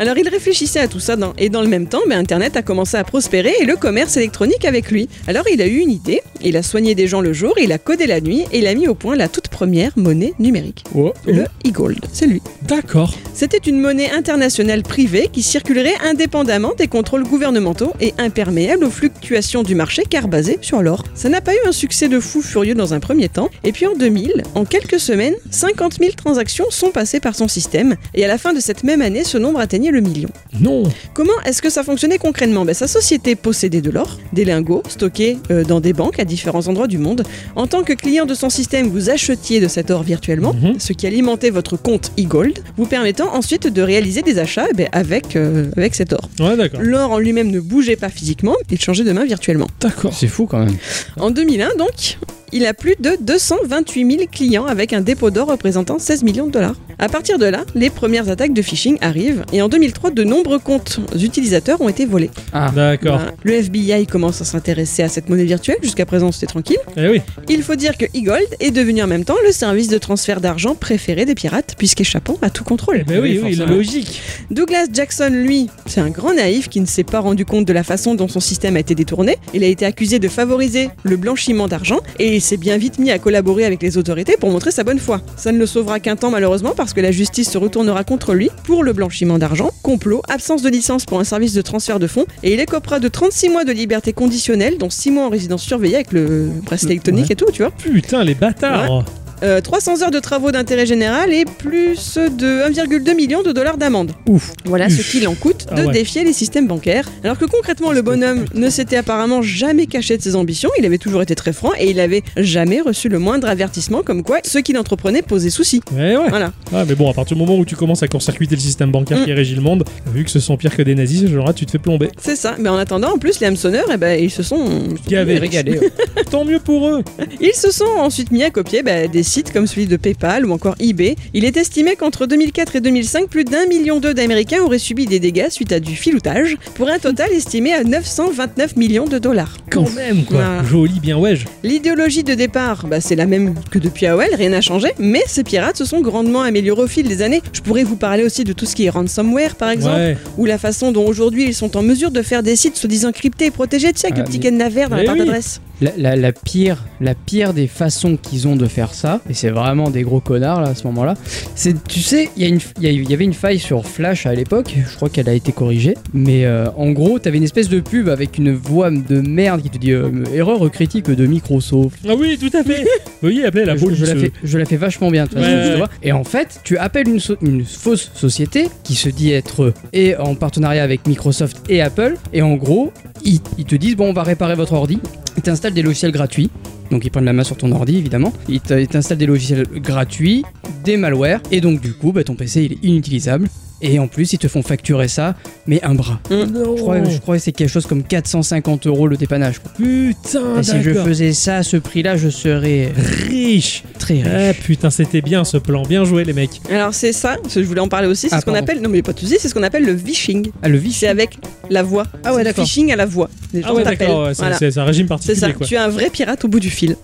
Speaker 1: Alors il réfléchissait à tout ça, dans- et dans le même temps, bah, Internet a commencé à prospérer et le commerce électronique avec lui. Alors il a eu une idée, il a soigné des gens le jour, il a codé la nuit, et il a mis au point la toute première monnaie numérique.
Speaker 2: Oh,
Speaker 1: Le e-gold, c'est lui.
Speaker 2: D'accord.
Speaker 1: C'était une monnaie internationale privée qui circulerait indépendamment des contrôles gouvernementaux et imperméable aux fluctuations du marché car basée sur l'or. Ça n'a pas eu un succès de fou furieux dans un premier temps, et puis en 2000, en quelques semaines, 50 000 transactions sont passées par son système, et à la fin de cette même année, ce nombre atteignait le million.
Speaker 2: Non.
Speaker 1: Comment est-ce que ça fonctionnait concrètement Ben, Sa société possédait de l'or, des lingots stockés euh, dans des banques à différents endroits du monde. En tant que client de son système, vous achetiez de cet or virtuellement,
Speaker 2: Mhm.
Speaker 1: ce qui alimentait votre compte e-gold, vous permettant ensuite de réaliser des achats eh ben, avec, euh, avec cet or.
Speaker 2: Ouais, d'accord.
Speaker 1: L'or en lui-même ne bougeait pas physiquement, il changeait de main virtuellement.
Speaker 2: D'accord.
Speaker 3: C'est fou quand même.
Speaker 1: En 2001, donc, il a plus de 228 000 clients avec un dépôt d'or représentant 16 millions de dollars. À partir de là, les premières attaques de phishing arrivent et en 2003, de nombreux comptes utilisateurs ont été volés.
Speaker 2: D'accord.
Speaker 1: Bah, le FBI commence à s'intéresser à cette monnaie virtuelle, jusqu'à présent c'était tranquille.
Speaker 2: Eh oui.
Speaker 1: Il faut dire que eGold est devenu en même temps le service de transfert d'argent préféré des pirates, puisqu'échappant à tout
Speaker 2: Eh
Speaker 1: contrôle.
Speaker 2: ben oui,
Speaker 3: Oui,
Speaker 2: oui,
Speaker 3: forcément.
Speaker 2: logique.
Speaker 1: Douglas Jackson, lui, c'est un grand naïf qui ne s'est pas rendu compte de la façon dont son système a été détourné. Il a été accusé de favoriser le blanchiment d'argent et il s'est bien vite mis à collaborer avec les autorités pour montrer sa bonne foi. Ça ne le sauvera qu'un temps malheureusement parce que la justice se retournera contre lui pour le blanchiment d'argent, complot, absence de licence pour un service de transfert de fonds et il écopera de 36 mois de liberté conditionnelle dont 6 mois en résidence surveillée avec le bracelet électronique et tout, tu vois.
Speaker 2: Putain, les bâtards.
Speaker 1: Euh, 300 heures de travaux d'intérêt général et plus de 1,2 million de dollars d'amende.
Speaker 2: Ouf.
Speaker 1: Voilà
Speaker 2: Uf.
Speaker 1: ce qu'il en coûte de
Speaker 2: Ah ouais.
Speaker 1: défier les systèmes bancaires. Alors que concrètement, le bonhomme ne s'était apparemment jamais caché de ses ambitions, il avait toujours été très franc et il avait jamais reçu le moindre avertissement comme quoi ce qu'il entreprenait posait souci.
Speaker 2: Eh ouais.
Speaker 1: Voilà.
Speaker 2: Ah, mais bon, à partir du moment où tu commences à court-circuiter le système bancaire
Speaker 1: Mm.
Speaker 2: qui régit le monde, vu que ce sont pire que des nazis, genre là, tu te fais plomber.
Speaker 1: C'est ça. Mais en attendant, en plus, les hameçonneurs, eh ben, ils se sont.
Speaker 2: Gavé.
Speaker 3: Régalé.
Speaker 2: Tant mieux pour eux.
Speaker 1: Ils se sont ensuite mis à copier bah, des sites comme celui de PayPal ou encore eBay. Il est estimé qu'entre 2004 et 2005, plus d'un million d'eux d'Américains auraient subi des dégâts suite à du filoutage, pour un total estimé à 929 millions de dollars.
Speaker 2: Quand même, quoi.
Speaker 1: Voilà.
Speaker 2: Joli, bien ouais.
Speaker 1: L'idéologie de départ, bah, c'est la même que depuis AOL, rien n'a changé, mais ces pirates se sont grandement améliorés au fil des années. Je pourrais vous parler aussi de tout ce qui est ransomware, par exemple,
Speaker 2: Ouais.
Speaker 1: ou la façon dont aujourd'hui ils sont en mesure de faire des sites soi-disant cryptés et protégés, tu sais, avec
Speaker 3: Ah,
Speaker 1: le petit
Speaker 3: mais-
Speaker 1: Ken Naver dans la
Speaker 2: mais
Speaker 1: barre
Speaker 2: oui.
Speaker 1: d'adresse.
Speaker 3: La, la- la pire, la pire des façons qu'ils ont de faire ça, et c'est vraiment des gros connards là à ce moment-là, c'est, tu sais, il y, a une- il y a- il y avait une faille sur Flash à l'époque, je crois qu'elle a été corrigée, mais euh, en gros, t'avais une espèce de pub avec une voix de merde qui te dit euh, erreur critique de Microsoft.
Speaker 2: Ah oui, tout à fait. Veuillez appeler la
Speaker 3: je,
Speaker 2: police. euh.
Speaker 3: je la fais, je la fais vachement bien, de toute façon,
Speaker 2: Ouais,
Speaker 3: tu
Speaker 2: ouais.
Speaker 3: vois. Et en fait, tu appelles une, so- une fausse société qui se dit être euh, et en partenariat avec Microsoft et Apple, et en gros, ils, ils te disent bon, on va réparer votre ordi. Ils t'installent des logiciels gratuits. Donc ils prennent la main sur ton ordi évidemment, ils te- ils t'installent des logiciels gratuits, des malwares, et donc du coup bah, ton PC il est inutilisable, Et en plus, ils te font facturer ça, mais un bras. Je crois,
Speaker 2: Oh.
Speaker 3: je crois que c'est quelque chose comme 450 euros le dépannage. quoi.
Speaker 2: Putain,
Speaker 3: Et Eh, si je
Speaker 2: Ah, d'accord.
Speaker 3: faisais ça à ce prix-là, je serais
Speaker 2: Riche.
Speaker 3: très riche.
Speaker 2: Ah putain, c'était bien ce plan. Bien joué les mecs.
Speaker 1: Alors c'est ça, parce que je voulais en parler aussi, c'est
Speaker 3: Ah,
Speaker 1: ce qu'on
Speaker 3: pardon.
Speaker 1: appelle, non mais pas de soucis, c'est ce qu'on appelle le phishing.
Speaker 3: Ah, le vice.
Speaker 1: C'est avec la voix.
Speaker 3: Ah
Speaker 1: C'est
Speaker 3: ouais,
Speaker 1: le
Speaker 3: d'accord.
Speaker 1: Phishing à la voix. Les gens
Speaker 2: Ah ouais,
Speaker 1: t'appellent.
Speaker 2: d'accord. ouais, c'est
Speaker 1: Voilà.
Speaker 2: c'est- c'est un régime
Speaker 1: C'est
Speaker 2: particulier
Speaker 1: ça,
Speaker 2: quoi.
Speaker 1: tu es un vrai pirate au bout du fil.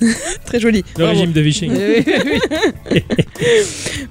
Speaker 1: Très joli.
Speaker 2: Le
Speaker 1: Bravo.
Speaker 2: régime de Vichy. eh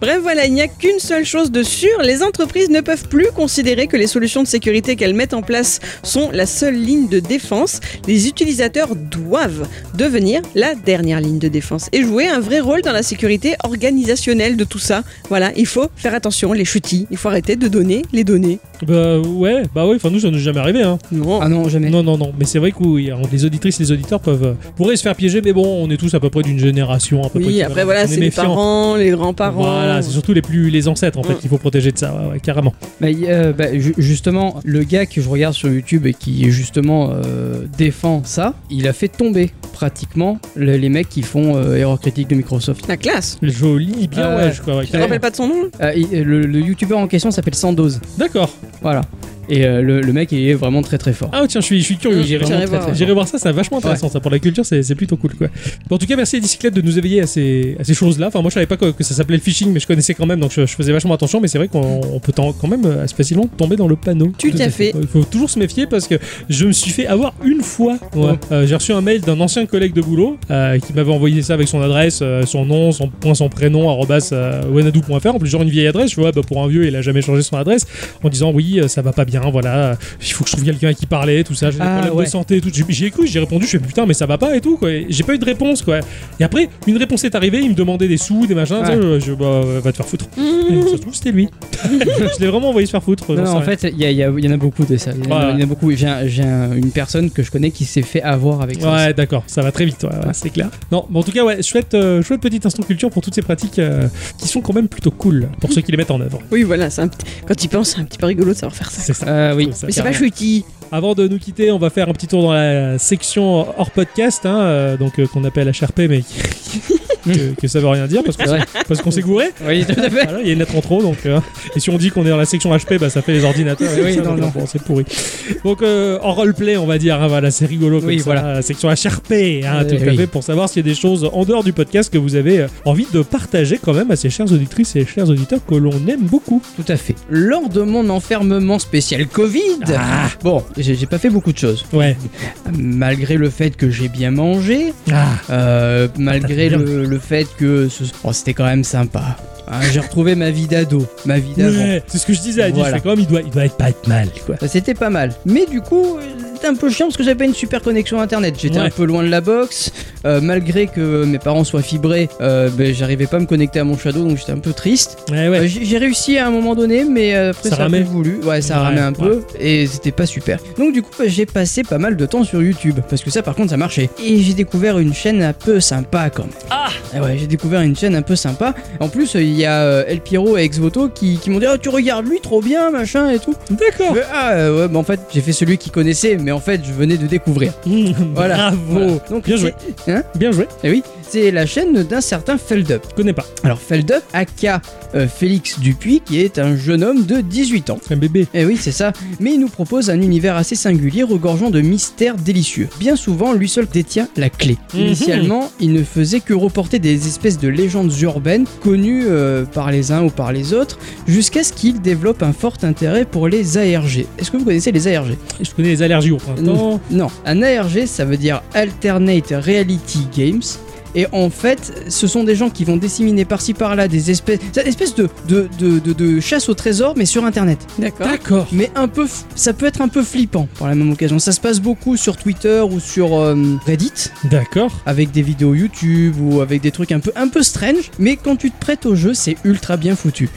Speaker 1: Bref, voilà, il n'y a qu'une seule chose de sûre, les entreprises ne peuvent plus considérer que les solutions de sécurité qu'elles mettent en place sont la seule ligne de défense. Les utilisateurs doivent devenir la dernière ligne de défense et jouer un vrai rôle dans la sécurité organisationnelle de tout ça. Voilà, il faut faire attention, les chutis, il faut arrêter de donner les données.
Speaker 2: Bah ouais, bah ouais, enfin nous ça nous est jamais arrivé hein.
Speaker 1: Non.
Speaker 3: Ah non, jamais.
Speaker 2: Non non non, mais c'est vrai que oui, alors, les auditrices, les auditeurs peuvent euh, pourraient se faire piéger mais bon, on est tous à peu près d'une génération à peu près.
Speaker 1: oui,
Speaker 2: équivalente.
Speaker 1: après voilà,
Speaker 2: On est
Speaker 1: c'est les
Speaker 2: méfiants.
Speaker 1: parents, les grands-parents.
Speaker 2: Voilà, c'est surtout les plus les ancêtres en fait
Speaker 1: Mm.
Speaker 2: qu'il faut protéger de ça, ouais, ouais, carrément.
Speaker 3: Bah, y- euh, bah, ju- justement, le gars que je regarde sur YouTube et qui justement euh, défend ça, il a fait tomber pratiquement le- les mecs qui font euh, erreur critique de Microsoft.
Speaker 1: la classe.
Speaker 2: Le Joli, bien
Speaker 3: Ah ouais.
Speaker 2: ouais, je crois. ouais,
Speaker 1: Tu te
Speaker 2: carrément.
Speaker 1: rappelles pas de son nom
Speaker 3: Euh, il- le le youtubeur en question s'appelle Sandoz.
Speaker 2: D'accord.
Speaker 3: Voilà. Et euh, le, le mec il est vraiment très très fort.
Speaker 2: Ah tiens, je suis, je suis curieux.
Speaker 1: Mm, j'irai
Speaker 2: J'irai vraiment
Speaker 1: voir,
Speaker 2: très-
Speaker 1: ouais.
Speaker 2: j'irai voir ça, c'est vachement intéressant. Ça. Pour la culture, c'est c'est plutôt cool. Quoi. Bon, en tout cas, merci à Dicyclette de nous éveiller à ces, à ces choses-là. Enfin, moi, je savais pas que, que ça s'appelait le phishing, mais je connaissais quand même, donc je, je faisais vachement attention. Mais c'est vrai qu'on on peut tant- quand même euh, assez facilement tomber dans le panneau.
Speaker 1: Tout à fait.
Speaker 2: Il faut toujours se méfier parce que je me suis fait avoir une fois. Ouais.
Speaker 3: Ouais.
Speaker 2: Euh, J'ai reçu un mail d'un ancien collègue de boulot euh, qui m'avait envoyé ça avec son adresse, euh, son nom, son point, son prénom, arrobas, euh, wanadoo.fr. En plus, genre une vieille adresse. Je vois, bah, pour un vieux, il a jamais changé son adresse en disant oui euh, ça va pas bien voilà euh, il faut que je trouve quelqu'un à qui parler tout ça j'ai des
Speaker 3: Ah,
Speaker 2: problèmes
Speaker 3: ouais.
Speaker 2: de santé et tout J'ai- j'y ai cru j'ai répondu je fais putain mais ça va pas et tout quoi Et j'ai pas eu de réponse quoi et après une réponse est arrivée il me demandait des sous des machins
Speaker 3: Ouais.
Speaker 2: ça, je, je- bah euh, va te faire foutre Et ça se trouve c'était lui je l'ai vraiment envoyé se faire foutre
Speaker 3: Non,
Speaker 2: j'en
Speaker 3: non,
Speaker 2: sais
Speaker 3: en
Speaker 2: rien.
Speaker 3: fait, il y, a- il y a- il y en a beaucoup de ça. Il y, en a-
Speaker 2: Ouais.
Speaker 3: il y en a beaucoup. J'ai un- j'ai un- une personne que je connais qui s'est fait avoir avec ça.
Speaker 2: Ouais, d'accord, ça va très vite, ouais, ouais, c'est clair. Non, mais en tout cas, ouais, chouette, euh, chouette petite instant culture pour toutes ces pratiques euh, qui sont quand même plutôt cool pour ceux qui les mettent en œuvre.
Speaker 1: Oui, voilà, c'est un petit- quand il pense, c'est un petit peu rigolo de savoir faire ça.
Speaker 2: C'est ça.
Speaker 3: Euh, oui.
Speaker 2: Ça,
Speaker 1: Mais c'est pas
Speaker 2: carrément.
Speaker 1: chutis.
Speaker 2: Avant de nous quitter, on va faire un petit tour dans la section hors podcast, hein, euh, donc euh, qu'on appelle HRP, mais que, que ça veut rien dire parce
Speaker 3: C'est
Speaker 2: qu'on
Speaker 3: vrai.
Speaker 2: parce qu'on s'est gouré.
Speaker 3: Oui, tout à fait.
Speaker 2: Voilà, il y a une lettre en trop, donc. euh, et si on dit qu'on est dans la section HP, bah ça fait les ordinateurs. et tout
Speaker 3: Oui,
Speaker 2: ça,
Speaker 3: non,
Speaker 2: donc,
Speaker 3: non.
Speaker 2: bon, c'est pourri. Donc euh, en roleplay, on va dire, hein, voilà, c'est rigolo. Comme
Speaker 3: Oui,
Speaker 2: ça,
Speaker 3: voilà.
Speaker 2: La section HRP, hein,
Speaker 3: Euh,
Speaker 2: tout à
Speaker 3: oui.
Speaker 2: fait, pour savoir s'il y a des choses en dehors du podcast que vous avez euh, envie de partager quand même à ces chères auditrices et chers auditeurs que l'on aime beaucoup.
Speaker 3: Tout à fait. Lors de mon enfermement spécial Covid,
Speaker 2: Ah.
Speaker 3: bon, j'ai j'ai pas fait beaucoup de choses.
Speaker 2: Ouais.
Speaker 3: Malgré le fait que j'ai bien mangé,
Speaker 2: Ah.
Speaker 3: euh, malgré
Speaker 2: T'as fait
Speaker 3: le, le fait que ce- oh, c'était quand même sympa. Hein, j'ai retrouvé ma vie d'ado, ma vie d'avant.
Speaker 2: Ouais, c'est ce que je disais à Adi,
Speaker 3: Voilà.
Speaker 2: je fais quand même, il doit, il doit être pas être mal, quoi.
Speaker 3: Euh, C'était pas mal. Mais du coup, euh, c'était un peu chiant parce que j'avais pas une super connexion internet. J'étais
Speaker 2: Ouais.
Speaker 3: un peu loin de la box. Euh, malgré que mes parents soient fibrés, euh, ben, j'arrivais pas à me connecter à mon Shadow, donc j'étais un peu triste.
Speaker 2: Ouais, ouais.
Speaker 3: Euh, J'ai j'ai réussi à un moment donné, mais euh, après
Speaker 2: Ça
Speaker 3: ça, a
Speaker 2: ramait.
Speaker 3: plus voulu. Ouais, ça
Speaker 2: Ouais,
Speaker 3: ramait un
Speaker 2: ouais.
Speaker 3: peu et c'était pas super. Donc du coup, bah, j'ai passé pas mal de temps sur YouTube parce que ça, par contre, ça marchait. Et j'ai découvert une chaîne un peu sympa quand même. Ah ouais, j'ai découvert une chaîne un peu sympa. En plus, euh, il y a euh, El Piero et Exvoto qui, qui m'ont dit Oh, tu regardes lui trop bien, machin et tout. Je
Speaker 2: D'accord.
Speaker 3: fais, Ah euh, ouais, bah en fait, j'ai fait celui qui connaissait, mais en fait, je venais de découvrir. Voilà.
Speaker 2: Bravo.
Speaker 3: Voilà. Donc,
Speaker 2: Bien joué. Bien joué.
Speaker 3: Et oui, c'est la chaîne d'un certain Feldup.
Speaker 2: Je connais pas.
Speaker 3: Alors, Feldup, aka euh, Félix Dupuis, qui est un jeune homme de 18 ans.
Speaker 2: C'est un bébé.
Speaker 3: Eh oui, c'est ça. Mais il nous propose un univers assez singulier, regorgeant de mystères délicieux. Bien souvent, lui seul détient la clé.
Speaker 2: Mhm.
Speaker 3: Initialement, il ne faisait que reporter des espèces de légendes urbaines connues euh, par les uns ou par les autres, jusqu'à ce qu'il développe un fort intérêt pour les ARG. Est-ce que vous connaissez les ARG
Speaker 2: Je connais les allergies au printemps.
Speaker 3: Non. Un ARG, ça veut dire Alternate Reality Games. Et en fait, ce sont des gens qui vont disséminer par-ci par-là des espèces, des espèces de, de, de, de- de chasse au trésor, mais sur Internet
Speaker 1: D'accord.
Speaker 2: D'accord.
Speaker 3: mais un peu, f- ça peut être un peu flippant par la même occasion. Ça se passe beaucoup sur Twitter ou sur euh, Reddit,
Speaker 2: D'accord.
Speaker 3: avec des vidéos YouTube ou avec des trucs un peu, un peu strange. Mais quand tu te prêtes au jeu, c'est ultra bien foutu.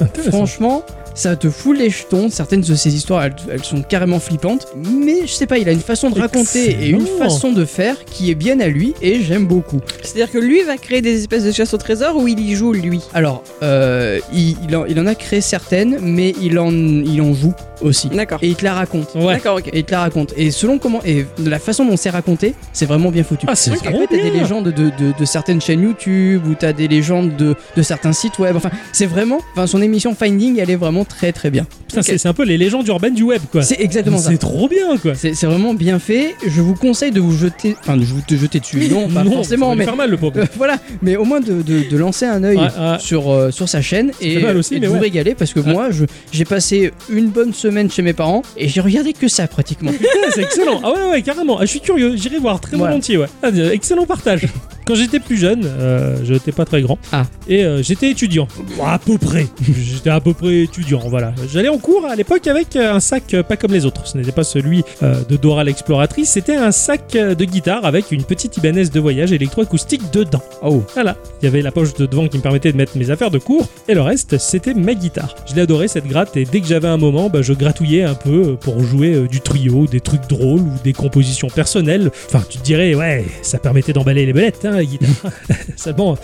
Speaker 2: Intéressant.
Speaker 3: Franchement, ça te fout les jetons. Certaines de ces histoires, elles, elles sont carrément flippantes. Mais je sais pas, il a une façon de raconter et une
Speaker 2: Excellent.
Speaker 3: façon de faire qui est bien à lui et j'aime beaucoup.
Speaker 1: C'est-à-dire que lui va créer des espèces de chasse au trésor où il y joue lui.
Speaker 3: Alors, euh, il, il en, il en a créé certaines, mais il en, il en joue aussi.
Speaker 1: D'accord.
Speaker 3: Et il te la raconte.
Speaker 2: Ouais.
Speaker 1: D'accord, ok.
Speaker 3: et il te la raconte. Et selon comment et de la façon dont c'est raconté, c'est vraiment bien foutu.
Speaker 2: Ah, c'est
Speaker 3: Parce qu'après,
Speaker 2: vraiment
Speaker 3: t'as des
Speaker 2: bien.
Speaker 3: légendes de, de- de certaines chaînes YouTube ou t'as des légendes de, de certains sites web. Enfin, c'est vraiment. Enfin, son émission Finding, elle est vraiment vraiment très très bien.
Speaker 2: Putain,
Speaker 3: Ok.
Speaker 2: c'est- c'est un peu les légendes urbaines du web, quoi.
Speaker 3: C'est exactement ça.
Speaker 2: C'est trop bien, quoi.
Speaker 3: C'est c'est vraiment bien fait. Je vous conseille de vous jeter, enfin de vous te jeter dessus. Non, pas
Speaker 2: ça
Speaker 3: forcément,
Speaker 2: va lui
Speaker 3: mais
Speaker 2: faire mal le pauvre.
Speaker 3: Euh, voilà, mais au moins de, de- de lancer un œil
Speaker 2: Ouais, ouais.
Speaker 3: sur, euh, sur sa chaîne et,
Speaker 2: fait mal aussi,
Speaker 3: et de
Speaker 2: mais
Speaker 3: vous
Speaker 2: ouais.
Speaker 3: régaler parce que moi je- j'ai passé une bonne semaine chez mes parents et j'ai regardé que ça pratiquement.
Speaker 2: Putain, c'est excellent. Ah ouais, ouais, carrément. Ah, je suis curieux. J'irai voir très
Speaker 3: Voilà.
Speaker 2: volontiers. Ouais. Ah, euh, excellent partage. Quand j'étais plus jeune, euh, je n'étais pas très grand.
Speaker 3: Ah.
Speaker 2: Et euh, j'étais étudiant. Bon, à peu près. j'étais à peu près étudiant, voilà. J'allais en cours à l'époque avec euh, un sac euh, pas comme les autres. Ce n'était pas celui euh, de Dora l'exploratrice. C'était un sac euh, de guitare avec une petite Ibanez de voyage électroacoustique dedans.
Speaker 3: Oh,
Speaker 2: Voilà, il y avait la poche de devant qui me permettait de mettre mes affaires de cours, et le reste, c'était ma guitare. Je l'ai adoré cette gratte, et dès que j'avais un moment, bah, je gratouillais un peu euh, pour jouer euh, du trio, des trucs drôles ou des compositions personnelles. Enfin, tu te dirais, ouais, ça permettait d'emballer les belettes, hein, la guitare. Seulement,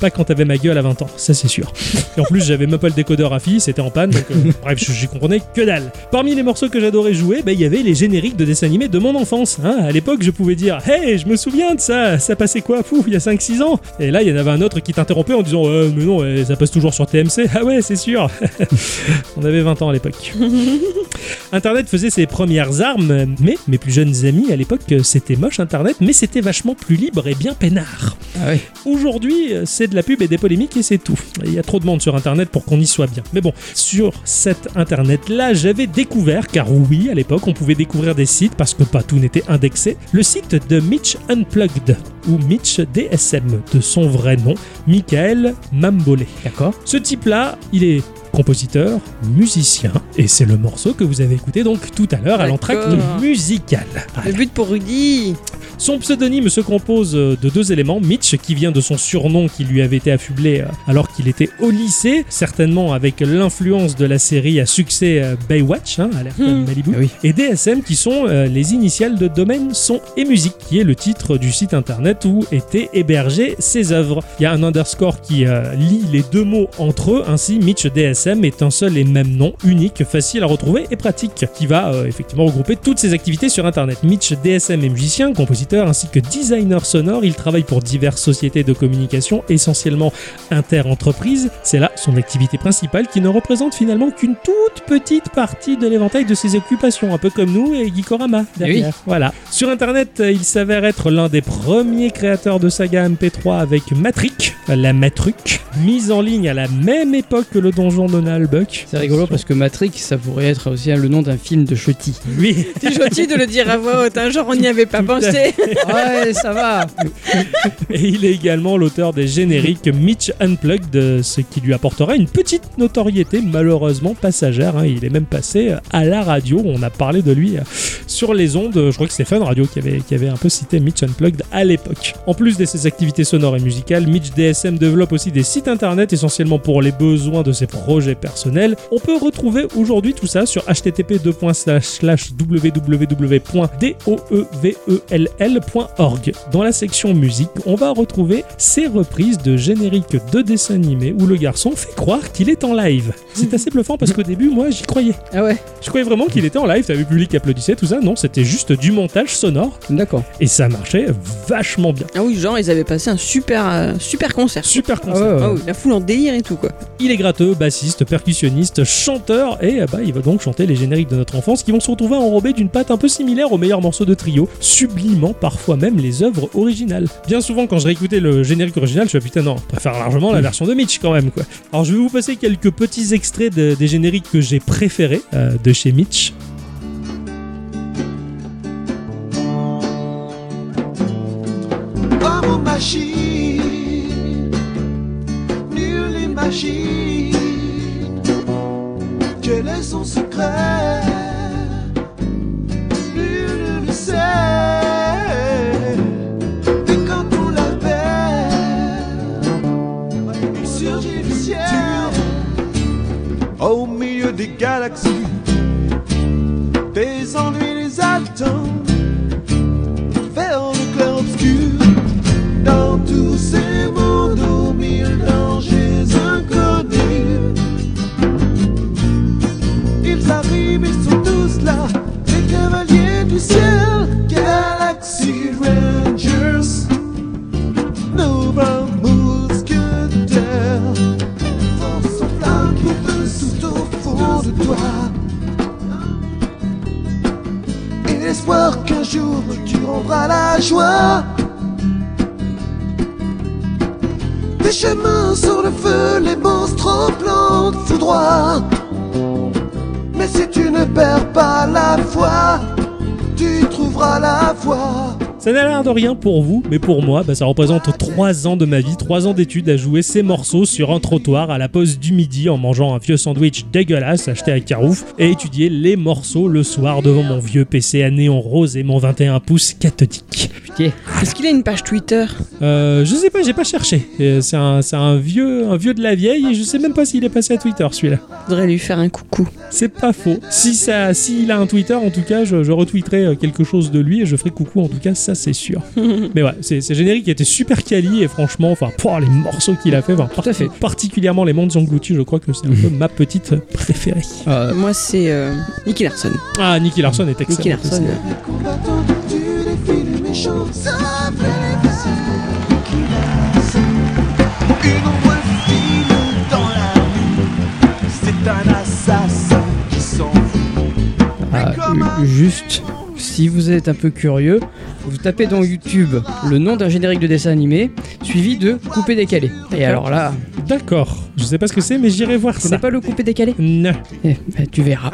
Speaker 2: pas quand t'avais ma gueule à 20 ans, ça c'est sûr. Et en plus, j'avais même pas le décodeur à fille, c'était en panne, donc euh, bref, je- j'y comprenais que dalle. Parmi les morceaux que j'adorais jouer, bah, il y avait les génériques de dessins animés de mon enfance. hein. À l'époque, je pouvais dire Hey, je me souviens de ça, ça passait quoi, fou, il y a 5-6 ans Et là, il y en avait un autre qui t'interrompait en disant Euh, Mais non, euh, ça passe toujours sur TMC. Ah ouais, c'est sûr. On avait 20 ans à l'époque. Internet faisait ses premières armes, mais mes plus jeunes amis à l'époque, euh, c'était moche Internet, mais c'était vachement plus libre et bien peinard.
Speaker 3: ah ouais.
Speaker 2: Aujourd'hui, euh, c'est de la pub et des polémiques et c'est tout. Il y a trop de monde sur Internet pour qu'on y soit bien. Mais bon, sur cet Internet-là, j'avais découvert, car oui, à l'époque, on pouvait découvrir des sites parce que pas tout n'était indexé, le site de Mitch Unplugged, ou Mitch DSM, de son vrai nom, Michael Mambolé.
Speaker 3: D'accord.
Speaker 2: Ce type-là, il est compositeur, musicien, et c'est le morceau que vous avez écouté donc tout à l'heure à l'entracte
Speaker 1: D'accord.
Speaker 2: musical. Voilà.
Speaker 1: Le but pour Rudy.
Speaker 2: Son pseudonyme se compose euh, de deux éléments, Mitch qui vient de son surnom qui lui avait été affublé euh, alors qu'il était au lycée, certainement avec l'influence de la série à succès euh, Baywatch, hein, alerte
Speaker 1: Hmm.
Speaker 2: Malibu,
Speaker 3: Ah oui.
Speaker 2: et DSM qui sont euh, les initiales de domaine son et musique, qui est le titre du site internet où étaient hébergées ses œuvres. Il y a un underscore qui euh, lie les deux mots entre eux, ainsi Mitch DSM est un seul et même nom, unique, facile à retrouver et pratique, qui va euh, effectivement regrouper toutes ses activités sur internet. Mitch DSM est musicien, compositeur ainsi que designer sonore, il travaille pour diverses sociétés de communication, essentiellement inter-entreprise. C'est là son activité principale qui ne représente finalement qu'une toute petite partie de l'éventail de ses occupations, un peu comme nous et Gikorama derrière.
Speaker 3: Eh oui.
Speaker 2: Voilà. Sur internet, euh, il s'avère être l'un des premiers créateurs de saga MP3 avec Matric, la Matruc, mise en ligne à la même époque que le donjon de Naalbuck.
Speaker 3: C'est rigolo parce que Matrix, ça pourrait être aussi le nom d'un film de Chucky.
Speaker 2: Oui,
Speaker 1: C'est gentil de le dire à voix haute, hein, genre on n'y avait pas pensé.
Speaker 3: ouais, ça va.
Speaker 2: et il est également l'auteur des génériques Mitch Unplugged, euh, ce qui lui apportera une petite notoriété malheureusement passagère. hein. Il est même passé euh, à la radio, on a parlé de lui euh, sur les ondes, euh, je crois que c'est Fun Radio qui avait, qui avait un peu cité Mitch Unplugged à l'époque. En plus de ses activités sonores et musicales, Mitch DSM développe aussi des sites internet essentiellement pour les besoins de ses projets personnels. On peut retrouver aujourd'hui tout ça sur http://www.doevell.org. Dans la section musique, on va retrouver ses reprises de génériques de dessins animés où le garçon fait croire qu'il est en live. C'est assez bluffant parce qu'au début, moi, j'y croyais.
Speaker 3: Ah ouais,
Speaker 2: Je croyais vraiment qu'il était en live, t'avais le public qui applaudissait, tout ça. Non, c'était juste du montage sonore
Speaker 3: d'accord.
Speaker 2: et ça marchait vachement bien.
Speaker 1: Ah oui, genre ils avaient passé un super, euh, super concert.
Speaker 2: Super
Speaker 3: Ah
Speaker 2: concept.
Speaker 3: ouais, ouais.
Speaker 1: Ah oui, la foule en délire et tout quoi.
Speaker 2: Il est gratteux, bassiste, percussionniste, chanteur et euh, bah, il va donc chanter les génériques de notre enfance qui vont se retrouver enrobés d'une patte un peu similaire aux meilleurs morceaux de trio, sublimant parfois même les œuvres originales. Bien souvent, quand je réécoutais le générique original, je suis putain non, je préfère largement la version de Mitch quand même quoi. Alors je vais vous passer quelques petits extraits de- des génériques que j'ai préférés euh, de chez Mitch.
Speaker 4: Comme magie, nul imagine quel est son secret. Nul ne le sait. Et quand on l'appelle, il surgit du ciel. Au milieu des galaxies, des ennuis les attendent vers le clair obscur. Dans tous ces mondes aux mille dangers inconnus, ils arrivent, ils sont tous là, les cavaliers du ciel, Galaxy Rangers, Nova Mousquetaires, force en flamme pour tous, tout fou. à la joie. Des chemins sur le feu, les monstres plantent tout droit. Mais si tu ne perds pas la foi, tu trouveras la voie.
Speaker 2: Ça n'a l'air de rien pour vous, mais pour moi, bah, ça représente 3 ans de ma vie, 3 ans d'études à jouer ces morceaux sur un trottoir à la pause du midi en mangeant un vieux sandwich dégueulasse acheté à Carouf et étudier les morceaux le soir devant mon vieux PC à néon rose et mon 21 pouces cathodique.
Speaker 3: Putain.
Speaker 1: Est-ce qu'il a une page Twitter
Speaker 2: Euh, je sais pas, j'ai pas cherché. Euh, C'est un, c'est un vieux, un vieux de la vieille et je sais même pas s'il est passé à Twitter celui-là.
Speaker 1: Faudrait lui faire un coucou.
Speaker 2: C'est pas faux. Si ça, s'il a un Twitter, en tout cas, je, je retweeterai euh, quelque chose de lui et je ferai coucou. En tout cas, ça c'est sûr. Mais ouais, c'est c'est générique était super quali et franchement, enfin, pouah, les morceaux qu'il a fait, enfin,
Speaker 3: Tout à fait.
Speaker 2: particulièrement les mondes engloutis, je crois que c'est un peu ma petite préférée.
Speaker 3: Euh,
Speaker 1: Moi, c'est euh, Nicky Larson.
Speaker 2: Ah, Nicky Larson est excellent.
Speaker 1: Nicky Larson.
Speaker 2: aussi.
Speaker 1: euh,
Speaker 4: Les combattants, tu défies les méchants, sauf les faciles qui laissent. Une ombre file dans la nuit, c'est un assassin qui s'enfuit.
Speaker 3: Ah, euh, juste, si vous êtes un peu curieux, vous tapez dans YouTube le nom d'un générique de dessin animé, suivi de coupé décalé. Et alors là,
Speaker 2: D'accord. Je sais pas ce que c'est, mais j'irai voir
Speaker 3: tu
Speaker 2: ça.
Speaker 3: n'as pas le coupé décalé
Speaker 2: Non.
Speaker 3: Eh, ben, Tu verras.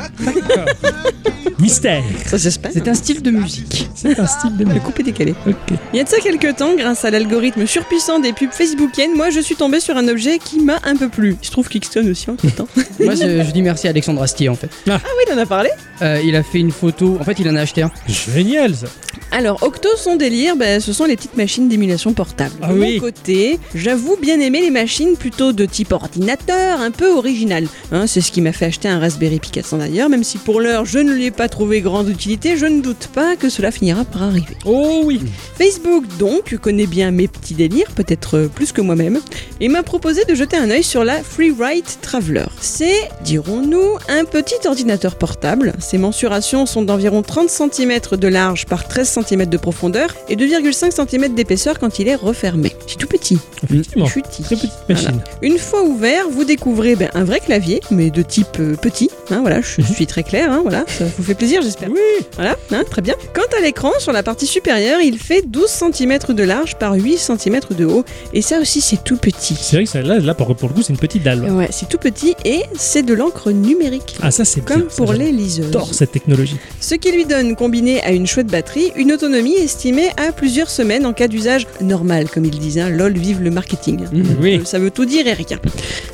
Speaker 2: Mystère.
Speaker 1: Ça s'espère.
Speaker 3: C'est un style de musique.
Speaker 2: C'est un style de
Speaker 1: Le coupé décalé.
Speaker 2: Ok.
Speaker 1: Il y a de ça quelques temps, grâce à l'algorithme surpuissant des pubs facebookiennes, moi je suis tombée sur un objet qui m'a un peu plu. Il se trouve qu'Ixton aussi entre temps. ah
Speaker 3: Moi, je, je dis merci à Alexandre Astier en fait.
Speaker 1: oui, il en a parlé
Speaker 3: Euh, il a fait une photo. En fait, il en a acheté un.
Speaker 2: Génial ça.
Speaker 1: Alors, Octo, son délire, ben, ce sont les petites machines d'émulation portable.
Speaker 2: Ah
Speaker 1: de
Speaker 2: oui.
Speaker 1: mon côté, j'avoue bien aimer les machines plutôt de type ordinateur, un peu original. Hein, c'est ce qui m'a fait acheter un Raspberry Pi 400 d'ailleurs, même si pour l'heure je ne lui ai pas trouvé grande utilité, je ne doute pas que cela finira par arriver.
Speaker 2: Oh oui.
Speaker 1: Facebook, donc, connaît bien mes petits délires, peut-être euh, plus que moi-même, et m'a proposé de jeter un œil sur la Freeride Traveler. C'est, dirons-nous, un petit ordinateur portable. Ses mensurations sont d'environ 30 cm de large par 13 cm de profondeur et 2,5 cm d'épaisseur quand il est refermé. C'est tout petit.
Speaker 2: Effectivement.
Speaker 1: Chutis.
Speaker 2: Très petite machine.
Speaker 1: Une fois ouvert, vous découvrez ben, un vrai clavier, mais de type euh, petit. Hein, voilà, je suis très claire. hein, voilà, ça vous fait plaisir, j'espère.
Speaker 2: Mhm. Oui.
Speaker 1: Voilà, hein, très bien. Quant à l'écran, sur la partie supérieure, il fait 12 cm de large par 8 cm de haut. Et ça aussi, c'est tout petit.
Speaker 2: C'est vrai que celle-là, là, pour, pour le coup, c'est une petite dalle.
Speaker 1: Ouais, c'est tout petit et c'est de l'encre numérique.
Speaker 2: Ah, ça, c'est bien.
Speaker 1: Comme
Speaker 2: ça,
Speaker 1: pour les liseuses.
Speaker 2: J'adore cette technologie.
Speaker 1: Ce qui lui donne, combiné à une chouette batterie, une autonomie estimée à plusieurs semaines en cas d'usage normal, comme ils disent. hein. LOL, vive le marketing.
Speaker 2: Oui.
Speaker 1: Ça veut tout dire et rien.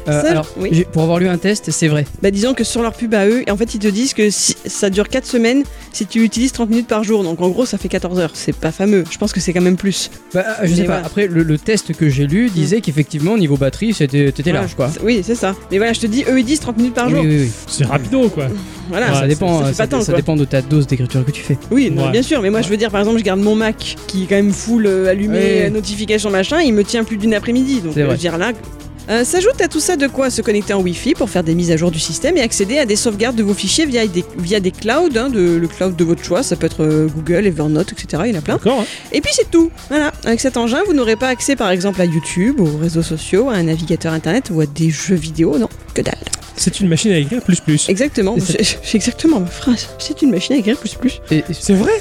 Speaker 3: Euh,
Speaker 1: Ça,
Speaker 3: alors,
Speaker 1: oui.
Speaker 3: j'ai- pour avoir lu un test, c'est vrai.
Speaker 1: Bah disons que sur leur pub à eux, en fait ils te disent que si, ça dure 4 semaines si tu utilises 30 minutes par jour. Donc en gros ça fait 14 heures. C'est pas fameux. Je pense que c'est quand même plus.
Speaker 3: Bah, euh, je sais
Speaker 1: Mais
Speaker 3: pas.
Speaker 1: voilà.
Speaker 3: Après, le, le test que j'ai lu disait qu'effectivement, niveau batterie, c'était t'étais
Speaker 1: Voilà.
Speaker 3: large quoi.
Speaker 1: C'est- Oui, c'est ça. Mais voilà, je te dis, eux ils disent 30 minutes par
Speaker 3: Oui,
Speaker 1: jour.
Speaker 3: oui, oui.
Speaker 2: C'est rapido, quoi.
Speaker 1: Voilà,
Speaker 3: ça dépend,
Speaker 1: Ça,
Speaker 3: euh,
Speaker 1: fait
Speaker 3: ça,
Speaker 1: pas tant,
Speaker 3: ça
Speaker 1: quoi.
Speaker 3: dépend de ta dose d'écriture que tu fais.
Speaker 1: Oui, non,
Speaker 2: Ouais.
Speaker 1: bien sûr. Mais moi je veux dire, par exemple, je garde mon Mac qui est quand même full euh, allumé,
Speaker 3: Ouais.
Speaker 1: euh, notification machin, il me tient plus d'une après-midi. Donc
Speaker 3: C'est
Speaker 1: euh, je
Speaker 3: vrai.
Speaker 1: veux dire là. Euh, S'ajoute à tout ça de quoi se connecter en Wi-Fi pour faire des mises à jour du système et accéder à des sauvegardes de vos fichiers via des, via des clouds, hein, de, le cloud de votre choix, ça peut être euh, Google, Evernote, etc. Il y en a plein.
Speaker 2: D'accord. hein.
Speaker 1: Et puis c'est tout. Voilà, avec cet engin, vous n'aurez pas accès par exemple à YouTube, aux réseaux sociaux, à un navigateur internet ou à des jeux vidéo, non, que dalle.
Speaker 2: C'est une machine à écrire plus plus.
Speaker 1: Exactement, c'est c'est exactement ma phrase. C'est une machine à écrire plus plus.
Speaker 3: Et, et-
Speaker 2: C'est vrai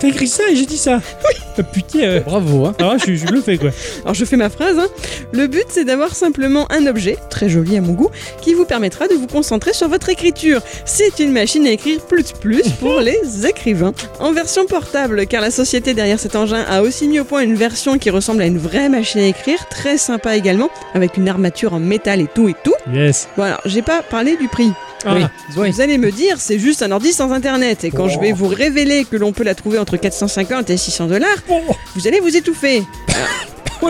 Speaker 2: T'as écrit ça et j'ai dit ça Oui Putain, euh,
Speaker 3: bravo, hein.
Speaker 2: ah ouais, je, suis- je suis bluffé, quoi.
Speaker 1: Alors je fais ma phrase. hein. Le but c'est d'avoir simplement un objet, très joli à mon goût, qui vous permettra de vous concentrer sur votre écriture. C'est une machine à écrire plus plus pour les écrivains. En version portable, car la société derrière cet engin a aussi mis au point une version qui ressemble à une vraie machine à écrire, très sympa également, avec une armature en métal et tout et tout.
Speaker 2: Yes.
Speaker 1: Bon alors, j'ai pas parlé du prix.
Speaker 2: Ah,
Speaker 3: Oui. Oui.
Speaker 1: Vous allez me dire, c'est juste un ordi sans internet. Et quand je vais vous révéler que l'on peut la trouver entre 450 et 600 dollars,
Speaker 2: Bon,
Speaker 1: vous allez vous étouffer.
Speaker 2: Ouais.
Speaker 1: Oh,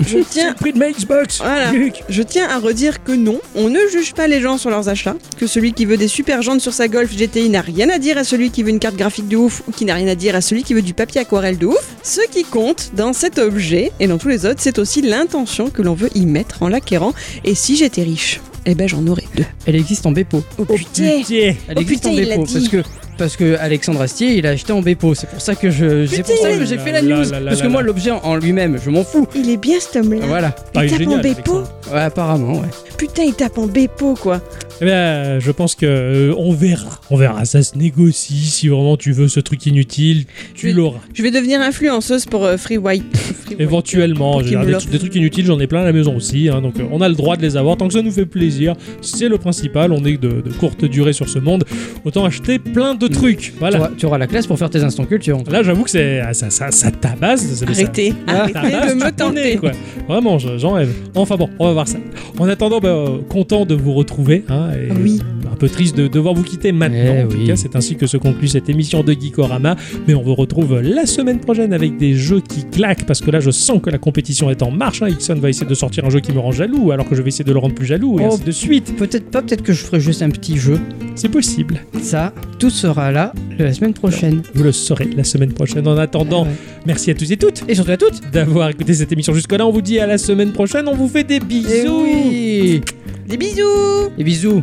Speaker 1: Je
Speaker 2: c'est le
Speaker 1: tiens,
Speaker 2: prix de ma Xbox
Speaker 1: Voilà.
Speaker 2: Luc.
Speaker 1: je tiens à redire que non, on ne juge pas les gens sur leurs achats, que celui qui veut des super jantes sur sa Golf GTI n'a rien à dire à celui qui veut une carte graphique de ouf ou qui n'a rien à dire à celui qui veut du papier aquarelle de ouf. Ce qui compte dans cet objet et dans tous les autres, c'est aussi l'intention que l'on veut y mettre en l'acquérant. Et si j'étais riche, eh ben j'en aurais deux.
Speaker 3: Elle existe en Bepo.
Speaker 1: Oh putain
Speaker 2: Putain
Speaker 3: Elle
Speaker 1: Oh
Speaker 3: existe
Speaker 1: putain,
Speaker 3: en
Speaker 1: il l'a
Speaker 3: Bepo
Speaker 1: dit.
Speaker 3: parce que parce que Alexandre Astier, il a acheté en Bepo. C'est pour ça que je c'est pour ça
Speaker 2: Oh
Speaker 3: que j'ai
Speaker 2: là
Speaker 3: fait la
Speaker 2: là
Speaker 3: news
Speaker 2: là là
Speaker 3: parce que
Speaker 2: là
Speaker 3: moi
Speaker 2: là.
Speaker 3: l'objet en- en lui-même, je m'en fous.
Speaker 1: Il est bien cet homme-là.
Speaker 3: Voilà.
Speaker 2: Ah, il est
Speaker 1: tape en
Speaker 2: génial,
Speaker 1: Bepo.
Speaker 2: Alexandre.
Speaker 3: Ouais, apparemment, ouais.
Speaker 1: Putain, il tape en Bepo quoi.
Speaker 2: Eh bien, je pense que euh, on verra. On verra. Ça se négocie. Si vraiment tu veux ce truc inutile, tu
Speaker 1: Mais-
Speaker 2: l'auras.
Speaker 1: Je vais devenir influenceuse pour euh, Free White. Free White.
Speaker 2: Éventuellement,
Speaker 1: Pour
Speaker 2: j'ai
Speaker 1: qu'il me
Speaker 2: des,
Speaker 1: l'offre.
Speaker 2: des trucs inutiles, j'en ai plein à la maison aussi, hein, donc euh, on a le droit de les avoir tant que ça nous fait plaisir. C'est le principal, on est de, de courte durée sur ce monde, autant acheter plein
Speaker 1: Mm.
Speaker 2: de trucs.
Speaker 3: Tu,
Speaker 2: Voilà.
Speaker 3: auras, tu auras la classe pour faire tes instants culture.
Speaker 2: Là, j'avoue que c'est ah, ça, ça, ça tabasse. c'est- ça-
Speaker 1: Arrêtez,
Speaker 2: Ah,
Speaker 1: arrêtez
Speaker 2: tabasse,
Speaker 1: de
Speaker 2: tu
Speaker 1: me
Speaker 2: connais,
Speaker 1: tenter.
Speaker 2: quoi. Vraiment, je- j'en rêve. Enfin bon, on va voir ça. En attendant, bah, euh, content de vous retrouver. hein, et
Speaker 1: Oui.
Speaker 2: Un peu triste de devoir vous quitter maintenant.
Speaker 3: Eh
Speaker 2: en tout
Speaker 3: oui.
Speaker 2: cas, c'est ainsi que se conclut cette émission de Geekorama. Mais on vous retrouve la semaine prochaine avec des jeux qui claquent. Parce que là, je sens que la compétition est en marche. hein. Ixon va essayer de sortir un jeu qui me rend jaloux, alors que je vais essayer de le rendre plus jaloux. Et
Speaker 3: Oh.
Speaker 2: ainsi de suite.
Speaker 3: Peut-être pas, peut-être que je ferai juste un petit jeu.
Speaker 2: C'est possible.
Speaker 3: Ça, tout sera là la semaine prochaine.
Speaker 2: Vous le saurez la semaine prochaine. En attendant,
Speaker 1: Eh
Speaker 3: Ouais.
Speaker 2: merci à tous et toutes
Speaker 3: Et surtout à toutes.
Speaker 2: d'avoir écouté cette émission jusque-là. On vous dit à la semaine prochaine. On vous fait
Speaker 1: Eh
Speaker 2: des bisous.
Speaker 3: Et oui.
Speaker 1: Des bisous
Speaker 3: Et bisous.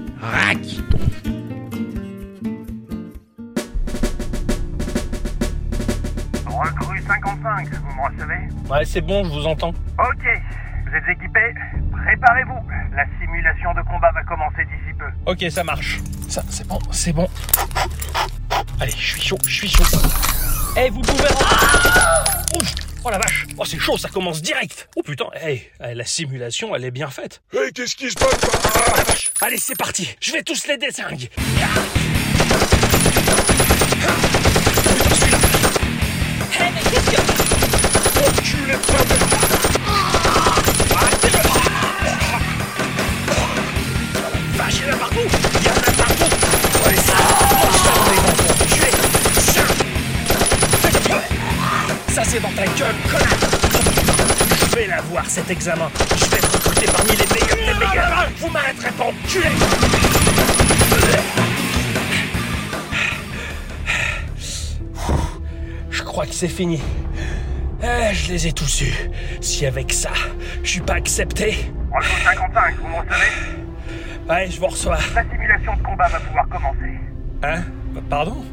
Speaker 8: Recrue 55, vous me recevez
Speaker 10: Ouais, c'est bon, je vous entends.
Speaker 8: Ok, vous êtes équipés Préparez-vous, la simulation de combat va commencer d'ici peu.
Speaker 10: Ok, ça marche. Ça, c'est bon, c'est bon. Allez, je suis chaud, je suis chaud. Eh, vous pouvez. Ah Ouch Oh la vache Oh, c'est chaud, ça commence direct Oh putain, eh, eh, la simulation, elle est bien faite. Eh, qu'est-ce qui se passe la vache Allez, c'est parti Je vais tous les désinguer Ah Ah Putain, celui-là Eh, mais qu'est-ce qu'il y a Oh, tu l'es pas Ah Ah, c'est le- Ah, vache, il y en a partout Il y en a partout Allez, ça Oh, ça, on est dans le bon tuer Ça Fais peur. Ça, c'est dans ta gueule, connard Je vais la voir, cet examen Je vais te recruter parmi les meilleurs des meilleurs Vous m'arrêterez pas, enculé Je crois que c'est fini. Eh, je les ai tous eus. Si avec ça, je suis pas accepté,
Speaker 8: Recrue 55, vous me recevez
Speaker 10: ouais, je vous reçois.
Speaker 8: La simulation de combat va pouvoir commencer.
Speaker 10: Hein Pardon